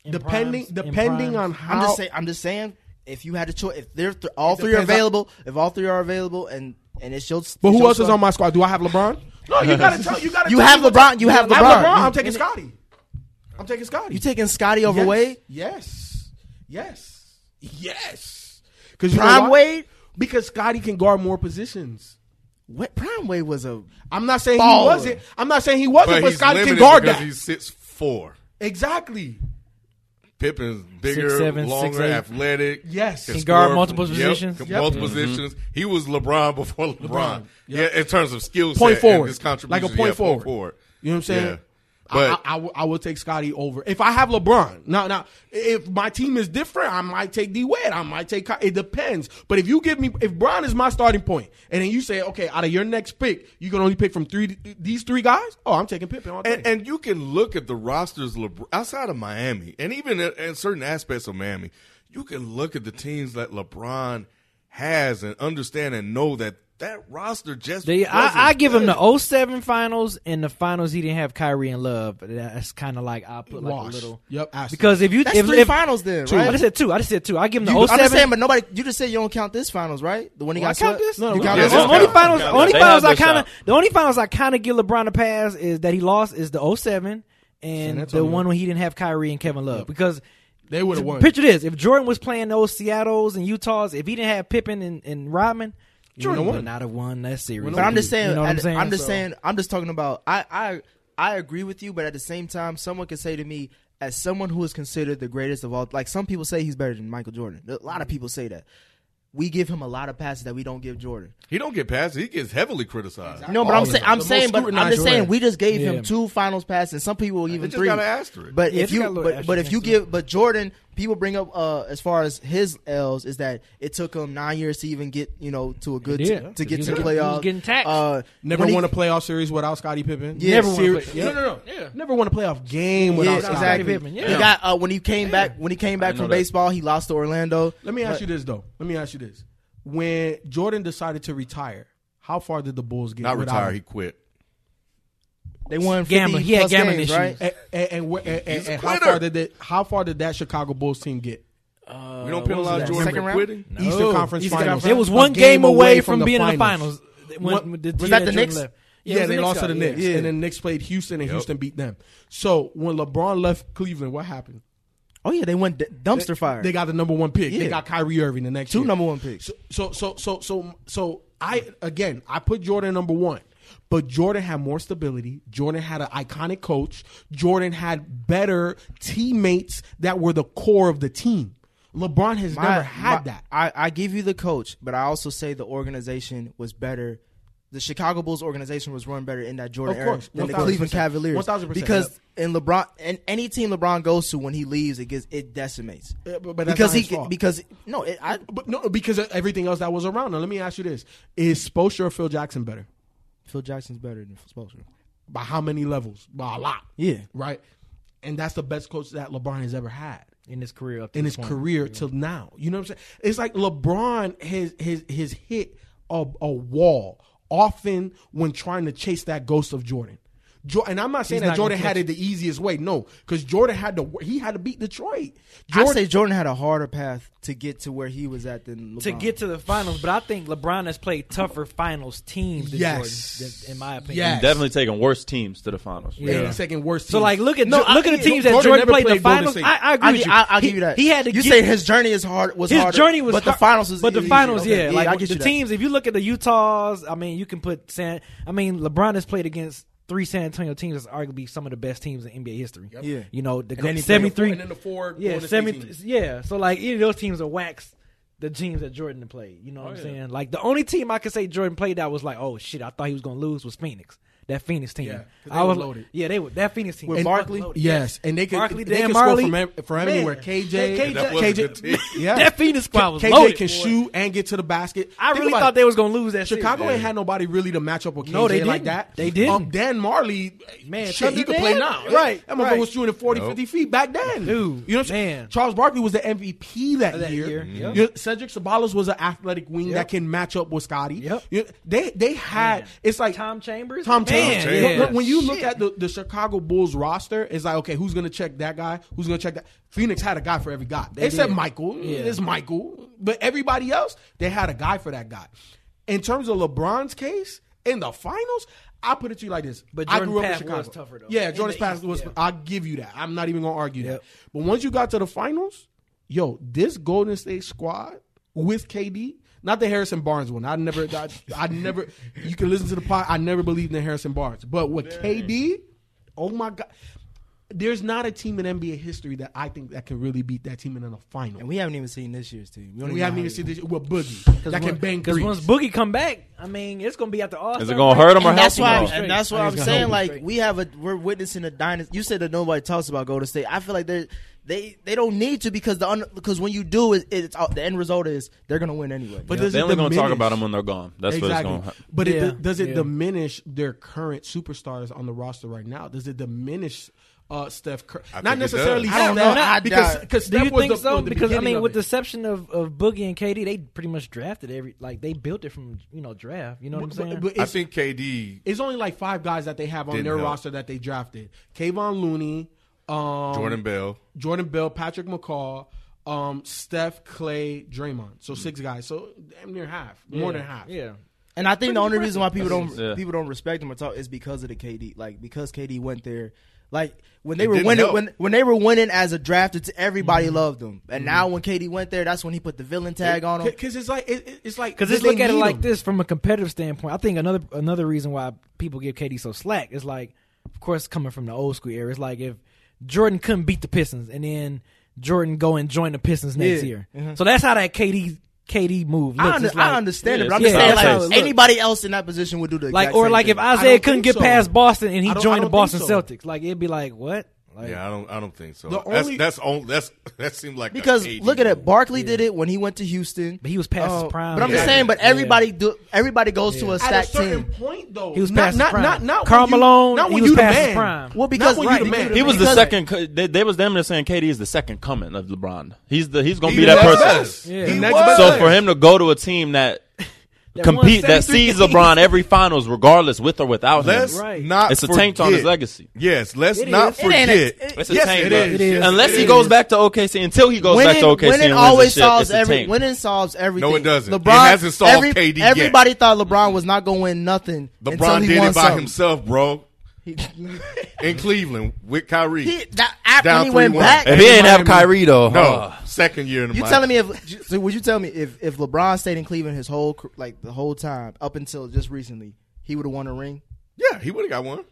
in
depending
primes- in
depending
primes.
on
I'm
how
just saying. I'm just saying. If you had a choice, if they're th- all three are
depends on-
available, if all three are available, and and it's your.
But who else is on my squad? Do I have LeBron? No, you gotta tell you gotta.
You
tell
have
me what-
LeBron. You have
I
LeBron.
I'm
You-
taking Scotty. I'm taking Scotty.
You taking Scotty over
yes.
Wade?
Yes, yes, yes. Because
Prime Wade?
because Scotty can guard more positions.
What Prime Wade was a
I'm not saying
Baller.
he wasn't. I'm not saying he wasn't,
But
but,
he's
Scotty can
limited
guard
because
that.
he's six four.
Exactly.
Pippin's bigger,
seven,
longer,
six, eight.
athletic.
Yes.
can
Can
guard
score.
multiple
Yep,
positions. Mm-hmm.
can-
Yep.
Multiple positions. He was LeBron before LeBron.
Yep.
Yeah, in terms of skill set,
Point
and
forward.
his contributions,
Like a point
yeah,
forward. You know what I'm saying?
Yeah. But
I, I, I, will- I will take Scotty over. If I have LeBron, now, now, if my team is different, I might take D Wade. I might take. Ky- It depends. But if you give me, if Bron is my starting point, and then you say, okay, out of your next pick, you can only pick from three these three guys. Oh, I'm taking Pippen. All day.
and, and you can look at the rosters LeBron, outside of Miami, and even in, in certain aspects of Miami, you can look at the teams that LeBron has and understand and know that that roster just.
They,
wasn't
I, I give him
good.
the 07 finals and the finals he didn't have Kyrie and Love. That's kind of like I put like
Wash.
a little
Yep. absolutely.
because if you
That's
if,
three
if-
finals then,
two.
right?
I just said two. I just said two. I give him the
You- I'm
07.
just saying, but nobody. You just said you don't count this finals, right? The one he
Well, I
got swept.
count this.
No,
you
we-
count
yeah,
this.
this
The only
count.
finals,
Yeah,
only
they
finals
had
I
their
kind of,
shot.
the only finals I kind of give LeBron a pass is that he lost is the 07 and the
Antonio.
one when he didn't have Kyrie and Kevin Love because
they would have won.
picture this: if Jordan was playing those Seattle's and Utahs, if he didn't have Pippen and, and Rodman, Jordan
won.
would not have won that series.
But I'm just saying.
you know what
I,
I'm saying?
am just
So-
saying. I'm just talking about. I I I agree with you, but at the same time, someone could say to me, as someone who is considered the greatest of all, like some people say he's better than Michael Jordan. A lot of people say that. We give him a lot of passes that we don't give Jordan.
He don't get past. He gets heavily criticized.
No, but I'm saying, I'm
The most
saying, but I'm
scrutinized
just saying,
player.
we just gave
Yeah.
him two finals passes, and some people will give him
just
three.
got an asterisk.
But
Yeah,
if
just got
you,
a little
but, but
asterisk
if you
next to
give, but Jordan, people bring up uh, as far as his L's is that it took him nine years to even get you know to a good
It did.
to, to get
He
to the
was- he was
playoffs.
getting taxed.
Uh,
Never
when he-
won a playoff series without Scottie Pippen.
Yeah. Never
won a
Seri-
play-
No, no, no. Never won a playoff game without
Yeah,
Scottie
exactly.
Pippen.
Pippen, yeah.
He got uh, when he came back when he came back
know
from
that.
baseball, he lost to Orlando.
Let me ask you this though. Let me ask you this. When Jordan decided to retire, how far did the Bulls get?
Not
without
retire.
him?
He quit.
They won. 50
Gambling. He had
plus
gambling
games,
issues.
right?
And, and, and, where- and- and-
He's a
and how
quitter.
far did that? How far did that Chicago Bulls team get?
We don't penalize
that?
Jordan
Second
for
round?
quitting.
Eastern Conference
Eastern
Finals.
Conference. It was
A
one game, away from, being in the finals. When-
What-
when the
was
team
that the
Jordan
Knicks?
left.
Yeah,
it was
they lost to the
yeah.
Knicks,
Yeah.
and then Knicks played Houston, and Houston beat them. So when LeBron left Cleveland, what happened?
Oh yeah, they went d- dumpster fire.
They got the number one pick. They
Yeah.
got Kyrie Irving the next
two
year.
number one picks.
So so so so so so I again I put Jordan number one, but Jordan had more stability. Jordan had an iconic coach. Jordan had better teammates that were the core of the team. LeBron has
My-
never had
my-
that.
I, I give you the coach, but I also say the organization was better. The Chicago Bulls organization was run better in that Jordan
Of
era
course,
than the
1000%.
Cleveland Cavaliers.
1000%,
Because in LeBron and any team LeBron goes to when he leaves, it gets it decimates.
Yeah, but- but that's
because
not
he
his fault.
because no, it, I
But no, because of everything else that was around. Now let me ask you this: Is Spoelstra or Phil Jackson better?
Phil Jackson's better than Spoelstra.
By how many levels? By a lot.
Yeah.
Right. And that's the best coach that LeBron has ever had.
in his career. Up to
in his
this point.
career till now. You know what I'm saying? It's like LeBron has his his hit a, a wall often when trying to chase that ghost of Jordan. Jo- and I'm not saying that
He's not gonna
Jordan had
catch
it the easiest way. No, because Jordan had to. He had to beat Detroit.
I say Jordan had a harder path to get to where he was at than LeBron.
to get to the finals, but I think LeBron has played tougher finals teams than
Yes.
Jordan, than- in my opinion.
Yes.
Definitely taking worse teams to the finals.
Yeah.
And the second worst.
So
team.
like, look at
No, I-
look at the teams that
Jordan
Jordan
never
played in the
played Golden
finals.
State.
I, I agree
I,
with
gi-
you.
I, I'll
He-
give you that.
He had to
you
get,
say his journey is hard. Was
his
harder,
journey was,
but the
hard-
finals was.
but the
easier.
finals,
Okay,
yeah. Like
I get
the
you that.
teams. If you look at the Utahs, I mean, you can put San. I mean, LeBron has played against three San Antonio teams that's arguably some of the best teams in NBA history.
Yeah.
you know the
And then he played
seventy three
the four- and then the four
Yeah,
Golden State
seventy.
teams.
Yeah, so like either of those teams are waxed. The teams that Jordan played, you know what I'm saying? Like the only team I could say Jordan played that was like, oh shit, I thought he was gonna lose was Phoenix. That Phoenix team.
Yeah, 'cause they
I
were
was
loaded.
Yeah, they were that Phoenix team.
With
was
Barkley?
fucking loaded.
Yes, and they could
Barkley,
they
Dan
could
Marley,
score from, ev- from
Man,
anywhere. KJ,
that- that
was a good
KJ,
team.
yeah,
That Phoenix squad was
KJ
loaded,
can
boy.
shoot and get to the basket.
I
Think
really
about
thought
it.
they was gonna lose that. series.
Chicago ain't had nobody really to match up with KJ
No, they
like
didn't.
that.
They didn't.
Um, Dan Marley,
Man,
man, shit, he
Thunder
could play
Dan?
now.
Right,
That motherfucker
right.
was shooting 40, 50 feet back then.
Dude,
you know what I'm saying?
man.
Charles Barkley was the MVP that,
That
year.
year, yep.
You know, Cedric Sabalas was an athletic wing
Yep.
that can match up with Scotty.
Yep.
You know, they they had it's like
Tom Chambers.
Tom
Man,
Chambers.
Chambers.
When- When you look at the, the Chicago Bulls roster, it's like, okay, who's going to check that guy? Who's going to check that? Phoenix had a guy for every guy. Except
did.
Michael.
Yeah.
It's Michael. But everybody else, they had a guy for that guy. In terms of LeBron's case, in the finals, I put it to you like this.
But
I
Jordan's
grew up in
path
Chicago.
was tougher, though.
Yeah,
In
Jordan's
the
pass
East,
was.
yeah.
I'll give you that. I'm not even going to argue
Yep.
that. But once you got to the finals, yo, this Golden State squad with KD, not the Harrison Barnes one. I never, I, I never. You can listen to the pod. I never believed in Harrison Barnes, but with KD, oh my god, there's not a team in NBA history that I think that can really beat that team in a final.
and we haven't even seen this year's team. don't
we haven't
know
even
how
seen this with Boogie that can bang
Because
threes.
once Boogie come back, I mean, it's gonna be after all.
Is it gonna hurt him or
and
help
that's
him?
why,
out?
and that's why
I
I'm
was gonna
saying
hold you
like
straight.
we have a we're witnessing a dynasty. You said that nobody talks about Golden State. I feel like they they they don't need to because the un, because when you do it, it's out- the end result is they're gonna win anyway.
But
They only going to talk
diminish-
about them when they're gone. That's
exactly.
what it's going to
But
Yeah,
it, does it
yeah.
diminish their current superstars on the roster right now? Does it diminish uh, Steph? Cur-
I think it
Not
does.
necessarily.
I don't
Steph,
know. I
because
doubt-
because
Do
Steph
you
was
think
the,
so?
was the
because I
beginning
mean,
of
with
it.
the exception of, of Boogie and KD, they pretty much drafted every like they built it from you know draft. You know what I'm
But-
saying?
but- but
I
it's-
think KD
It's only like five guys that they have on
Didn't
their
help.
roster that they drafted: Kayvon Looney, um,
Jordan Bell.
Jordan Bell, Patrick McCall, um, Steph, Clay, Draymond. So six guys. So damn near half, more than half.
yeah,
And I think the only reason why people don't
Yeah.
people don't respect him or talk is because of the KD. Like because KD went there. Like when they were
didn't
winning,
help.
when when they were winning as a drafted, t- everybody
Mm-hmm.
loved him. And now when KD went there, that's when he put the villain tag on him.
Because it's like it, it- it's like
because
they
just look at it
need
like
them.
this from a competitive standpoint. I think another another reason why people give KD so slack is like, of course, coming from the old school era. It's like if Jordan couldn't beat the Pistons and then Jordan go and join the Pistons next
Yeah.
year,
uh-huh.
so that's how that KD KD move. Looks.
I, under,
It's like,
I understand
Yeah,
it, but I'm
it's
just saying,
how it
like
looks.
anybody else in that position would do the
like
exact
or
same
like
thing.
if Isaiah
don't
couldn't
think
get
so.
past Boston and he
I don't- I
joined the
don't think
Boston
so.
Celtics, like it'd be like what? Like,
Yeah, I don't. I don't think so.
The
that's
only-
that's on, that's that seemed like a
because
KD
look at it,
move.
Barkley did it when he went to Houston, Uh,
But he was past his prime.
But I'm just
Yeah.
saying, but
Yeah.
everybody do everybody goes to a
At a
stacked
certain
team.
point, though,
He was
not
past his
not
prime.
not not
Karl
when you-
Malone,
Not when you
he was
the
past his
man.
prime.
Well, because
when you
right,
the man.
because-
He was the
because-
second. co- They, they was damn near saying KD is the second coming of LeBron. He's the he's going to be that
was.
person.
Yeah.
He
The
next
was.
So for him to go to a team that,
That
compete that
173
sees LeBron every finals, regardless with or without
let's
him,
Right.
not.
it's a
forget.
taint on his legacy.
Yes, let's
It
not
is. It
forget.
ain't a- it-
It's a
yes,
taint,
it
bro.
is.
It is.
Yes,
Unless
it
he
is.
goes back to OKC, until he goes back to OKC
winning
and wins the
always
shit,
solves
it's a
every
taint.
winning solves everything.
it doesn't. It
LeBron
hasn't solved KD yet.
Everybody thought LeBron was not going to win nothing. until
LeBron
he
did
won
it by
something.
himself, bro.
He,
In Cleveland with Kyrie.
he- that, after
Down
he went
3-1.
back,
If he ain't have Kyrie though,
no,
huh?
second year in the
you telling me if so would you tell me if if LeBron stayed in Cleveland his whole cr- like the whole time up until just recently, he would have won a ring?
Yeah, he would have got one.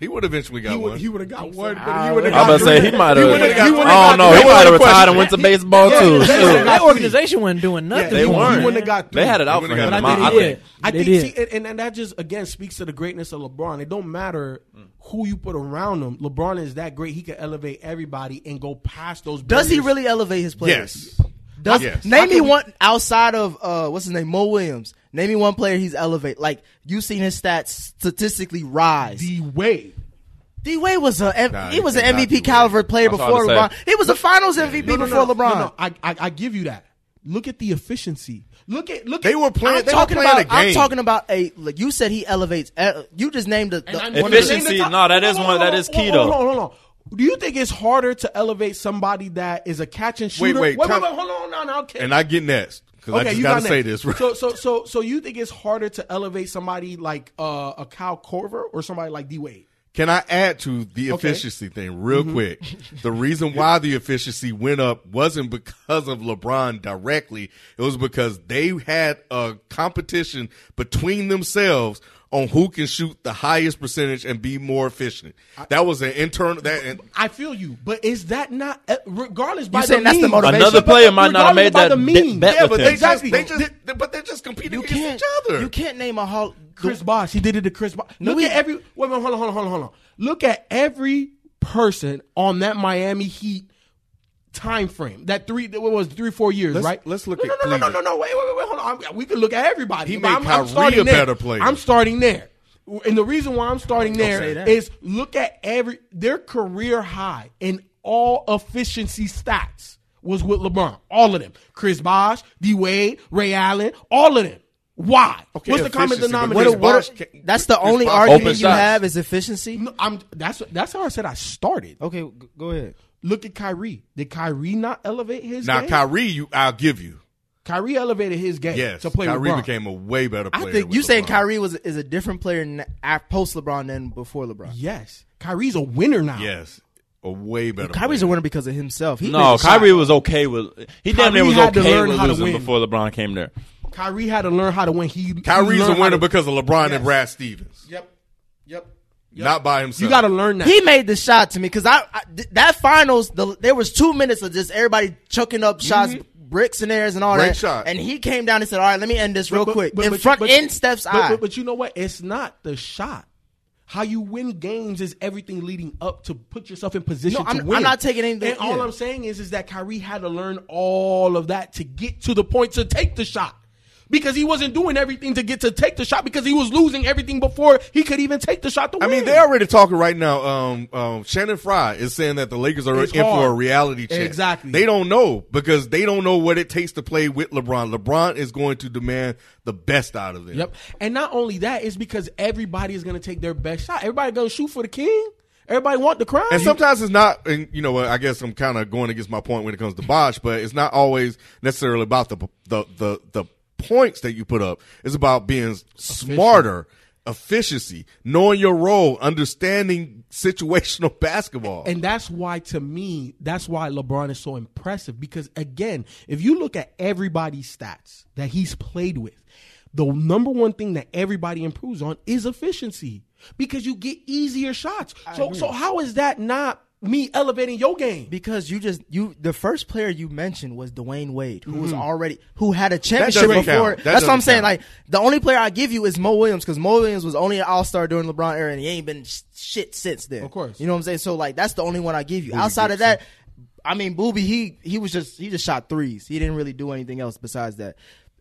He would eventually got
He
one.
would, he would have got one, but he
I
would have
I'm
got
about to say he
three.
might
would've
have.
got-
I
he would've
don't
got
know. He
three.
might have retired and went to baseball too.
that,
Shoot.
got three.
organization wasn't doing nothing.
They
They
would've-
weren't.
He wouldn't have got three.
They had it out
They
for
would've
him.
got
I
three.
I
They did.
think.
I
They
think,
did.
see, and, and- and that just again speaks to the greatness of LeBron. It don't matter who you put around him. LeBron is that great; he can elevate everybody and go past those.
Does he
barriers.
really elevate his players?
Yes.
Does
Yes.
name me one outside of uh what's his name Mo Williams? Name me one player he's elevate. Like you've seen his stats statistically rise.
D Wade?
D Wade was a M-
Nah,
he
he
was an
cannot
MVP
do
caliber player
That's
before
all I
LeBron.
say.
He was a Finals MVP before LeBron.
No, no, I, I I give you that. Look at the efficiency. Look at look.
They
at,
were playing.
I'm
they
talking
were playing
about.
a game.
I'm talking about a. Look, you said he elevates. uh, You just named the, the
I'm
one of the-
Efficiency, no, that is one- that is key,
Hold on,
though.
Hold on, hold on. Do you think it's harder to elevate somebody that is a catch and
Wait,
shooter?
wait,
wait, wait,
come-
wait, hold on, no, no, okay.
and I get next because I just
you
gotta
got
say
next.
this.
So, so, so, so you think it's harder to elevate somebody like uh, a Kyle Corver or somebody like D Wade?
Can I add to the
Okay.
efficiency thing real quick? The reason why the efficiency went up wasn't because of LeBron directly. It was because they had a competition between themselves on who can shoot the highest percentage and be more efficient. that was an internal that and
I feel you, but is that not eh, regardless? by
saying
the
that's the
means-
motivation?
Another player might not have
Regardless
made
by
that
the
be-
means.
bet
yeah,
with
but
him.
they
Exactly.
just they just they- but they're just competing
You
against
can't.
each other.
You can't name a hall.
Chris Bosh. He did it to Chris Bosh. Look
he-
at every. Wait, wait, hold on, hold on, hold on, hold on. Look at every person on that Miami Heat time frame. That three, that- what was it, three, four years,
Let's-
right?
let's look
no,
at
no, no, no, no,
Cleveland.
no, no. Wait, wait, wait, hold on. I'm- we could look at everybody.
He made
but I'm, I'm
Kyrie
starting
a
there.
better player.
I'm starting there. And the reason why I'm starting
say
there
that.
is look at every their career high in all efficiency stats was with LeBron. All of them. Chris Bosh, D Wade, Ray Allen, all of them. Why? What's the common
efficiency, but
denominator?
Chris Bosh
What-
can't-
That's the
Chris
only
Bosh-
Open
argument you
shots.
have is efficiency.
No, I'm that's that's how I said I started.
Okay, g- go ahead.
Look at Kyrie. Did Kyrie not elevate his
Now
game?
Kyrie, you, I'll give you.
Kyrie elevated his game
Yes,
to play
Kyrie
with LeBron.
became a way better player.
I think
with
you saying
LeBron.
Kyrie was is a different player n- af- post LeBron than before LeBron.
yes, Kyrie's a winner now.
Yes, a way better.
Kyrie's
player.
a winner because of himself. He
No,
made the shot.
Kyrie was okay with. He damn near
Kyrie
was
had to
okay
learn
with
how to
losing
win.
before LeBron came there.
Kyrie had to learn how to win. He he
Kyrie's
learned
a
how
winner
to-
because of LeBron
Yes.
and Brad Stevens,
Yep, yep.
not by himself.
You got to learn that.
He made the shot to me because I, I th- that finals the, there was two minutes of just everybody chucking up shots,
Mm-hmm.
bricks and airs and all
Great
that.
shot.
And he came down and said, "All right, let me end this real
But-
quick."
but-
in
but-
front,
but-
in steps
but,
eye.
But, but you know what? It's not the shot. How you win games is everything leading up to put yourself in position
No,
to
I'm- I'm
win.
not taking anything-
And all
yeah.
I'm saying is, is that Kyrie had to learn all of that to get to the point to take the shot. Because he wasn't doing everything to get to take the shot because he was losing everything before he could even take the shot to
I
win.
mean, they're already talking right now. Um, um, Shannon Fry is saying that the Lakers are
It's
in for a
hard.
reality check.
Exactly.
They don't know because they don't know what it takes to play with LeBron. LeBron is going to demand the best out of them.
Yep. And not only that, it's because everybody is going to take their best shot. Everybody going to shoot for the king. Everybody want the crown.
And sometimes it's not, and you know, what, I guess I'm kind of going against my point when it comes to Bosch, but it's not always necessarily about the the the, the points that you put up. It's about being smarter, efficiency, knowing your role, understanding situational basketball.
And that's why, to me, that's why LeBron is so impressive. Because again, if you look at everybody's stats that he's played with, the number one thing that everybody improves on is efficiency because you get easier shots. So, so how is that not me elevating your game?
because you just you the first player you mentioned was Dwayne Wade, who
Mm-hmm.
was already who had a
doesn't
championship
count.
before.
That
That's what I'm
doesn't
saying.
count.
Like the only player I give you is Mo Williams because Mo Williams was only an All Star during LeBron era, and he ain't been sh- shit since then.
Of course.
you know what I'm saying. So like that's the only one I give you. Outside of that, I mean, Booby he he was just he just shot threes. He didn't really do anything else besides that.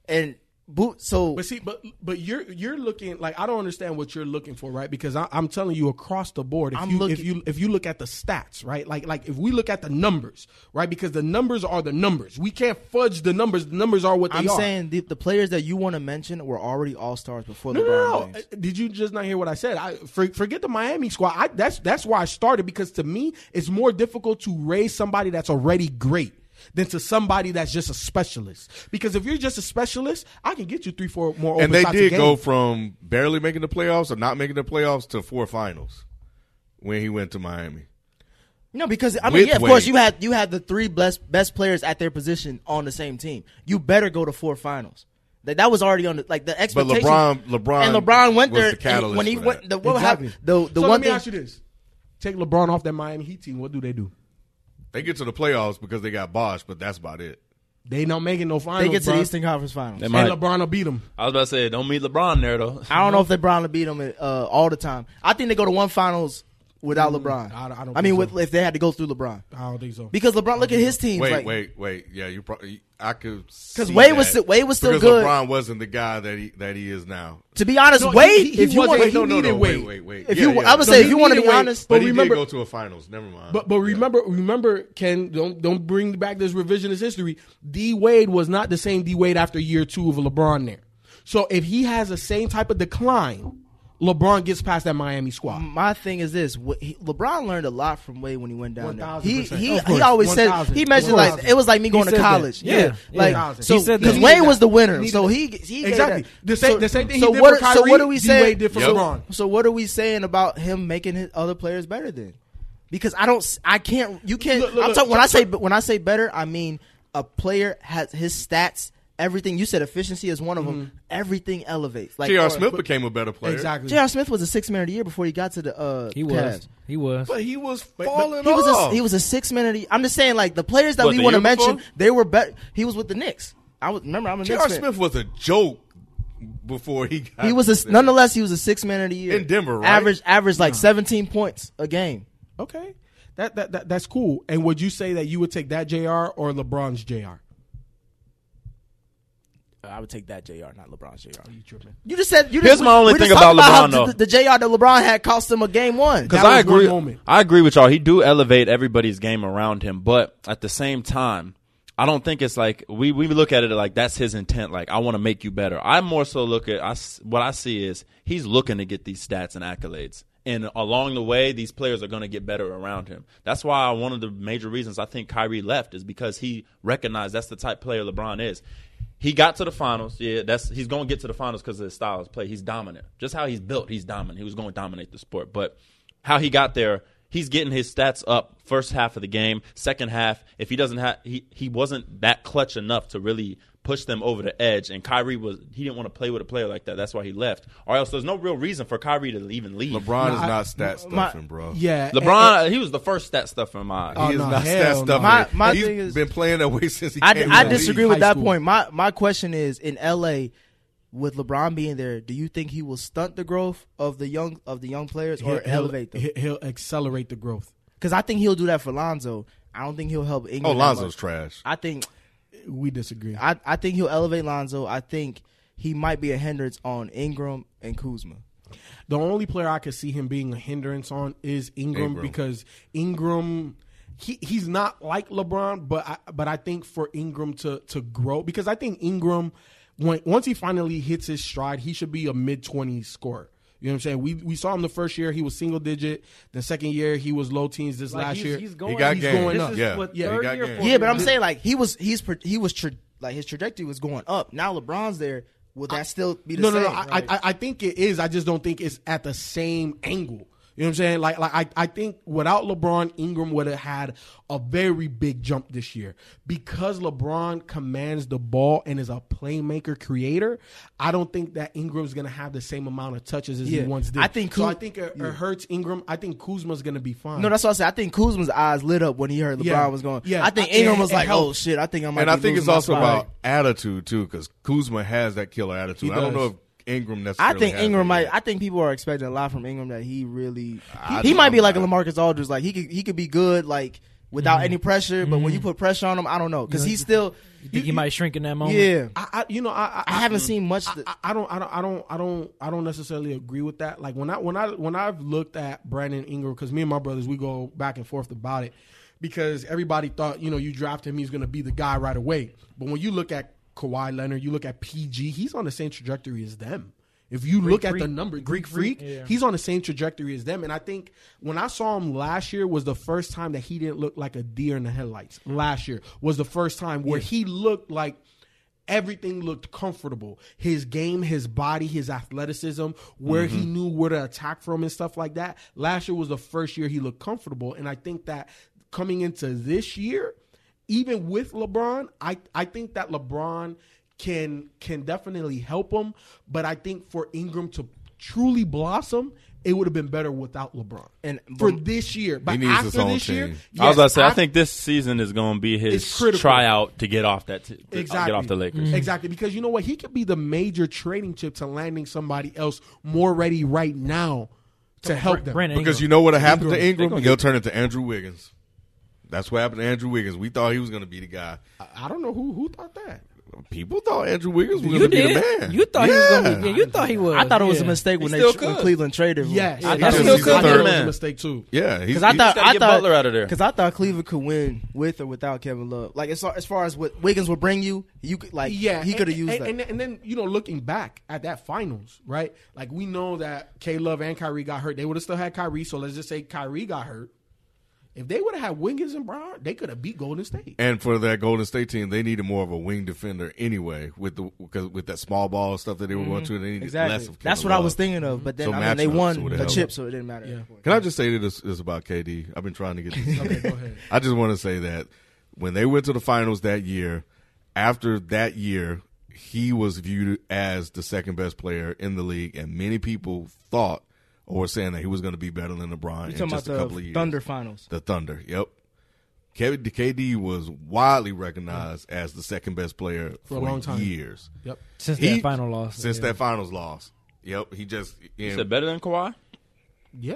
And boot so
But see, but but you're you're looking like I don't understand what you're looking for, right? Because I, I'm telling you across the board, if
I'm
you if
looking-
you if you look at the stats, right? Like like if we look at the numbers, right? Because the numbers are the numbers. We can't fudge the numbers. The numbers are what they
I'm
are.
saying the, the players that you want to mention were already All Stars before
No,
LeBron.
no, no.
James.
Uh, Did you just not hear what I said? I for, forget the Miami squad. I, that's that's why I started because to me, it's more difficult to raise somebody that's already great than to somebody that's just a specialist. Because if you're just a specialist, I can get you three, four more. Open
and they
shots a
did
game.
go from barely making the playoffs or not making the playoffs to four finals when he went to Miami.
No, because I mean,
With
yeah, of
Wade.
course you had you had the three best best players at their position on the same team. You better go to four finals. That that was already on the like the expectations.
LeBron- LeBron
and LeBron went
was
there
the
and
catalyst
when he
for
went.
that.
The, what
Exactly.
happened? The the
so
one
let me
thing.
ask you this: Take LeBron off that Miami Heat team. What do they do?
They get to the playoffs because they got Bosch, but that's about it.
They not making no finals.
they get to
bruh.
the Eastern Conference Finals.
They
and
might-
LeBron will beat them.
I was about to say, don't meet LeBron there though.
I don't know if LeBron will beat them uh, all the time. I think they go to one finals without LeBron.
I don't- I don't
mean,
think
with,
so.
if they had to go through LeBron,
I don't think so.
because LeBron, look at his teams.
Wait,
like,
wait, wait. Yeah, you probably I could
Because
see
Wade was
that.
sti- Wade was still
because
good.
LeBron wasn't the guy that he that he is now.
To be honest,
No, he-
Wade,
he- he
if you
wasn't-
want,
he
no, no,
needed
no. Wait,
Wade.
wait, wait.
if
yeah,
you,
yeah.
I would
No,
say,
he
if you want to
needed
be
Wade,
honest,
but
but
he
remember-
did go to a finals. Never mind.
But but remember remember Ken don't don't bring back this revisionist history. D Wade was not the same D Wade after year two of LeBron there. So if he has the same type of decline, LeBron gets past that Miami squad.
my thing is this: what he, LeBron learned a lot from Wade when he went down there. He
1000%.
he,
Of course,
he always said
1000,
he mentioned like
1000.
it was like me going to
He said that.
college.
Yeah,
Yeah,
yeah.
like
1000.
so
He said
because
that.
Wade was the winner,
Needed
so
that.
he he gave
Exactly.
that.
The same-
So-
the same thing he
so
did
what
for
are- So what
Kyrie,
are we
D.
saying?
Wade did for
so,
LeBron.
So what are we saying about him making his other players better then? Because I don't, s- I can't, you can't.
Look, look,
I'm
look.
talking when I say when I say better, I mean a player has his stats. Everything you said, efficiency is one of
Mm-hmm.
them. Everything elevates. Like
J.R.
or-
Smith became a better player.
Exactly.
J.R. Smith was a six man of the year before he got to the uh,
He was.
Cavs.
He was.
But he was
but-
falling
He was
off.
a, he was a six man of the. I'm just saying like the players that
What,
we
the
want to
year
mention,
before?
they were better. He was with the Knicks. I was remember I'm a
J.R.
Knicks fan.
Smith was a joke before he got.
He was a
there.
nonetheless he was a six man of the year
In Denver, right?
Average average like 17 points a game.
Okay. That, that that that's cool. And would you say that you would take that JR or LeBron's JR?
I would take that Jr. Not LeBron Jr.
You tripping.
You just said you.
Here's
just,
my only
we just
thing
talked
about
how
LeBron, though.
The, the Jr. that LeBron had cost him a game one.
Because
That
I
was one
agree,
moment.
I agree with y'all. He do elevate everybody's game around him, but at the same time, I don't think it's like we we look at it like that's his intent. Like I want to make you better. I more so look at I s- what I see is he's looking to get these stats and accolades, and along the way, these players are going to get better around him. That's why one of the major reasons I think Kyrie left is because he recognized that's the type player LeBron is. He got to the finals. Yeah, that's he's going to get to the finals because of his style of play. He's dominant. Just how he's built, he's dominant. He was going to dominate the sport, but how he got there. He's getting his stats up first half of the game. Second half, if he doesn't have, he, he wasn't that clutch enough to really push them over the edge. And Kyrie was, he didn't want to play with a player like that. That's why he left. Or else there's no real reason for Kyrie to even leave.
LeBron is
I-
not stat stuffing, bro.
Yeah.
LeBron, he was the first stat stuff in my eyes.
Oh,
He is
no,
not
hell
stat
no.
stuffing.
My- my
He's
thing is-
been playing that way since he.
I,
came
I
to the
disagree
league.
with
High
that
school.
point. My my question is in LA with LeBron being there, do you think he will stunt the growth of the young of the young players or elevate them?
he'll, he'll accelerate the growth.
Because I think he'll do that for Lonzo. I don't think he'll help England.
Oh,
that
Lonzo's
much.
trash.
I think
We disagree.
I, I think he'll elevate Lonzo. I think he might be a hindrance on Ingram and Kuzma.
The only player I could see him being a hindrance on is Ingram,
Ingram.
because Ingram he, he's not like LeBron, but I, but I think for Ingram to to grow because I think Ingram when once he finally hits his stride, he should be a mid twenties scorer. You know what I'm saying? We we saw him the first year, he was single digit. The second year, he was low teens. This
Like,
last
he's-
year,
he's going.
got
he's game. going
This
up.
is
Yeah.
what,
Yeah, he
third
got
year,
game.
fourth
Yeah, but I'm
year?
saying like he was he's pro- he was tra- like his trajectory was going up. Now LeBron's there. Will that still be the
no,
same?
no, no. I, I- I, I think it is. I just don't think it's at the same angle. You know what I'm saying? Like, like I, I think without LeBron, Ingram would have had a very big jump this year because LeBron commands the ball and is a playmaker creator. I don't think that Ingram's gonna have the same amount of touches as
Yeah.
he once did.
I think
so.
Kuz-
I think it, it hurts Ingram. I think Kuzma's gonna be fine.
no, that's what I said. I think Kuzma's eyes lit up when he heard LeBron
Yeah.
was going.
Yeah.
I think
I-
Ingram
it-
was
it
like, "Oh
helped.
shit!" I think I might.
and
be
I think it's
losing
also
my spot.
about attitude too, because Kuzma has that killer attitude.
He
I don't know
does.
if Ingram
I
necessarily.
think
has that
Ingram might.
yet.
I think people are expecting a lot from Ingram that he really.
I
he
don't
might be
know.
like a Lamarcus Aldridge. Like he could he could be good like without any pressure, but when you put pressure on him, I don't know because he's still.
you think he might shrink in that moment.
Yeah,
I, I you know, I, I,
I haven't seen much.
I,
that-
I- I don't, I don't, I don't, I don't, I don't necessarily agree with that. Like when I, when I, when I've looked at Brandon Ingram, because me and my brothers, we go back and forth about it, because everybody thought, you know, you draft him, he's going to be the guy right away. But when you look at Kawhi Leonard, you look at PG, he's on the same trajectory as them. If you look at the number, Greek Freak, he's on the same trajectory as them. And I think when I saw him last year was the first time that he didn't look like a deer in the headlights. Last year was the first time where he looked like everything looked comfortable. His game, his body, his athleticism, where he
Mm-hmm.
knew where to attack from and stuff like that. Last year was the first year he looked comfortable. And I think that coming into this year, even with LeBron, I, I think that LeBron can can definitely help him. But I think for Ingram to truly blossom, it would have been better without LeBron.
And-
for this year. But
needs
after
his own
this year,
team.
I was about to
yes,
say, I
after-
think this season is going to be his
It's critical.
tryout to get off that, t- to
exactly.
get off the Lakers.
Exactly. Because you know what? He could be the major trading chip to landing somebody else more ready right now to help them.
Brandon
Because you
Ingram.
know what happened to
Ingram.
Ingram? He'll turn into Andrew Wiggins. That's what happened to Andrew Wiggins. We thought he was going to be the guy.
I don't know who who thought that.
People thought Andrew Wiggins was
you
going to be the
did.
man.
You thought he was gonna be. Yeah, you thought he was.
I thought it was
yeah.
a mistake when they
still
tr- when
could.
Cleveland traded him.
Yes,
I
it
thought
is.
he was
I
gonna
thought
be
it was
the
a
man.
mistake too.
Yeah, he's,
Because I
he's-
thought
gotta
I
get
thought
Butler out of there.
Because I thought Cleveland could win with or without Kevin Love. Like as far as, far as what Wiggins would bring you, you could like
Yeah,
he
and-
could have used
and,
that.
And, and then you know, looking back at that finals, right? Like we know that K Love and Kyrie got hurt. They would have still had Kyrie. So let's just say Kyrie got hurt. If they would have had Wiggins and Brown, they could have beat Golden State.
And for that Golden State team, they needed more of a wing defender anyway. With the because with that small ball stuff that they were going to, they needed less
Mm-hmm. exactly.
of.
That's
Kevin
what I
Love.
was thinking of. But then
So
I mean, they
matchups
won
would've
the
helped.
chip, so it didn't matter. at that point.
Can I just say that this is about KD? I've been trying to get this.
Okay, go ahead.
I just want to say that when they went to the finals that year, after that year, he was viewed as the second best player in the league, and many people thought or were saying that he was going to be better than LeBron in
You talking
just a
about
couple of
the
years.
Thunder finals?
The Thunder. Yep. Kevin KD was widely recognized as the second best player for,
a long time.
years
Yep.
since
He-
that final loss.
Since
yeah.
that finals loss. Yep. He just
Is it better than Kawhi?
Yeah.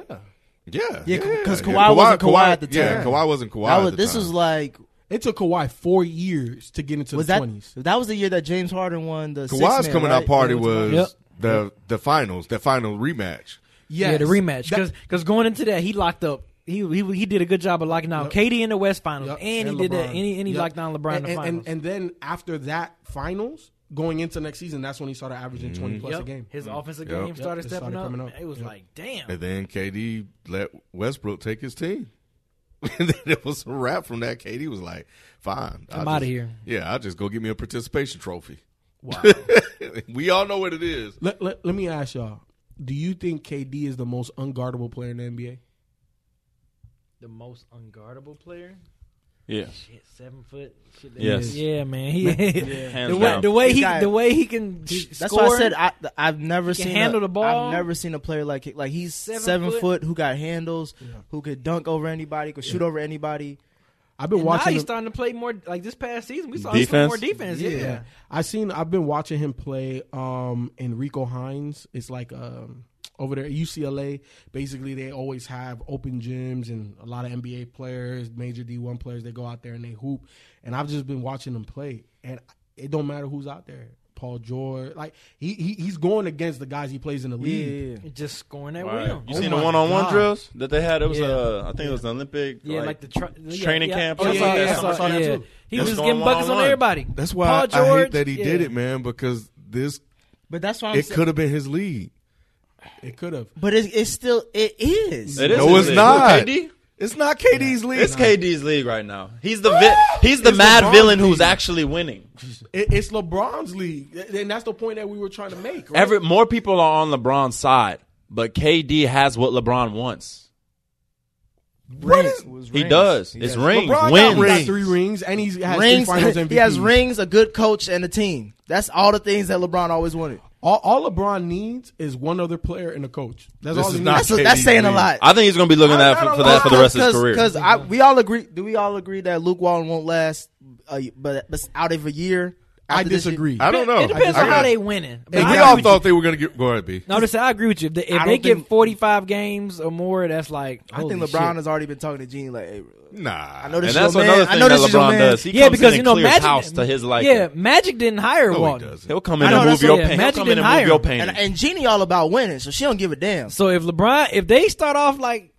yeah,
Yeah, 'cause Kawhi wasn't Kawhi at the
Yeah,
time.
Kawhi wasn't Kawhi.
That
at
was-
the
this
time.
was like
It took Kawhi four years to get into
was
the
that
twenties.
that was the year that James Harden won the
Kawhi's coming out party was
Yep.
the the finals, the final rematch.
Yeah, the rematch. Because going into that, he locked up. He he he did a good job of locking down KD in the West Finals,
Yep,
and, he did that,
LeBron.
and he, and he
Yep.
locked down LeBron in
And,
the
and,
finals.
and, and then after that finals, going into next season, that's when he started averaging twenty plus a
Yep.
game.
His offensive
Yep.
game started
It
stepping
started coming
up.
up.
It was
Yep.
like, damn.
And then KD let Westbrook take his team. and then it was a wrap from that. KD was like, fine. I'll
I'm
just-
outta here.
Yeah, I'll just go get me a participation trophy. Wow. we all know what it is.
Let, let, let me ask y'all: Do you think KD is the most unguardable player in the NBA?
The most unguardable player.
Yeah.
Shit, seven foot. Shit, that
Yes.
is- Yeah, man. He
Hands
the way
down.
the way
He's
he
got-
the way he can
He-
sh-
That's
score.
why I said I, I've never
can
seen
handle
a,
the ball.
I've never seen a player like like he's
Seven
seven,
foot.
foot. who got handles, who could dunk over anybody, could shoot over anybody.
I've been
And now
watching.
he's
him-
starting to play more. Like this past season, we saw him play
Defense?
more defense. Yeah.
Yeah. I seen I've been watching him play um Enrico Hines. It's like um over there at UCLA, basically they always have open gyms and a lot of NBA players, major D1 players, they go out there and they hoop. And I've just been watching him play and it don't matter who's out there. Paul George, like he, he he's going against the guys he plays in the
Yeah,
league.
yeah, yeah.
just scoring at
Wow.
will.
You
Oh
seen the
my
one-on-one
God.
drills that they had? It was
Yeah.
uh, I think it was an Olympic.
Yeah, like, the tr- yeah,
training
yeah.
camp
Oh,
or
yeah,
something.
yeah,
Yeah,
I
something
saw-
like that,
yeah.
too.
He
That's
was
going
getting buckets on
one-on-one.
everybody.
That's why
Paul
I,
George,
I hate that he did
yeah.
it, man, because this
But that's why I'm
it
saying-
could have been his league.
It could have.
But it, it's still it is.
It is
no,
his
it's
league.
not.
Who, KD?
It's not KD's league.
It's KD's league right now. He's the vi- he's the
It's
mad
LeBron's
villain who's
league.
actually winning.
It, it's LeBron's league. And that's the point that we were trying to make. Right?
Every more people are on LeBron's side, but KD has what LeBron wants.
What is-
Was
He
rings.
does. It's
LeBron
rings,
got
wins.
He got
rings.
three rings and he's has
Rings.
three finals MVP.
He has rings, a good coach, and a team. That's all the things that LeBron always wanted.
All, all LeBron needs is one other player and a coach. That's
This
all
is
he
not-
needs.
That's that's
KD
saying a
league.
lot.
I think he's going to be looking at for, for that for the rest of his career.
Because we all agree. Do we all agree that Luke Walton won't last? Uh, but but out of a year.
I
after this year?
disagree.
I don't know.
It depends
I
on how
got-
they winning. But
And
I
we
agree
all
with
thought they were going to get. Go ahead, B.
you. No, listen, I agree with you. If they, if
I
they
don't
get
think-
forty five games or more, that's like
I
holy
think LeBron
shit.
has already been talking to Gene like, "Hey, bro,
Nah.
I know this
and
is
that's
your
another
man. I
thing
know
that
this is your
LeBron
man.
does. He
yeah,
comes in
because you
and
know
clears
Magic.
house to his liking.
yeah, Magic didn't hire
No, he
Walton.
doesn't.
He'll come
I
in
know,
and
that's
move your
what- yeah,
pain. He'll
Magic
come in
didn't
and move
hire
your
him.
pain.
And, and Jeannie all about winning, so she don't give a damn.
So if LeBron, if they start off like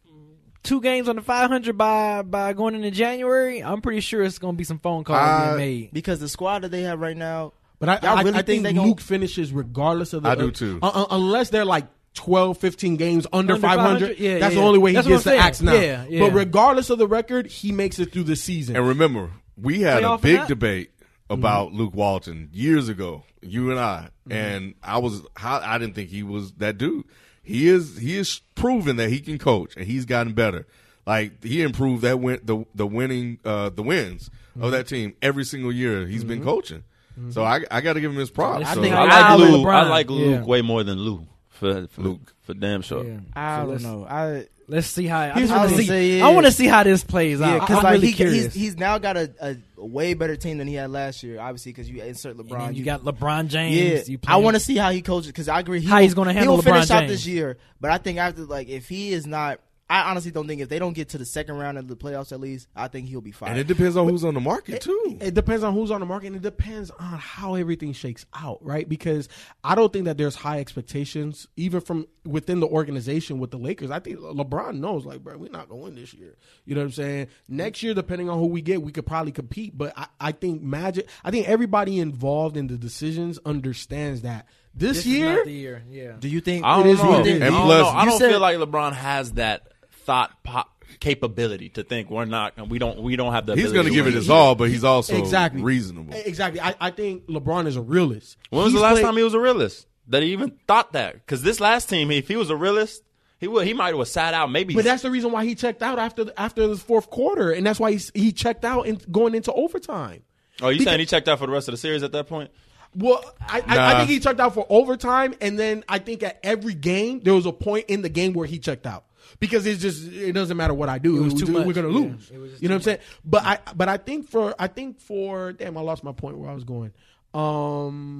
two games on the five hundred by by going into January, I'm pretty sure it's going to be some phone calls
I-
being made.
Uh, Because the squad that they have right now,
But I,
Y'all
I,
really
I
think
think,
they gonna-
Luke finishes regardless of the.
I do too.
Uh, uh, unless they're like 12, 15 games under,
Under
500.
500, yeah,
that's
yeah.
the only way he
That's what
gets
I'm
the
saying.
axe now.
Yeah, yeah.
But regardless of the record, he makes it through the season.
And remember, we had
Playoff
a
or
big
not?
debate about Luke Walton years ago, you and I, and I was how I didn't think he was that dude. He is he is proven that he can coach and he's gotten better. Like he improved that win the the winning uh the wins of that team every single year he's been coaching. So I I got to give him his props.
I
So
think
I
Al
like Lou.
LeBron.
I like Luke
Yeah.
way more than Lou for, for Luke for damn sure.
Yeah.
I
So
don't
that's-
know. I
Let's see how. I
Here's
want
what
to
I'm
see.
saying.
I want to see how this plays
Yeah,
out.
because
I'm
like
really
he,
curious.
he's he's now got a, a, a way better team than he had last year. Obviously, because you insert
And then
LeBron,
you got LeBron James.
yeah.
You
I want to
to.
see how he coaches because I agree. He
How
will-
he's gonna
he
handle
will
LeBron
finish out
James.
this year, but I think after like if he is not, I honestly don't think if they don't get to the second round of the playoffs at least, I think he'll be
And it
fired.
depends on who's on the market too.
It depends on who's on the market and it depends on how everything shakes out, right? Because I don't think that there's high expectations even from within the organization with the Lakers. I think LeBron knows like, bro, we're not going to win this year. You know what I'm saying? Next year depending on who we get, we could probably compete, but I, I think Magic I think everybody involved in the decisions understands that this,
This is
year
not the year. Yeah.
Do you think
I
It
don't
is
know.
what it is.
I don't,
And plus,
know. I
you
don't
said-
feel like LeBron has that thought pop capability to think we're not. We don't. We don't have the.
He's going
ability
to give
win.
it his all, but he's also
exactly
reasonable.
Exactly. I, I think LeBron is a realist.
When was
He's
the last
played-
time he was a realist? That he even thought that? Because this last team, if he was a realist, he would. He might have sat out. Maybe.
But that's the reason why he checked out after the, after the fourth quarter, and that's why he, he checked out and going into overtime.
oh, you saying he checked out for the rest of the series at that point?
Well, I, I, I
Nah.
think he checked out for overtime, and then I think at every game there was a point in the game where he checked out because it's just it doesn't matter what I do,
was
we
too
do-
much.
we're gonna
Yeah,
lose.
it was just
you know what I'm
too
saying? But I but I think for I think for damn, I lost my point where I was going.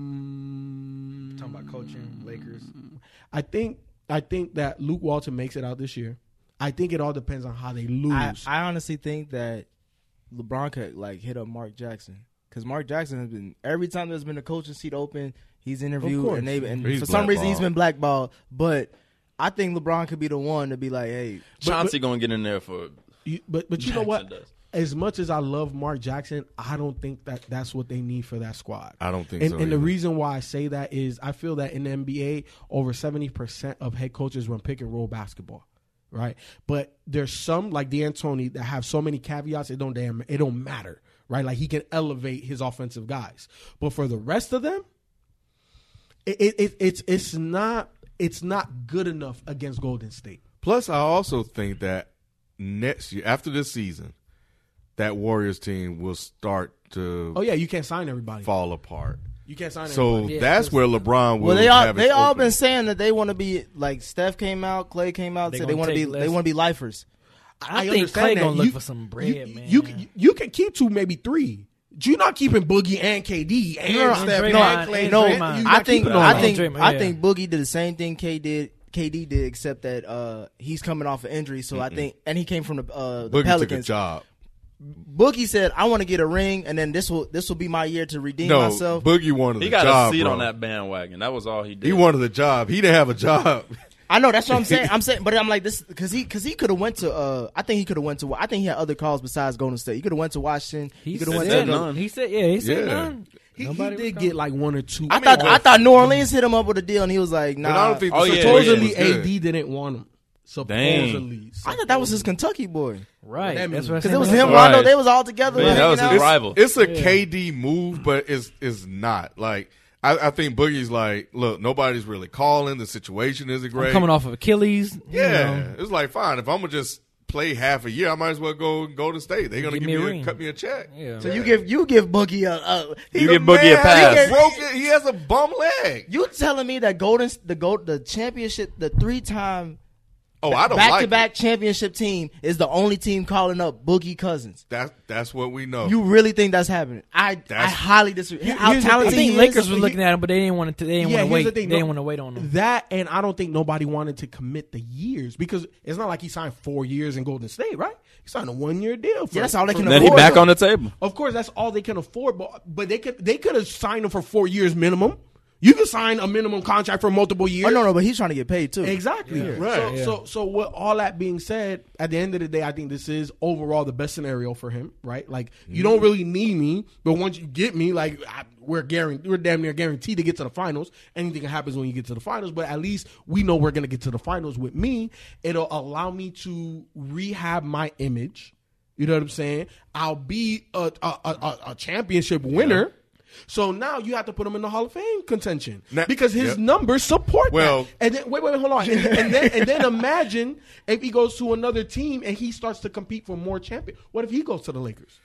Um,
Talking about coaching Lakers.
I think I think that Luke Walton makes it out this year. I think it all depends on how they
I,
lose.
I honestly think that LeBron could like hit up Mark Jackson because Mark Jackson has been every time there's been a coaching seat open, he's interviewed
course.
and they and
He's
for some reason he's
blackballed.
been blackballed. But I think LeBron could be the one to be like, hey,
Chauncey going to get in there for.
You- but but you know
Jackson
what?
does.
As much as I love Mark Jackson, I don't think that that's what they need for that squad.
I don't think
and,
so
And the
either.
reason why I say that is I feel that in the NBA, over seventy percent of head coaches run pick and roll basketball, right? But there's some like D'Antoni that have so many caveats it don't damn it don't matter, right? Like he can elevate his offensive guys, but for the rest of them, it, it, it it's it's not it's not good enough against Golden State.
Plus, I also think that next year, after this season, that Warriors team will start to
Oh yeah, you can't sign everybody.
fall apart.
You can't sign everybody.
So
Yeah,
that's
'cause-
where LeBron will.
Well, they all
have his
they all
opening.
been saying that they want to be like Steph came out, Clay came out,
They
and said
gonna
they want to be
take
they
less-
want to be lifers.
I think
understand
Clay
that.
gonna look for some bread,
you,
man.
You can you can keep two, maybe three. You're not keeping Boogie and KD and
No,
Steph
Draymond,
and Clay.
and
No,
Draymond.
you're
I
not
think
keeping all
I
that.
think
Draymond,
I
yeah.
think Boogie did the same thing K did KD did, except that uh, he's coming off an injury. So I think and he came from the, uh,
Boogie
the
took a
Pelicans.
job.
Boogie said, "I want to get a ring, and then this will this will be my year to redeem
No,
myself."
Boogie wanted
He
the
got
job.
a seat
bro.
on that bandwagon. That was all he did.
He wanted the job. He didn't have a job.
I know that's what I'm saying. I'm saying, but I'm like this because he because he could have went to. Uh, I think he could have went to. I think he had other calls besides Golden State. He could have went to Washington. He
He
could have went
said
to.
said none.
He said, yeah, he said
Yeah.
none.
He, he
Nobody was
did
calling.
get like one or two.
I thought I thought New Orleans hit him up with a deal, and he was like, "Nah."
But I don't think the
Oh, yeah,
situation
supposedly
was good.
AD didn't want him. Supposedly,
I thought that was his Kentucky boy.
Right.
That
That's
means-
what I
Because
said.
it was him,
Right.
Rondo. They was all together.
Man,
like,
that was
hanging
his
out.
rival.
It's a KD move, but it's it's not like I, I think Boogie's like, look, nobody's really calling. The situation isn't great.
I'm coming off of Achilles.
yeah,
You know.
it's like fine. If I'm gonna just play half a year, I might as well go go to state. They're gonna
Give
give,
me a
me, a,
ring.
cut me a check.
Yeah.
So you give you give Boogie a. a he-
You give Boogie a
Man,
pass.
He, broke it. he has a bum leg.
you telling me that Golden the gold the championship the three time
Oh, I don't
back
like
to back
it.
championship team is the only team calling up Boogie Cousins.
That that's what we know.
You really think that's happening? I I
That's-
highly disagree. How
here's the
I
talented
think
he
Lakers
is.
was looking at him, but they didn't want to. They didn't
yeah,
want to
here's
wait.
the thing.
they
no-
didn't want to wait on him.
That and I don't think nobody wanted to commit the years because it's not like he signed four years in Golden State, right? He signed a one year deal. For,
Yeah, that's all they
for-
can
then he
afford
back
him.
on the table.
Of course, that's all they can afford, but but they could they could have signed him for four years minimum. You could sign a minimum contract for multiple years.
Oh no, no, but he's trying to get paid too.
Exactly. Right. So, so so with all that being said, at the end of the day, I think this is overall the best scenario for him, right? Like you don't really need me, but once you get me, like I, we're guaranteed, we're damn near guaranteed to get to the finals. Anything that happens when you get to the finals, but at least we know we're gonna get to the finals with me. It'll allow me to rehab my image. You know what I'm saying? I'll be a a, a, a- a championship winner. So now you have to put him in the Hall of Fame contention
Now-
because his
Yep.
numbers support
Well-
that. And then wait, wait, wait, hold on. And, and then and then imagine if he goes to another team and he starts to compete for more champion. What if he goes to the Lakers?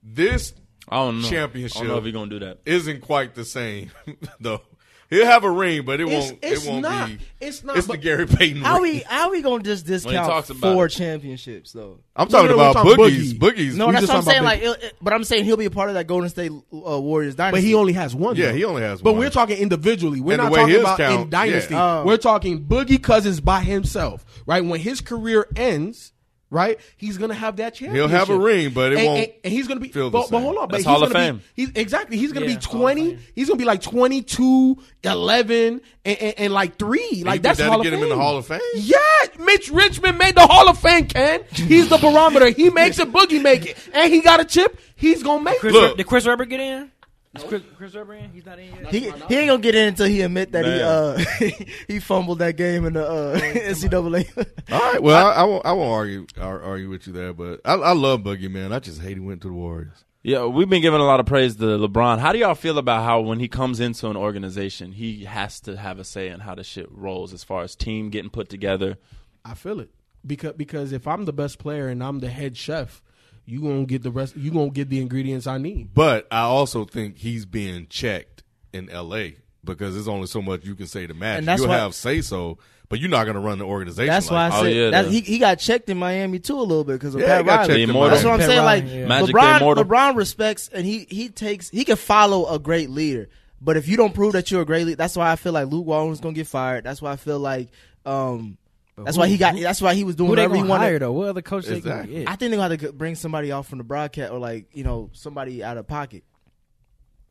this
I don't know.
Championship.
I don't know if he's gonna do that.
isn't quite the same though. He'll have a ring, but it
It's-
won't.
it's
it won't
not.
be.
It's not,
It's the
but-
Gary Payton
How
ring.
we how we gonna just discount
talks about
four
it.
championships though?
I'm talking
no, no, we're
about
talking
boogies.
Boogie.
Boogies.
No,
We
that's
just
what I'm
talking
saying.
about
Like, it- it- but I'm saying he'll be a part of that Golden State uh, Warriors dynasty.
But he only has one.
Yeah,
though.
he only has
But
one.
we're talking individually. We're
And the
not
way
talking
his
about in
count-
dynasty.
yeah.
Oh. We're talking Boogie Cousins by himself, right? When his career ends, right, he's gonna have that championship.
He'll have a ring, but it
and,
won't
And, and he's gonna be.
feel the
but, but
same.
hold on, but
That's
he's
Hall of
gonna
Fame.
Be, he's exactly. He's gonna
Yeah,
be
Hall of
twenty. He's gonna be like 22, 11, and, and, and like three. Like
think
that's
that'll
Hall of
get him
Fame.
in the Hall of Fame?
Yeah, Mitch Richmond made the Hall of Fame. Ken, he's the barometer. He makes it. Boogie make it, and he got a chip. He's gonna make
Chris
it.
Look.
Webber- did Chris Webber get in? Is Chris, Chris Webber in? He's not in yet.
he, he ain't gonna get in until he admit that
Man.
he uh he fumbled that game in the uh, NCAA.
All right. Well, I, I won't. I won't argue ar- argue with you there, but I, I love Boogie, man. I just hate he went to the Warriors.
Yeah, we've been giving a lot of praise to LeBron. How do y'all feel about how when he comes into an organization, he has to have a say in how the shit rolls as far as team getting put together?
I feel it because because if I'm the best player and I'm the head chef, you gonna get the rest. You gonna get the ingredients I need.
But I also think he's being checked in L.A. because there's only so much you can say to match.
And that's
You'll
why-
have say so, but you're not going to run the organization.
That's why I
like
said
Oh, yeah,
that,
the-
he he got checked in Miami too a little bit because of
Yeah,
Pat
he got
Riley.
checked
in
That's
Miami.
what I'm
Pat
saying.
Riley,
like
yeah.
Magic the
LeBron,
Immortal.
LeBron respects and he he takes he can follow a great leader. But if you don't prove that you're a great leader, that's why I feel like Luke Walton's gonna get fired. That's why I feel like um that's why he got that's why he was doing
Who they
whatever he
gonna
wanted.
hire though? What other coach they gonna
Exactly.
get?
I think they gotta bring somebody off from the broadcast or like you know somebody out of pocket.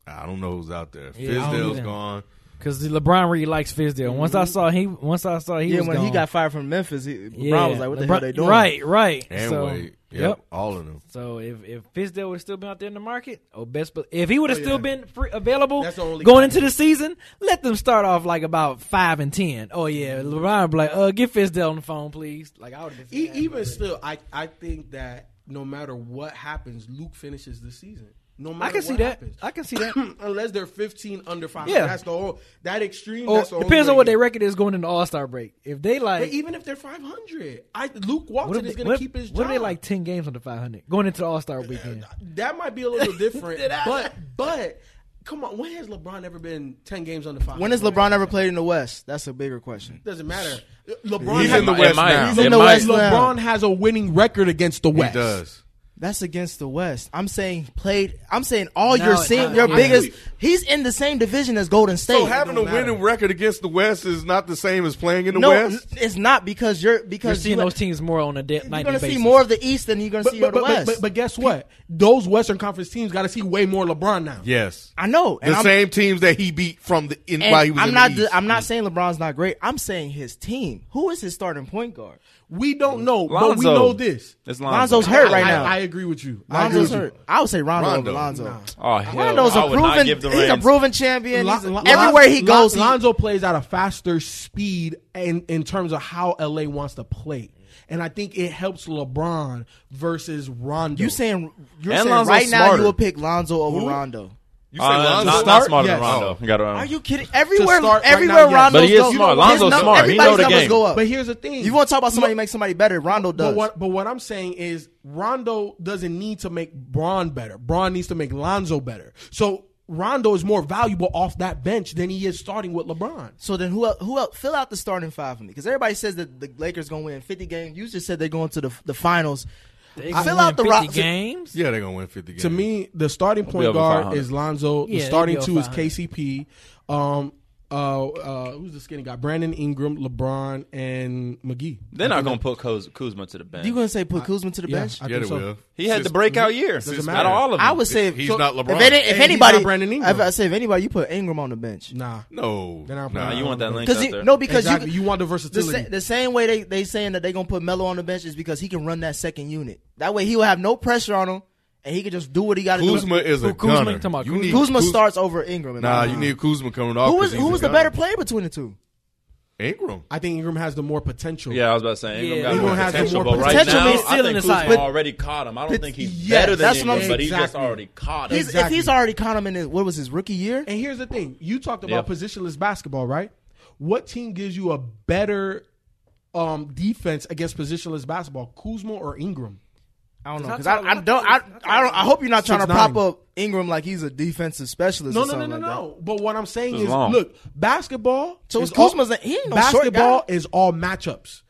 I don't know who's out there.
Yeah, I don't
Fizdale's
either.
gone.
Because LeBron really likes Fizdale. Once I saw he, once I saw he
yeah,
was
when he
gone.
got fired from Memphis, he, LeBron was like, "What the
LeBron-
hell they doing?"
Right, right.
And
so,
Wade. Yep,
Yep.
All of them.
So if if Fizdale would still been out there in the market, oh best, but if he would have still
yeah.
been free, available
That's the only
going
caveat.
into the season, let them start off like about five and ten. Oh yeah, LeBron would be like, uh, get Fizdale on the phone, please. Like I would have
E- even still, I I think that no matter what happens, Luke finishes the season. No matter
I can
what
see that.
happens.
I can see that.
Unless they're 15 under five.
Yeah.
That's the whole, that extreme.
or
that's the only
depends on
way
what
you-
their record is going into All Star break. If they like,
But even if they're 500, I Luke
what, if
Walton
they,
is going
what
to
if-
keep his job.
what if they like ten games under five hundred going into the All Star weekend?
That might be a little different. but, but, come on. When has LeBron ever been 10 games under 500?
When has LeBron ever played in the West? That's a bigger question.
Doesn't matter. LeBron
He's
has,
in the
It
West
might-
now.
He's
it
in the
might-
West.
LeBron has a winning record against the
He
West.
does.
That's against the West. I'm saying played. I'm saying all
No,
your
it-
same,
no,
your
it-
biggest. He's in the same division as Golden State.
So having a
don't matter.
winning record against the West is not the same as playing in the
no,
West.
n- it's not because you're
You're
because
seeing
you-
those teams more on a de-
You're
nightly
gonna
basis.
see more of the East than you're gonna see
But,
of the
but,
West.
but, but, but guess what? Those Western Conference teams got to see way more LeBron now.
Yes.
I know. And
the
I'm,
same teams that he beat from the in,
and
while he was
I'm
in
not.
the East.
I'm not saying LeBron's not great. I'm saying his team. Who is his starting point guard?
We don't know, but we
Lonzo.
know this.
It's Lonzo.
Lonzo's hurt
I-
right
I,
now.
I agree with you. I agree
Lonzo's
with you.
hurt. I would say Rondo,
Rondo.
over Lonzo.
Oh, hell,
Lonzo's
I
a
would not give
proven.
the
He's a
reins.
proven champion. He's a-
Lon-
everywhere he
Lon-
goes, he-
Lonzo plays at a faster speed in, in terms of how LA wants to play. And I think it helps LeBron versus Rondo.
You saying you're
And
saying
Lonzo's
right now
smarter.
you will pick Lonzo over Rondo?
You say
Uh,
Lonzo? Oh.
not, not
Start?
smarter
Yes.
than Rondo. You got to-
Are you kidding? Everywhere,
start right
everywhere
now, yes.
Rondo
But he is
goes,
smart.
his
Lonzo's
num-
smart. He
Everybody's
know the
numbers
game.
go up.
But here's the thing.
you want to talk about somebody make somebody better? Rondo does.
But what, but what I'm saying is Rondo doesn't need to make Braun better. Braun needs to make Lonzo better. So Rondo is more valuable off that bench than he is starting with LeBron.
so then, who el- who else? Fill out the starting five for me, because everybody says that the Lakers gonna win 50 games. You just said they're going to the the finals.
They
I- fill
win
out the
50
roster.
games.
Yeah, they're gonna win fifty games.
To me, the starting
be
point
over
guard
500.
is Lonzo.
Yeah,
the
it'll
starting
be over
two is
500.
KCP. Um, uh, uh, who's the skinny guy? Brandon Ingram, LeBron, and McGee.
They're not going to put Kuz- Kuzma to the bench.
You gonna say put Kuzma to the
yeah,
bench?
I
yeah,
think
they
so.
will.
he had
Since-
the breakout year out
Doesn't
of
matter.
all of them.
I would say
He's
so-
not
If,
LeBron.
any- if
And he's
anybody,
not Brandon Ingram.
if I say if anybody, you put Ingram on the bench.
Nah.
No,
They're not
nah.
playing.
you want that length
Because
out there.
no, because
Exactly.
you
You, want the
The,
versatility.
sa- the same way they they saying that they gonna put Melo on the bench is because he can run that second unit. That way he will have no pressure on him, and he can just do what he got to do.
Kuzma is a
Who Kuzma?
gunner.
You talking about
You
Kuzma?
need
Kuzma
Kuz-
starts over Ingram. in my
Nah, you
opinion.
need Kuzma coming off.
Who was
'cause he's
who
a
was the
gunner.
better player between the two?
Ingram.
I think Ingram has the more potential.
Yeah, I was about to say Ingram
Yeah.
got
Ingram
more
has
potential,
more
but right
potential.
now
Potential means
I
still in
think
the
Kuzma
side.
already caught him. I don't
But-
think he's
yes,
better than
that's what I'm
Ingram, but he just
exactly.
already caught him.
He's,
Exactly.
If he's already caught him in his, what was his rookie year?
And here's the thing: you talked about
Yeah.
positionless basketball, right? What team gives you a better um, defense against positionless basketball, Kuzma or Ingram?
I don't know
How
because I,
tall-
I
how
don't I,
tall is-
I don't I hope you're not trying to pop
6'9".
up Ingram like he's a defensive specialist.
No,
or
no, no,
something
no,
like that.
no. But what I'm saying
This
is,
is long.
look, basketball.
So
is
it's Kuzma's a- he ain't no short
basketball
guy.
is all matchups.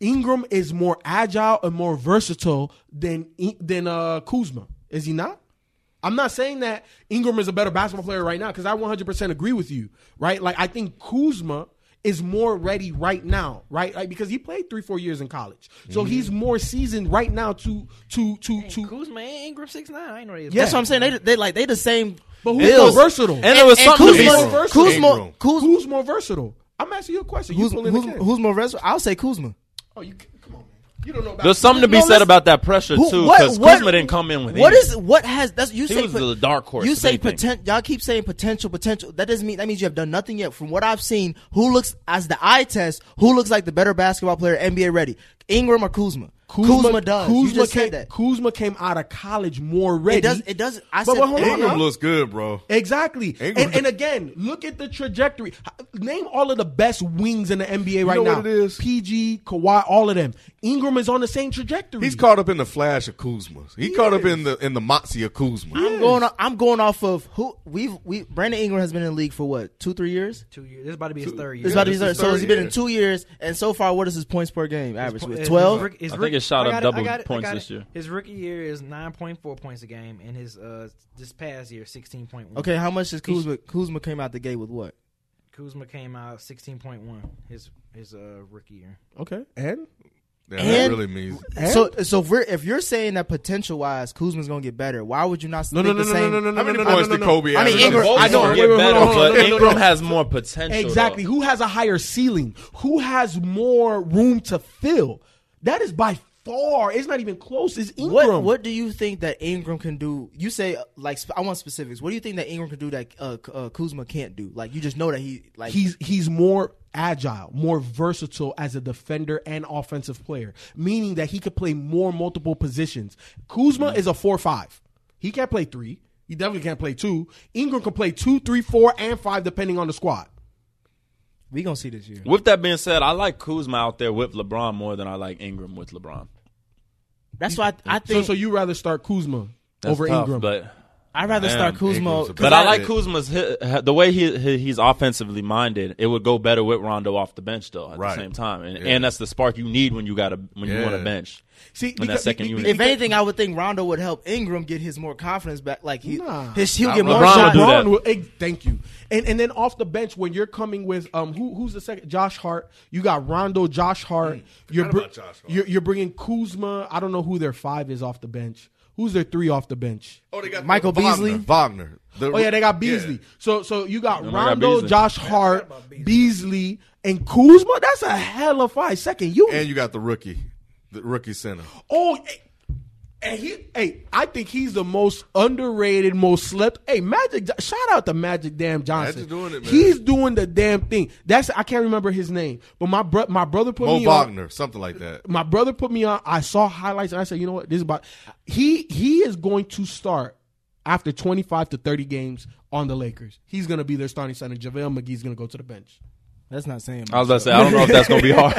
Ingram is more agile and more versatile than I- than uh, Kuzma. Is he not? I'm not saying that Ingram is a better basketball player right now because I 100% agree with you. Right? Like I think Kuzma is more ready right now. Right? Like because he played three, four years in college, so he's more seasoned right now to to to to.
Kuzma and Ingram six nine. I ain't know they was
Yeah.
That's what I'm saying. They they like they the same.
but who's
build.
more versatile?
And there was
and
something to be
Kuzma-
said.
Kuzma, Kuzma,
Ingram.
Kuzma,
Who's more versatile? I'm asking you a question. You
who's,
pulling the
who's,
kid.
who's more versatile? I'll say Kuzma.
Oh, you come on, man. You don't know about
There's something to be
No,
said
listen.
about that pressure
Who-
too,
what-
because
what-
Kuzma didn't come in with
What
either.
is what has that's you
He
say
was
pot-
the dark horse
You
of
say
anything.
potential. Y'all keep saying potential, potential. That doesn't mean that means you have done nothing yet. From what I've seen, who looks as the eye test? Who looks like the better basketball player NBA ready? Ingram or Kuzma? Kuzma, does.
Kuzma
you just
came,
said that.
Kuzma came out of college more ready.
It does. It does. I
But-
said
but hold on,
Ingram
huh?
looks good, bro.
Exactly.
Ingram-
And, and again, look at the trajectory. Name all of the best wings in the NBA right
know
now.
what it is?
PG, Kawhi, all of them. Ingram is on the same trajectory.
He's caught up in the flash of Kuzma. He, caught up in the in the moxie of Kuzma.
I'm going. o- I'm going off of who we've. We Brandon Ingram has been in the league for what two, three years.
two years. This is about to be his third year.
It's about to be
this
so.
is third
He's been in
year.
two years, and so far, what is his points per game average? With
His-
twelve.
his- his
I think
rookie-
it shot
I
up
got it,
double
I got it, I
points
got
this
it.
year.
His rookie year is nine point four points a game, and his uh this past year sixteen point one.
Okay, how much is Kuzma? Kuzma came out the gate with what?
Kuzma came out sixteen point one his his uh rookie year.
okay. And
Yeah, that
And-
really means
And?
So, so if we're if you're saying that potential wise, Kuzma's gonna get better, why would you not?
no, no,
think
no,
the
no,
same?
no, no, no,
how
no,
many
no,
points
no,
did
no,
Kobe
I mean,
average?
Ingram- I
don't-
Both
wait,
get
wait, hold
better,
on, hold on,
but
no, no, no,
Ingram
no.
has more potential. though.
Exactly. Who has a higher ceiling? Who has more room to fill? That is by far. It's not even close. It's Ingram.
What what do you think that Ingram can do? You say uh, like sp- I want specifics. What do you think that Ingram can do that uh, K- uh, Kuzma can't do? Like you just know that he like
he's he's more agile, more versatile as a defender and offensive player, meaning that he could play more multiple positions. Kuzma
Mm-hmm.
is a four five. He can't play three. He definitely can't play two. Ingram can play two, three, four, and five depending on the squad.
we gonna see this year.
With that being said, I like Kuzma out there with LeBron more than I like Ingram with LeBron.
That's why I, I
So
think
so you rather start Kuzma
That's
over
tough,
Ingram.
but
I'd rather
Damn,
start Kuzma.
Ingram's a
'cause
but
I-
I like Kuzma's hi- the way he, he he's offensively minded. It would go better with Rondo off the bench though. At
Right.
the same time, and,
Yeah.
and that's the spark you need when you got a when you
Yeah.
want a bench.
See,
that second
be-
unit.
be-
if anything, I would think Rondo would help Ingram get his more confidence back. Like he,
Nah.
his, he'll
I-
get more
LeBron would
shots.
do that.
LeBron will- eh, thank you. And and then off the bench when you're coming with um who who's the second Josh Hart. You got Rondo, Josh Hart. you're, br-
Hmm, about Josh Hart.
you're you're bringing Kuzma. I don't know who their five is off the bench. Who's their three off the bench?
Oh, they got
Michael
Wagner,
Beasley?
Wagner. The-
Oh yeah, they got
yeah.
Beasley. So so you got
No, they got
Rondo,
Beasley.
Josh Hart, Beasley, and Kuzma. That's a hell of five second unit.
And you got the rookie, the rookie center.
Oh, hey, and he, hey, I think he's the most underrated, most slept. Hey, Magic, Jo- shout out to Magic Damn Johnson.
Magic's doing it, man.
He's doing the damn thing. That's I can't remember his name, but my bro, my brother put
Mo
me on.
Wagner, something like that.
My brother put me on. I saw highlights, and I said, you know what, this is about. He he is going to start after twenty five to thirty games on the Lakers. He's going to be their starting center. JaVale McGee's going to go to the bench.
That's not saying.
I was about to say I don't know if that's gonna be hard.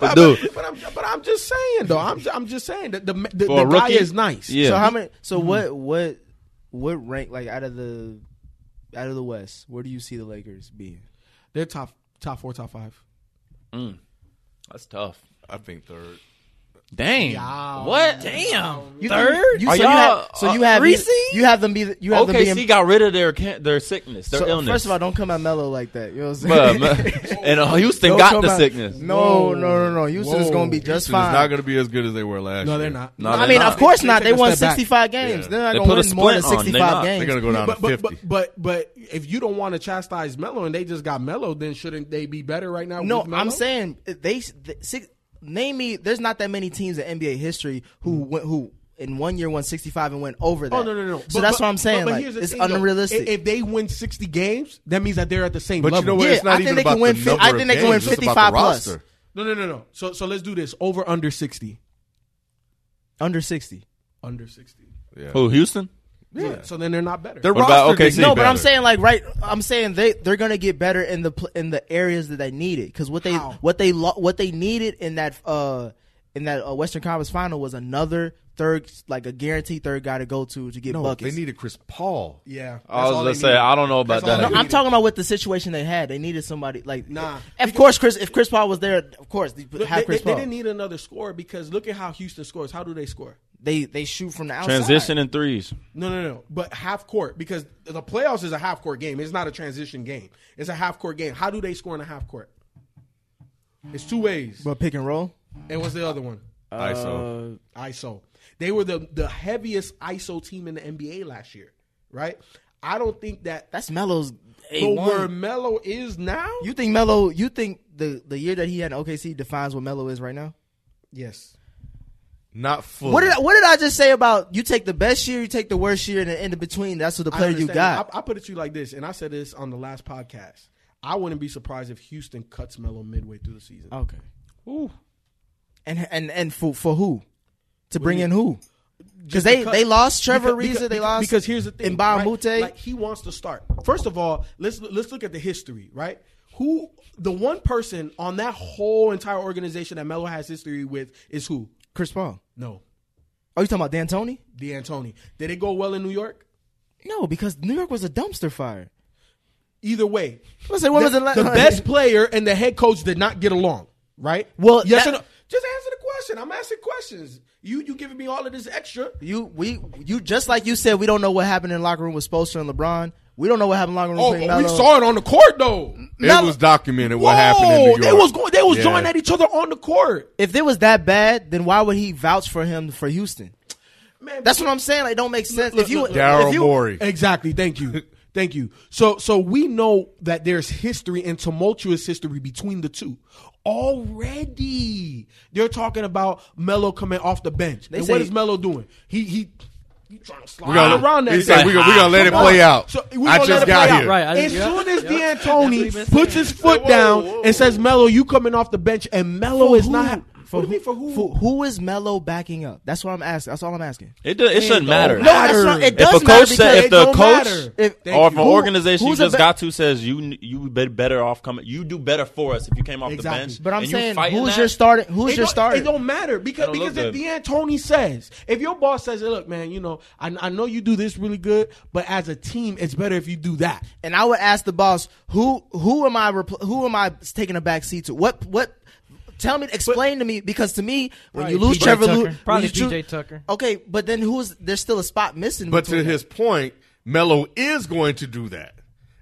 But
but-
dude,
but I'm, but I'm just saying though. I'm I'm just saying that the the,
For
the
a
guy
rookie?
is nice.
yeah.
So how many? So what? What? What rank? Like out of the out of the West, where do you see the Lakers being?
They're top top four, top five.
Mm. that's tough.
I think third.
Dang.
Yeah.
What?
Damn.
You
Third?
You,
Are
so, you
y'all-
have, so
uh,
you have
three seed?
you have them be you have them
OKC
being.
got rid of their can- their sickness, their
so,
illness.
First of all, don't come at Melo like that. You know what
Bruh,
I'm saying?
man. and uh, Houston
Don't
got
come
the
out-
sickness.
No, no, no, no. Houston's
Whoa.
gonna be
It's
just fine.
not going to be as good as they were last
No,
year.
they're not.
No,
I
they're
mean,
not.
of course not.
They
They
took a
won
step back.
65 games.
Yeah.
They're not
They
gonna
put a
win more than
splint on. They
65
not. They
They're
games.
going to go down
But,
to
but,
50.
but but but if you don't want to chastise Melo and they just got Melo, then shouldn't they be better right now?
No,
with Melo?
I'm saying they, th six, name me. There's not that many teams in NBA history who
Hmm.
went who in one year won 65 and went over that.
Oh no no no!
So that's what I'm saying. like,
here's the
it's
thing, though.
unrealistic.
If- If they win sixty games, that means that they're at the same
But you
level.
know what?
Yeah,
it's not
I think
even
they can
about
win
the
fif-
number
I think
of
they can win
games, it's about the
55 plus.
roster.
No no no no. So so let's do this over under sixty.
under 60.
Under sixty.
Yeah.
Who Houston?
Yeah. So, then they're not better.
Their
What about
roster
OKC?
didn't
Be
No,
get
but I'm
better.
saying like right. I'm saying they they're gonna get better in the pl- in the areas that they needed because what they
How?
what they lo- what they needed in that uh in that uh, Western Conference Final was another third, like a guaranteed third guy to go to to get
No,
buckets.
they needed Chris Paul.
Yeah,
Uh,
I was gonna say I don't know about
all
no,
that.
they
I'm talking about what the situation they had. They needed somebody like
Nah.
Of course, Chris. If Chris Paul was there, of course, they,
Look,
have
they,
Chris
they- they
Paul.
didn't need another score because look at how Houston scores. How do they score?
they they shoot from the outside.
Transition and threes.
No, no, no. But half court because the playoffs is a half court game. It's not a transition game. It's a half court game. How do they score in a half court? It's two ways.
but pick and roll.
and what's the other one?
ISO.
ISO. They were the the heaviest ISO team in the NBA last year, right? I don't think that.
That's Melo's a
But where
one.
Melo is now,
You think Melo? You think the the year that he had in OKC defines what Melo is right now?
yes,
Not full.
What did I, what did I just say about you take the best year, you take the worst year, and in the between that's what the
I
player you
understand.
got.
I, I put it to you like this, and I said this on the last podcast. I wouldn't be surprised if Houston cuts Melo midway through the season.
okay. And and and for for who to bring in who? Because
Just
they
because-
they lost Trevor
because-
Reeves,
because-
they lost
because here's the thing,
Mbamute.
right? Like, he wants to start. First of all, let's let's look at the history, right? Who the one person on that whole entire organization that Melo has history with is who?
Chris Paul.
No,
Are you talking about D'Antoni?
D'Antoni. Did it go well in New York?
No, because New York was a dumpster fire.
Either way,
I say, when was
the,
the, la-
the best player and the head coach did not get along, right?
Well,
yes
that-
or no? Just answer the question. I'm asking questions. You you giving me all of this extra?
You we you just like you said. We don't know what happened in the locker room with Spoelstra and LeBron. We don't know what happened in the locker room.
Oh,
between
but we
Melo.
saw it on the court though.
It
Melo-
was documented what happened in New York.
They was going. They was
Yeah.
joining at each other on the court.
If it was that bad, then why would he vouch for him for Houston?
Man,
That's what I'm saying. Like, it don't make sense.
look,
if you,
look, look.
Daryl
if you,
Morey.
Exactly. Thank you. Thank you. So so we know that there's history and tumultuous history between the two. Already, they're talking about Melo coming off the bench. and what
say-
is Melo doing? He he. he Trying to slide
We gonna,
around that.
he said
guy.
we gonna, we gonna let it
Come
play
on.
out.
So we
I
gonna let
just
it
got
play out.
here.
Right. I
as
just- yeah.
soon as
Yeah.
D'Antoni
That's what he
puts his foot
Whoa,
down
whoa,
and says, "Mello, you coming off the bench," and Mello is
who?
not hap-
For
What do you
who,
mean, for who?
for who is Melo backing up? That's what I'm asking. That's all I'm asking.
It do, it shouldn't matter.
No, that's not, it
If
does
if a
matter
coach
because
said, if the
don't
coach
matter.
If-
Thank
or if an
you.
Who-
organization you
who's a
just
be-
got to says you you be better off coming, you do better for us if you came off
Exactly.
the bench.
but I'm
and you
saying,
fighting
who's
that,
your starting? Who's
it
your
don't-
starter?
It don't matter because
That don't look
because
good.
if D'Antoni says, if your boss says, hey, "Look, man, you know, I, I know you do this really good, but as a team, it's better if you do that."
and I would ask the boss, who who am I repl- who am I taking a back seat to? What what? Tell me, explain to me, because to me, when you lose
PJ
Trevor,
Tucker.
Lu- when
Probably
you choo-
PJ Tucker.
Okay, but then who's there's still a spot missing?
But to
between
his point, Melo is going to do that,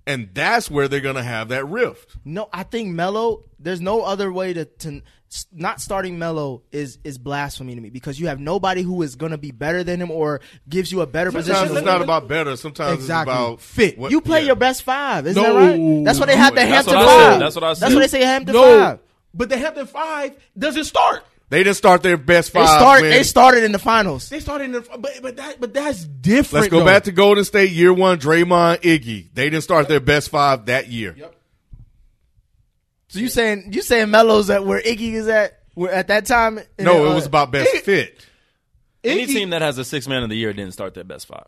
and that's where they're gonna have that rift.
them. no, I think Melo. There's no other way to, to s- not starting Melo is is blasphemy to me because you have nobody who is going to be better than him or gives you a better
Sometimes
position.
it's not about better. Sometimes
Exactly.
it's about
Fit.
what-
you play
yeah.
your best five, isn't
No.
that right? That's why they have the
That's
Hampton
what I said.
five.
That's what I
That's
said.
why they say Hampton
no,
five.
but the Hampton Five doesn't start.
They didn't start their best
They
five.
started.
when-
They started in the finals.
They started in the but but that but that's different.
Let's go
though.
back to Golden State year one. Draymond, Iggy. They didn't start their best five that year.
So you saying you saying Melo's at where Iggy is at? Where at that time? in
No,
the,
it
uh,
was about best fit.
any
Iggy-
team that has a six man of the year didn't start their best five.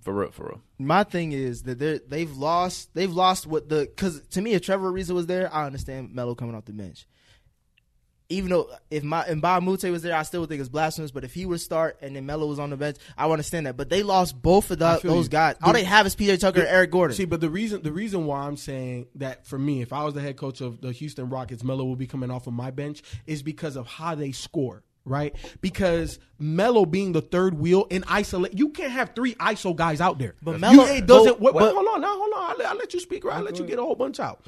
For real, for real.
My thing is that they they've lost they've lost what the because to me if Trevor Ariza was there I understand Melo coming off the bench. Even though if my and Bob Mute was there, I still would think it's blasphemous. But if he would start and then Melo was on the bench, I would understand that. But they lost both of the,
feel
those
you.
guys. All they have is PJ Tucker and Eric Gordon.
See, but the reason the reason why I'm saying that for me, if I was the head coach of the Houston Rockets, Melo will be coming off of my bench is because of how they score, right? Because Melo being the third wheel in isolate, you can't have three ISO guys out there.
But
You-
Melo-
it doesn't.
but-
wait, wait,
but-
hold on, now hold on. I let, I let you speak. Right, I let you get a whole bunch out.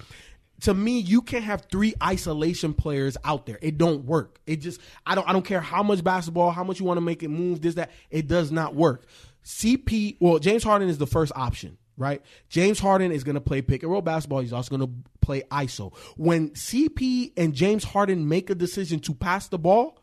To me, you can't have three isolation players out there. It don't work. It just I don't I don't care how much basketball, how much you want to make it move, this that. It does not work. CP, well, James Harden is the first option, right? James Harden is going to play pick and roll basketball. He's also going to play ISO. When CP and James Harden make a decision to pass the ball,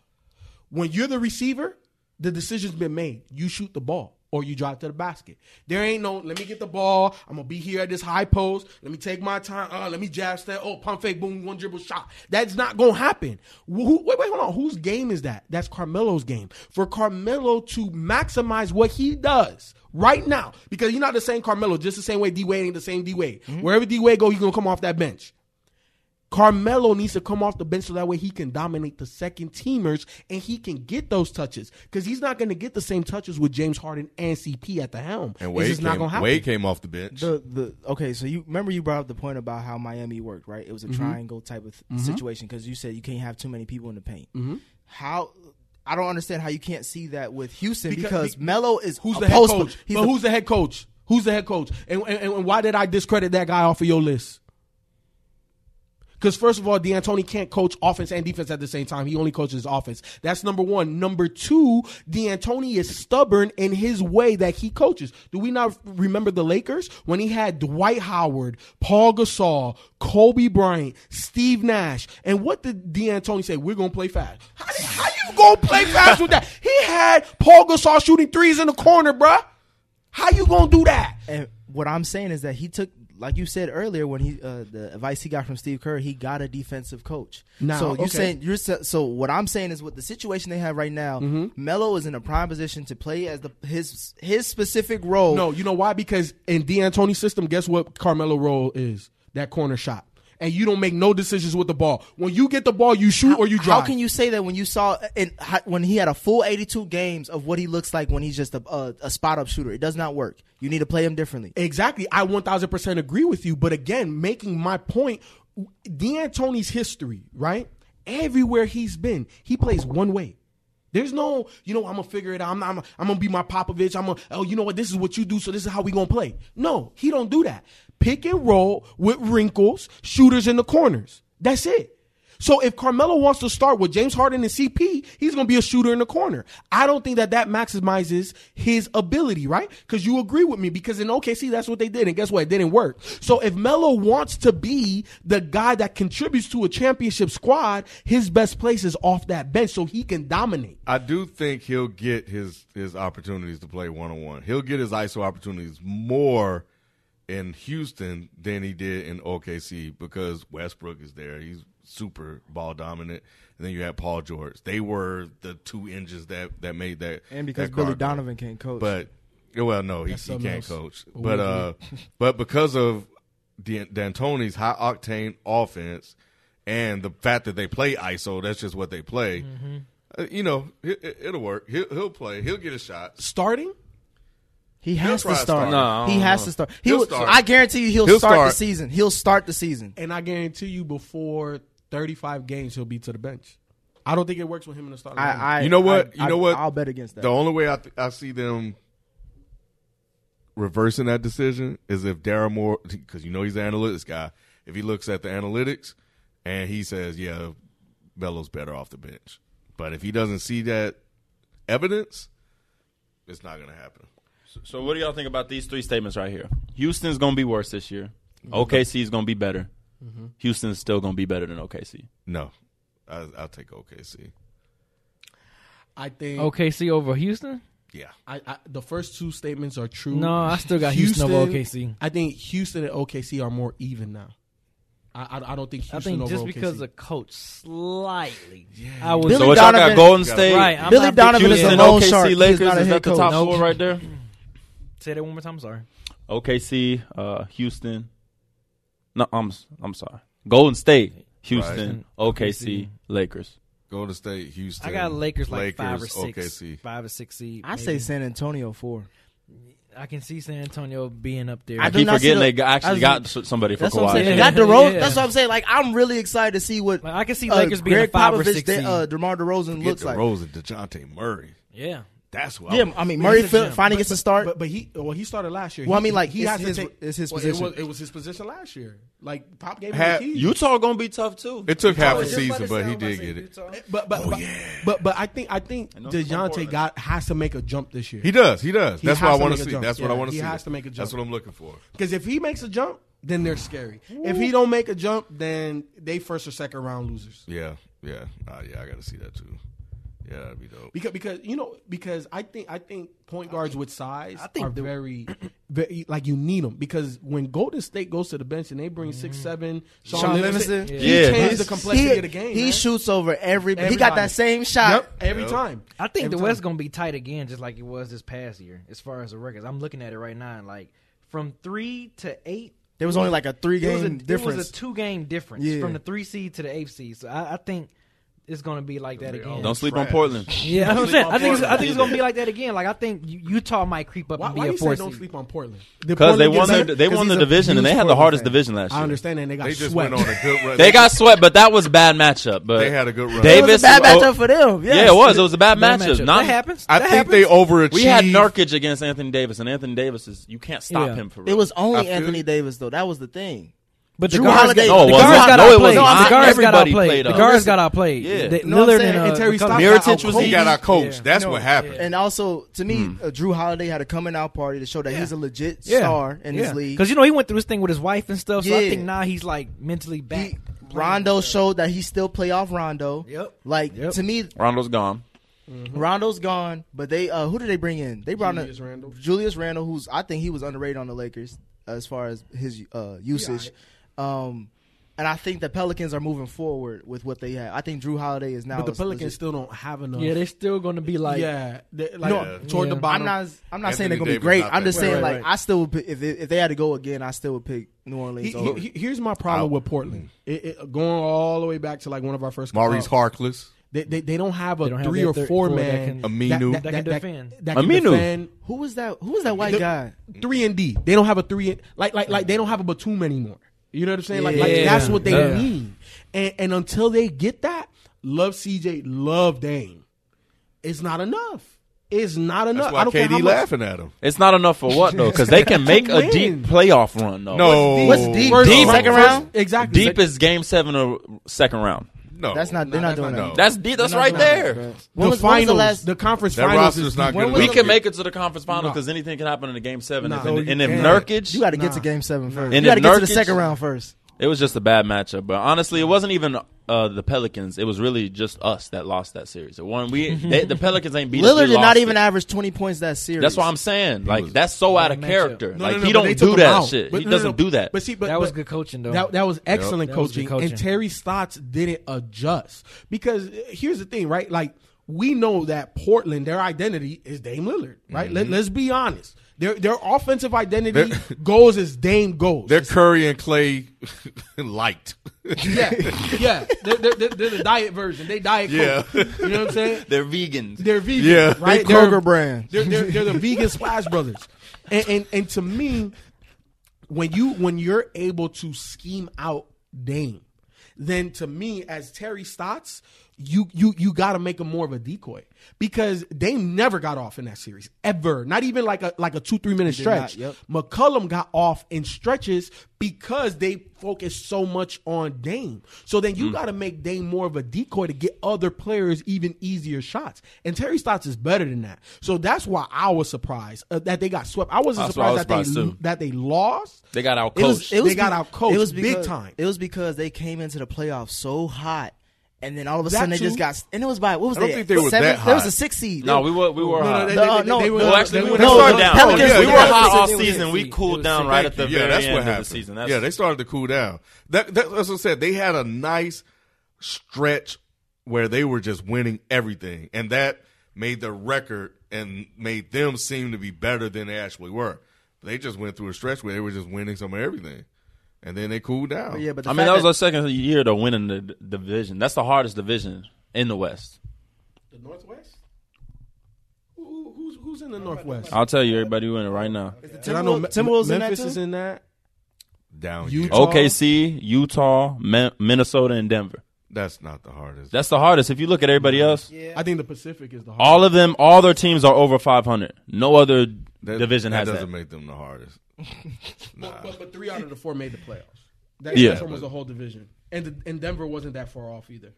when you're the receiver, the decision's been made. You shoot the ball or you drive to the basket. There ain't no, let me get the ball. I'm going to be here at this high post. Let me take my time. Uh, let me jab step. Oh, pump fake, boom, one dribble shot. That's not going to happen. Who, wait, wait, hold on. Whose game is that? That's Carmelo's game. For Carmelo to maximize what he does right now, because you're not the same Carmelo, just the same way D Wade ain't the same D Wade. Wherever D Wade go, you going to come off that bench. Carmelo needs to come off the bench so that way he can dominate the second teamers and he can get those touches because he's not going to get the same touches with James Harden and CP at the helm.
And
It's
Wade
just not gonna
came,
happen.
Wade came off the bench.
The the okay, so you remember you brought up the point about how Miami worked, right? It was a
Mm-hmm.
triangle type of th- situation because you said you can't have too many people in the paint.
Mm-hmm.
How I don't understand how you can't see that with Houston
Because-
because,
be-
Melo is
Who's
a
the head
post-
coach?
He's
but
a-
who's the head coach? Who's the head coach? And, and, and why did I discredit that guy off of your list? Because first of all, D'Antoni can't coach offense and defense at the same time. He only coaches offense. That's number one. Number two, D'Antoni is stubborn in his way that he coaches. Do we not remember the Lakers when he had Dwight Howard, Paul Gasol, Kobe Bryant, Steve Nash, and what did D'Antoni say? We're gonna play fast. How, how you gonna play fast with that? He had Paul Gasol shooting threes in the corner, bruh. How you gonna do that?
And what I'm saying is that he took, like you said earlier, when he uh, the advice he got from Steve Kerr, he got a defensive coach.
Now,
so you
okay.
saying you're sa- so what I'm saying is with the situation they have right now, Melo is in a prime position to play as the his his specific role.
No, you know why? Because in D'Antoni's system, guess what Carmelo role is? That corner shot. And you don't make no decisions with the ball. When you get the ball, you shoot or you drive.
How can you say that when you saw in, how- when he had a full 82 games of what he looks like when he's just a, a, a spot up shooter? It does not work. You need to play him differently.
Exactly. I 1000% agree with you. But again, making my point, D'Antoni's history, right? Everywhere he's been, he plays one way. There's no, you know, I'm gonna figure it out. I'm, I'm, I'm gonna be my Popovich. I'm gonna, oh, you know what? This is what you do, so this is how we gonna play. No, he don't do that. Pick and roll with wrinkles, shooters in the corners. That's it. So if Carmelo wants to start with James Harden and CP, he's going to be a shooter in the corner. I don't think that that maximizes his ability, right? Because you agree with me. Because in OKC, that's what they did, and guess what? It didn't work. So if Melo wants to be the guy that contributes to a championship squad, his best place is off that bench, so he can dominate.
I do think he'll get his his opportunities to play one on one. He'll get his ISO opportunities more in Houston than he did in OKC because Westbrook is there. He's super ball dominant. And then you had Paul George. They were the two engines that that made that.
And because
that
Billy
car go.
Donovan can't coach.
But well, no, he, he
something
can't
else.
coach. But uh, but because of Dan- D'Antoni's high octane offense and the fact that they play ISO, that's just what they play.
Mm-hmm.
uh, you know, it, it, it'll work. He'll, he'll play. He'll get a shot.
Starting?
he has
try
to
to
start.
start. No,
I
he
don't
has
know.
to start. He
He'll
will,
start.
I guarantee you, he'll,
He'll
start, the
start.
season. He'll start the season.
And I guarantee you, before 35 games, he'll be to the bench. I don't think it works with him in the starting. lineup.
I, I
You know what?
I-
You know what?
I'll bet against that.
The only way I, th- I see them reversing that decision is if Darren Moore, because you know he's an analytics guy, if he looks at the analytics and he says, yeah, Bellows better off the bench. But if he doesn't see that evidence, it's not going to happen.
So what do y'all think about these three statements right here? Houston's gonna be worse this year. OKC is gonna be better.
Mm-hmm.
Houston's still gonna be better than OKC.
No, I, I'll take OKC.
I think
OKC over Houston?
Yeah.
I, I, the first two statements are true.
No, I still got Houston over OKC.
I think Houston and OKC are more even now. I I, I don't think Houston
I think
over
just
OKC.
because the coach slightly, I was
Billy
so what y'all
Donovan-
got? Golden
Gotta
State,
right. I'm
Billy
not big
Donovan is
Houston.
a
Houston,
lone
OKC,
shark. He is
Lakers.
not a
Is
head
that the
coach.
top
Nope.
four right there?
Say that one more time. Sorry.
OKC, uh, Houston. No, I'm I'm sorry. Golden State, Houston, OKC, Lakers.
Golden State, Houston.
I got Lakers like five or
Lakers,
six,
OKC.
five or six seed.
I
maybe.
say San Antonio four.
I can see San Antonio being up there.
I
I,
do
keep
not see
forgetting
the-
they got-
I
actually
was-
got s- somebody for
That's what I'm saying.
Kawhi.
They
Yeah.
got DeRozan.
Yeah.
That's what I'm saying. Like I'm really excited to see what
Like, I can see
uh,
Lakers being a
Greg
five or
Popovich,
six
they-
seed.
uh, DeMar DeRozan
Get
looks
the
like.
Rose and DeJounte Murray.
yeah.
That's what
Yeah, I mean Murray
he's a
fi-
gem.
finally gets to start.
But, but he well he started last year.
Well, I
He-
mean, like,
he
it's
has
his-
to take
it's his
well,
position.
It was, it was his position last year. Like Pop gave
Had-
him the keys.
Utah gonna be tough too.
It took half a
Just about
season,
to
but
say,
he
I'm about
did
to
get
say
it.
Utah.
but but, but, but but I think I think
know it's from
Dejounte
Portland.
got has to make a jump this year.
He does. He does.
He
That's
has
what I
to
want
make
to
a
see.
jump.
That's what I
Yeah,
want
he
see.
has to make a jump.
That's what I'm looking for.
Because if he makes a jump, then they're scary. If he don't make a jump, then they first or second round losers.
Yeah, yeah, uh, yeah. I got to see that too. Yeah, that'd be dope.
Because because you know because I think I think point guards with size
I think
are
the-
very, very like you need them because when Golden State goes to the bench and they bring six seven Sean,
Sean
Livingston,
Livingston.
he
Yeah.
changed
He's-
the complexity
he,
of the game.
He
man.
shoots over every. He got
Everybody.
that same shot.
yep, every
Yep.
time.
I think
Every
the West
time.
gonna be tight again, just like it was this past year, as far as the records. I'm looking at it right now, and like from three to eight,
There was only like a three
It was a,
game
it was
difference.
a two game difference
Yeah.
from the three seed to the eight seed. So I, I think it's going to be like that again.
Don't sleep on
Trash.
Portland.
yeah, I'm saying. I think it's, I
Portland
think it's going to be like that again. Like I think U- Utah might creep up
Why,
and be
why
a
you
four
say don't
seed.
sleep on Portland?
Because they
Portland
won
get
their
better?
they
'Cause
won
he's
the
a
division and
huge
they had the
Portland
hardest
fan.
division last
I
year.
understand that and they got
They just
swept.
went on a good run.
They got swept, but that was a bad matchup. But
They had a good run.
it was a
Davis
bad
oh,
matchup for them. Yes.
Yeah, it was. It was a bad,
Bad
matchup.
matchup.
Not-
that happens.
I
that
think
happens.
they overachieved.
We had Nurkic against Anthony Davis, and Anthony Davis is you can't stop
Yeah.
him for real.
It was
I
only
feel
Anthony
you.
Davis though. That was the thing.
But
Drew
the guards
Holiday-
No,
got,
it
the
was
guards
not.
got
No, it was
outplayed.
not.
The guards got
Everybody
outplayed.
played
The
up.
guards got outplayed.
Yeah.
They-
You know what I'm
Lillard
saying?
and, uh,
And Terry
McCollum-
Stotts
Mirotic was
He
easy.
got our coach.
Yeah.
That's
No,
what happened.
And also, to me,
Hmm.
uh, Drew Holiday had a coming out party to show that he's a legit star in this league.
Because you know he went through this thing with his wife and stuff. So I
Yeah.
think now he's like mentally back.
He, Rondo showed that he still play off Rondo.
Yep.
Like
Yep.
to me,
Rondo's gone.
Rondo's gone, but they uh who did they bring in? They brought
Mm-hmm. Julius
in
Randle.
Julius Randle, who's I think he was underrated on the Lakers as far as his uh usage. Um and I think the Pelicans are moving forward with what they have. I think Drew Holiday is now.
But the
a-
Pelicans
legit-
still don't have enough.
yeah, they're still going to be like.
yeah, they- like
No,
toward the
yeah.
bottom.
I'm not. I'm not saying
Anthony
they're gonna be
Davis
great.
not
I'm just
that
saying
good.
like
Right, right.
I still would. Pick, if if they had to go again, I still would pick New Orleans.
He- he-
over.
he- here's my problem
Out.
with Portland. It, it, going all the way back to like one of our first.
Maurice
uh,
Harkless.
They, they, they don't have
They
a
don't have
three
their
or
third-
four
four that
man
can-
Aminu.
That can defend.
That, can
Aminu.
defend
who was that? Who was that white
The-
guy?
three and D. They don't have a three and like like like they don't have a Batum anymore. You know what I'm saying? Like, like
Yeah.
that's what they
Yeah.
need. And and until they get that, love CJ, love Dame. It's not enough. It's not enough.
That's why
I don't care how
KD
much-
laughing at him.
It's not enough for what though, because they can make a deep
Win.
playoff run though.
No,
What's deep?
First
Deep.
round,
Second
Oh, first-
round?
exactly.
deep is game seven or second round.
no,
That's not. They're
No,
not
that's
doing
not-
that.
No.
That's deep. That's
They're not
right
doing that,
there.
bro.
the
When was- when was
finals.
the last?
the conference
That
finals
roster's
is
not
when
good
was
We
enough.
the-
can make it to the conference finals
No.
because anything can happen in the game seven.
No,
And
you
if- and if
can't.
Nurkic,
You got to get
Nah.
to game seven first.
And
you got to
if
get to the
Nurkic-
second round first.
it was just a bad matchup. But honestly, it wasn't even uh, the Pelicans. It was really just us that lost that series. It won. We they, the Pelicans ain't beat. us,
Lillard
we
did not
lost
even
it.
average twenty points that series.
That's what I'm saying. Like that's so out of
matchup.
character.
No, no,
like
no,
he
but they
don't
took
do
him
that
out.
shit.
But
he
no, no,
doesn't
no.
do that.
But see, but
that was
but-
good coaching though.
That, that was excellent
That was
coaching.
good coaching.
And Terry Stotts didn't adjust. Because uh, here's the thing, right? Like, we know that Portland, their identity is Dame Lillard, right? Let, us be honest. Their, their offensive identity
They're-
goes as Dame goes.
They're Curry and Clay light.
yeah, yeah. They're, they're, they're, they're the diet version. They diet Coke.
Yeah.
You know what I'm saying?
They're vegans.
They're vegan,
Yeah.
right?
Big Kroger brand.
They're, they're, they're the vegan Splash Brothers, and, and and to me, when you when you're able to scheme out Dame, then to me as Terry Stotts, you you you got to make him more of a decoy because Dame never got off in that series ever. Not even like a like a two three minute stretch.
not,
McCullum got off in stretches because they focused so much on Dame. So then you got to make Dame more of a decoy to get other players even easier shots. And Terry Stotts is better than that. So that's why I was surprised uh, that they got swept. I wasn't
That's what I
surprised
was
that
surprised
they
too.
that they lost.
They got out
It was-
coached.
it They got
be-
out coached
It was
big
because,
time.
It was because they came into the playoffs so hot, and then all of a
That
sudden they just
too.
got. And it was by what was
I don't
they,
think they were
seven?
that
There was
hot.
a six seed.
no, we were we were hot.
they- Uh, no,
were-
well,
actually,
they
we
were-
went no,
the
down.
Pelicans-
we
they
were
were
hot all
six.
season. We
They
cooled
were
down
six.
right at the
yeah,
very
that's
end
what happened.
of the season. That's,
yeah, they started to cool down. That, that, that's what I said. They had a nice stretch where they were just winning everything, and that made the record and made them seem to be better than they actually were. They just went through a stretch where they were just winning some of everything, and then they cooled down.
Yeah, but the
I mean,
fact
that was our second year to winning the d- division. That's the hardest division in the West.
The Northwest. Who, who's who's in the Northwest?
I'll tell you, everybody, we in it right now.
And I know Me-
Timberwolves in that
Memphis
too?
is in that.
down.
You-
year.
Oh.
OKC, Utah, Min- Minnesota, and Denver.
that's not the hardest.
That's the hardest. If you look at everybody else,
I think the Pacific is the hardest.
all of them, all their teams are over 500. No other
That-
division
that
has
doesn't
that.
make them the hardest.
But, but, but three out of the four made the playoffs. That,
Yeah.
that's almost the whole division. And the, and Denver wasn't that far off either.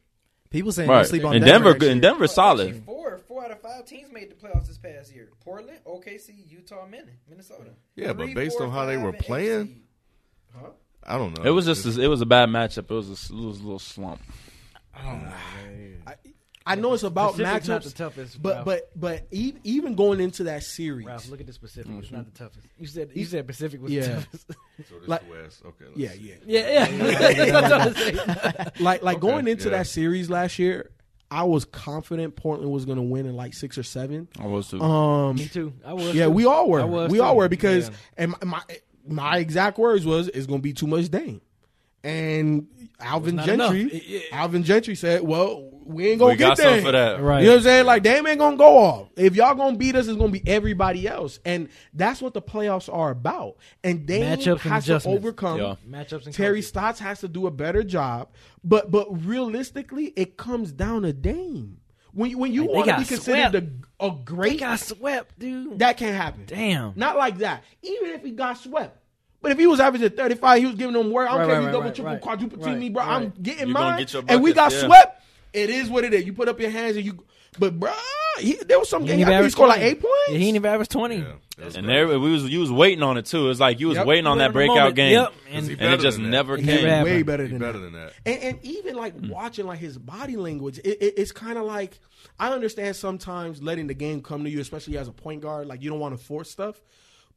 people saying
Right.
you sleep on
And
Denver.
Denver,
next
and
year.
Denver's solid.
Four, four out of five teams made the playoffs this past year. Portland, OKC, Utah, Min- Minnesota.
Yeah, but
Three,
based
four,
on how they
five,
were
and eight
playing,
seed.
I don't know.
It was just a, it was a bad matchup. It was a, s- it was a little slump.
I know it's about
Pacific's
matchups,
not the toughest,
but
Ralph.
but but e- even going into that series,
Ralph, look at this Pacific. It's not the toughest. You said you said Pacific was the
Yeah.
toughest.
So this
like-
the West. Okay. let's
yeah,
see.
yeah,
yeah, yeah. That's what I'm saying.
like like going into
yeah.
that series last year, I was confident Portland was going to win in like six or seven.
I was too.
Um,
Me too. I was.
yeah,
too.
we all
I
were,
was
we
too.
all were because
Yeah.
and my, my my exact words was it's going to be too much Dame. And Alvin
It's not enough.
Gentry,
It- it-
Alvin Gentry said, "Well, we ain't gonna
We
get
got
Dame.
something for that.
Right.
You know what I'm saying? Like Dame ain't gonna go off. If y'all gonna beat us, it's gonna be everybody else, and that's what the playoffs are about. And Dame
Matchups and
has to
adjustments.
overcome
Yeah.
Matchups and
Terry
coaches.
Stotts has to do a better job, but but realistically, it comes down to Dame. When you, when you
Like, they
want to
got
be considered
swept.
a, a
They
great
got swept, dude.
that can't happen.
Damn.
Not like that. Even if he got swept. But if he was averaging 35, he was giving them work. I don't
Right,
care
right,
if you
right,
double,
right,
triple,
right,
quadruple team
right,
me, bro. I'm getting
You gonna
mine.
get your
and we got
buckets, yeah.
swept. It is what it is. You put up your hands and you. But, bro, he, there was some
He
game. I think
ain't even
he
averaged
scored like
20.
eight points.
Yeah, he ain't even averaged twenty.
Yeah, that was
And
crazy.
there, we was you was waiting on it too. It's like you was
Yep.
waiting on that
Whatever the
breakout
moment.
game,
Yep.
Is he
And
and it
better
just
than that?
never
It
came.
never
way
happened.
better
He
than
better
that.
than that.
And, and even like
Hmm.
watching like his body language, it, it, it's kind of like I understand sometimes letting the game come to you, especially as a point guard, like you don't want to force stuff.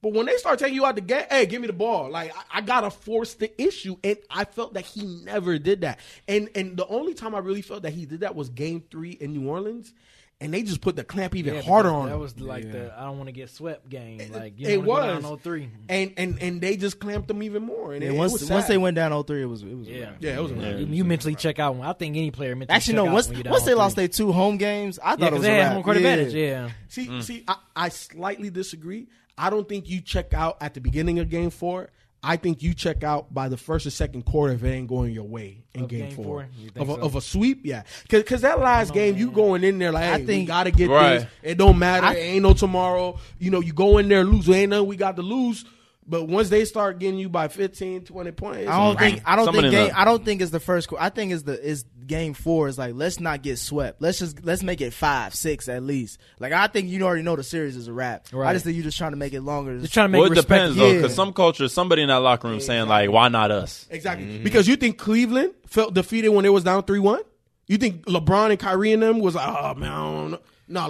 But when they start taking you out the game, hey, give me the ball. Like I, I gotta force the issue, and I felt that he never did that. And and the only time I really felt that he did that was Game Three in New Orleans, and they just put the clamp even
Yeah,
harder
because
on
That
him.
was like the I don't want to get swept game. Like you
it was
on oh three.
and and and they just clamped them even more. And
Yeah,
it,
once,
it was
once
sad.
they went down 0-3, it was it was a
Yeah.
wrap.
yeah, it was.
You, you mentally check out. When, I think any player mentally
Actually,
check
no.
out
Once
when you're down
once they
on
lost
three.
their two home games, I
yeah,
thought it
'cause
was
they
a
had
wrap.
home court
Yeah.
advantage. Yeah,
See, see, I, I slightly disagree. I don't think you check out at the beginning of game four. I think you check out by the first or second quarter if it ain't going your way in
Of
game,
game
four,
four? You think
Of, a,
so?
of a sweep. Yeah, because that last game you going in there like hey,
I
I think we
think-
gotta get
Right.
this. It don't matter. it ain't no tomorrow. You know, you go in there lose. There ain't nothing we got to lose. But once they start getting you by 15, 20 points,
I don't think I don't
Somebody
think game,
look.
I don't think it's the first quarter. I think it's the is game four is like let's not get swept. Let's just let's make it five six at least. Like I think you already know the series is a wrap.
Right.
I just think you're just trying to make it longer.
they're trying to make
Well, it
respect.
depends though, because
yeah.
some cultures, somebody in that locker room saying like, "Why not us?"
Exactly. Because you think Cleveland felt defeated when it was down 3 1? You think LeBron and Kyrie and them was like, oh, man, I don't know.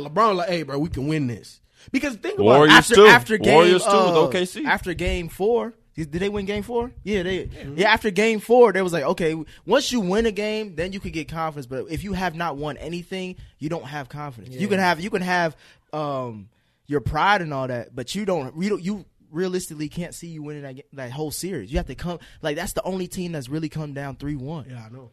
No, LeBron, like, hey, bro, we can win this. Because think about
Warriors
after
too.
after game
Warriors too
uh,
with OKC.
after game four. Did they win game four? Yeah, they. Yeah, after game four, they was like, okay, once you win a game, then you could get confidence. But if you have not won anything, you don't have confidence. You can have you can have um your pride and all that, but you don't. You don't, you realistically can't see you winning that ga- that whole series. You have to come like that's the only team that's really come down three one.
Yeah, I know.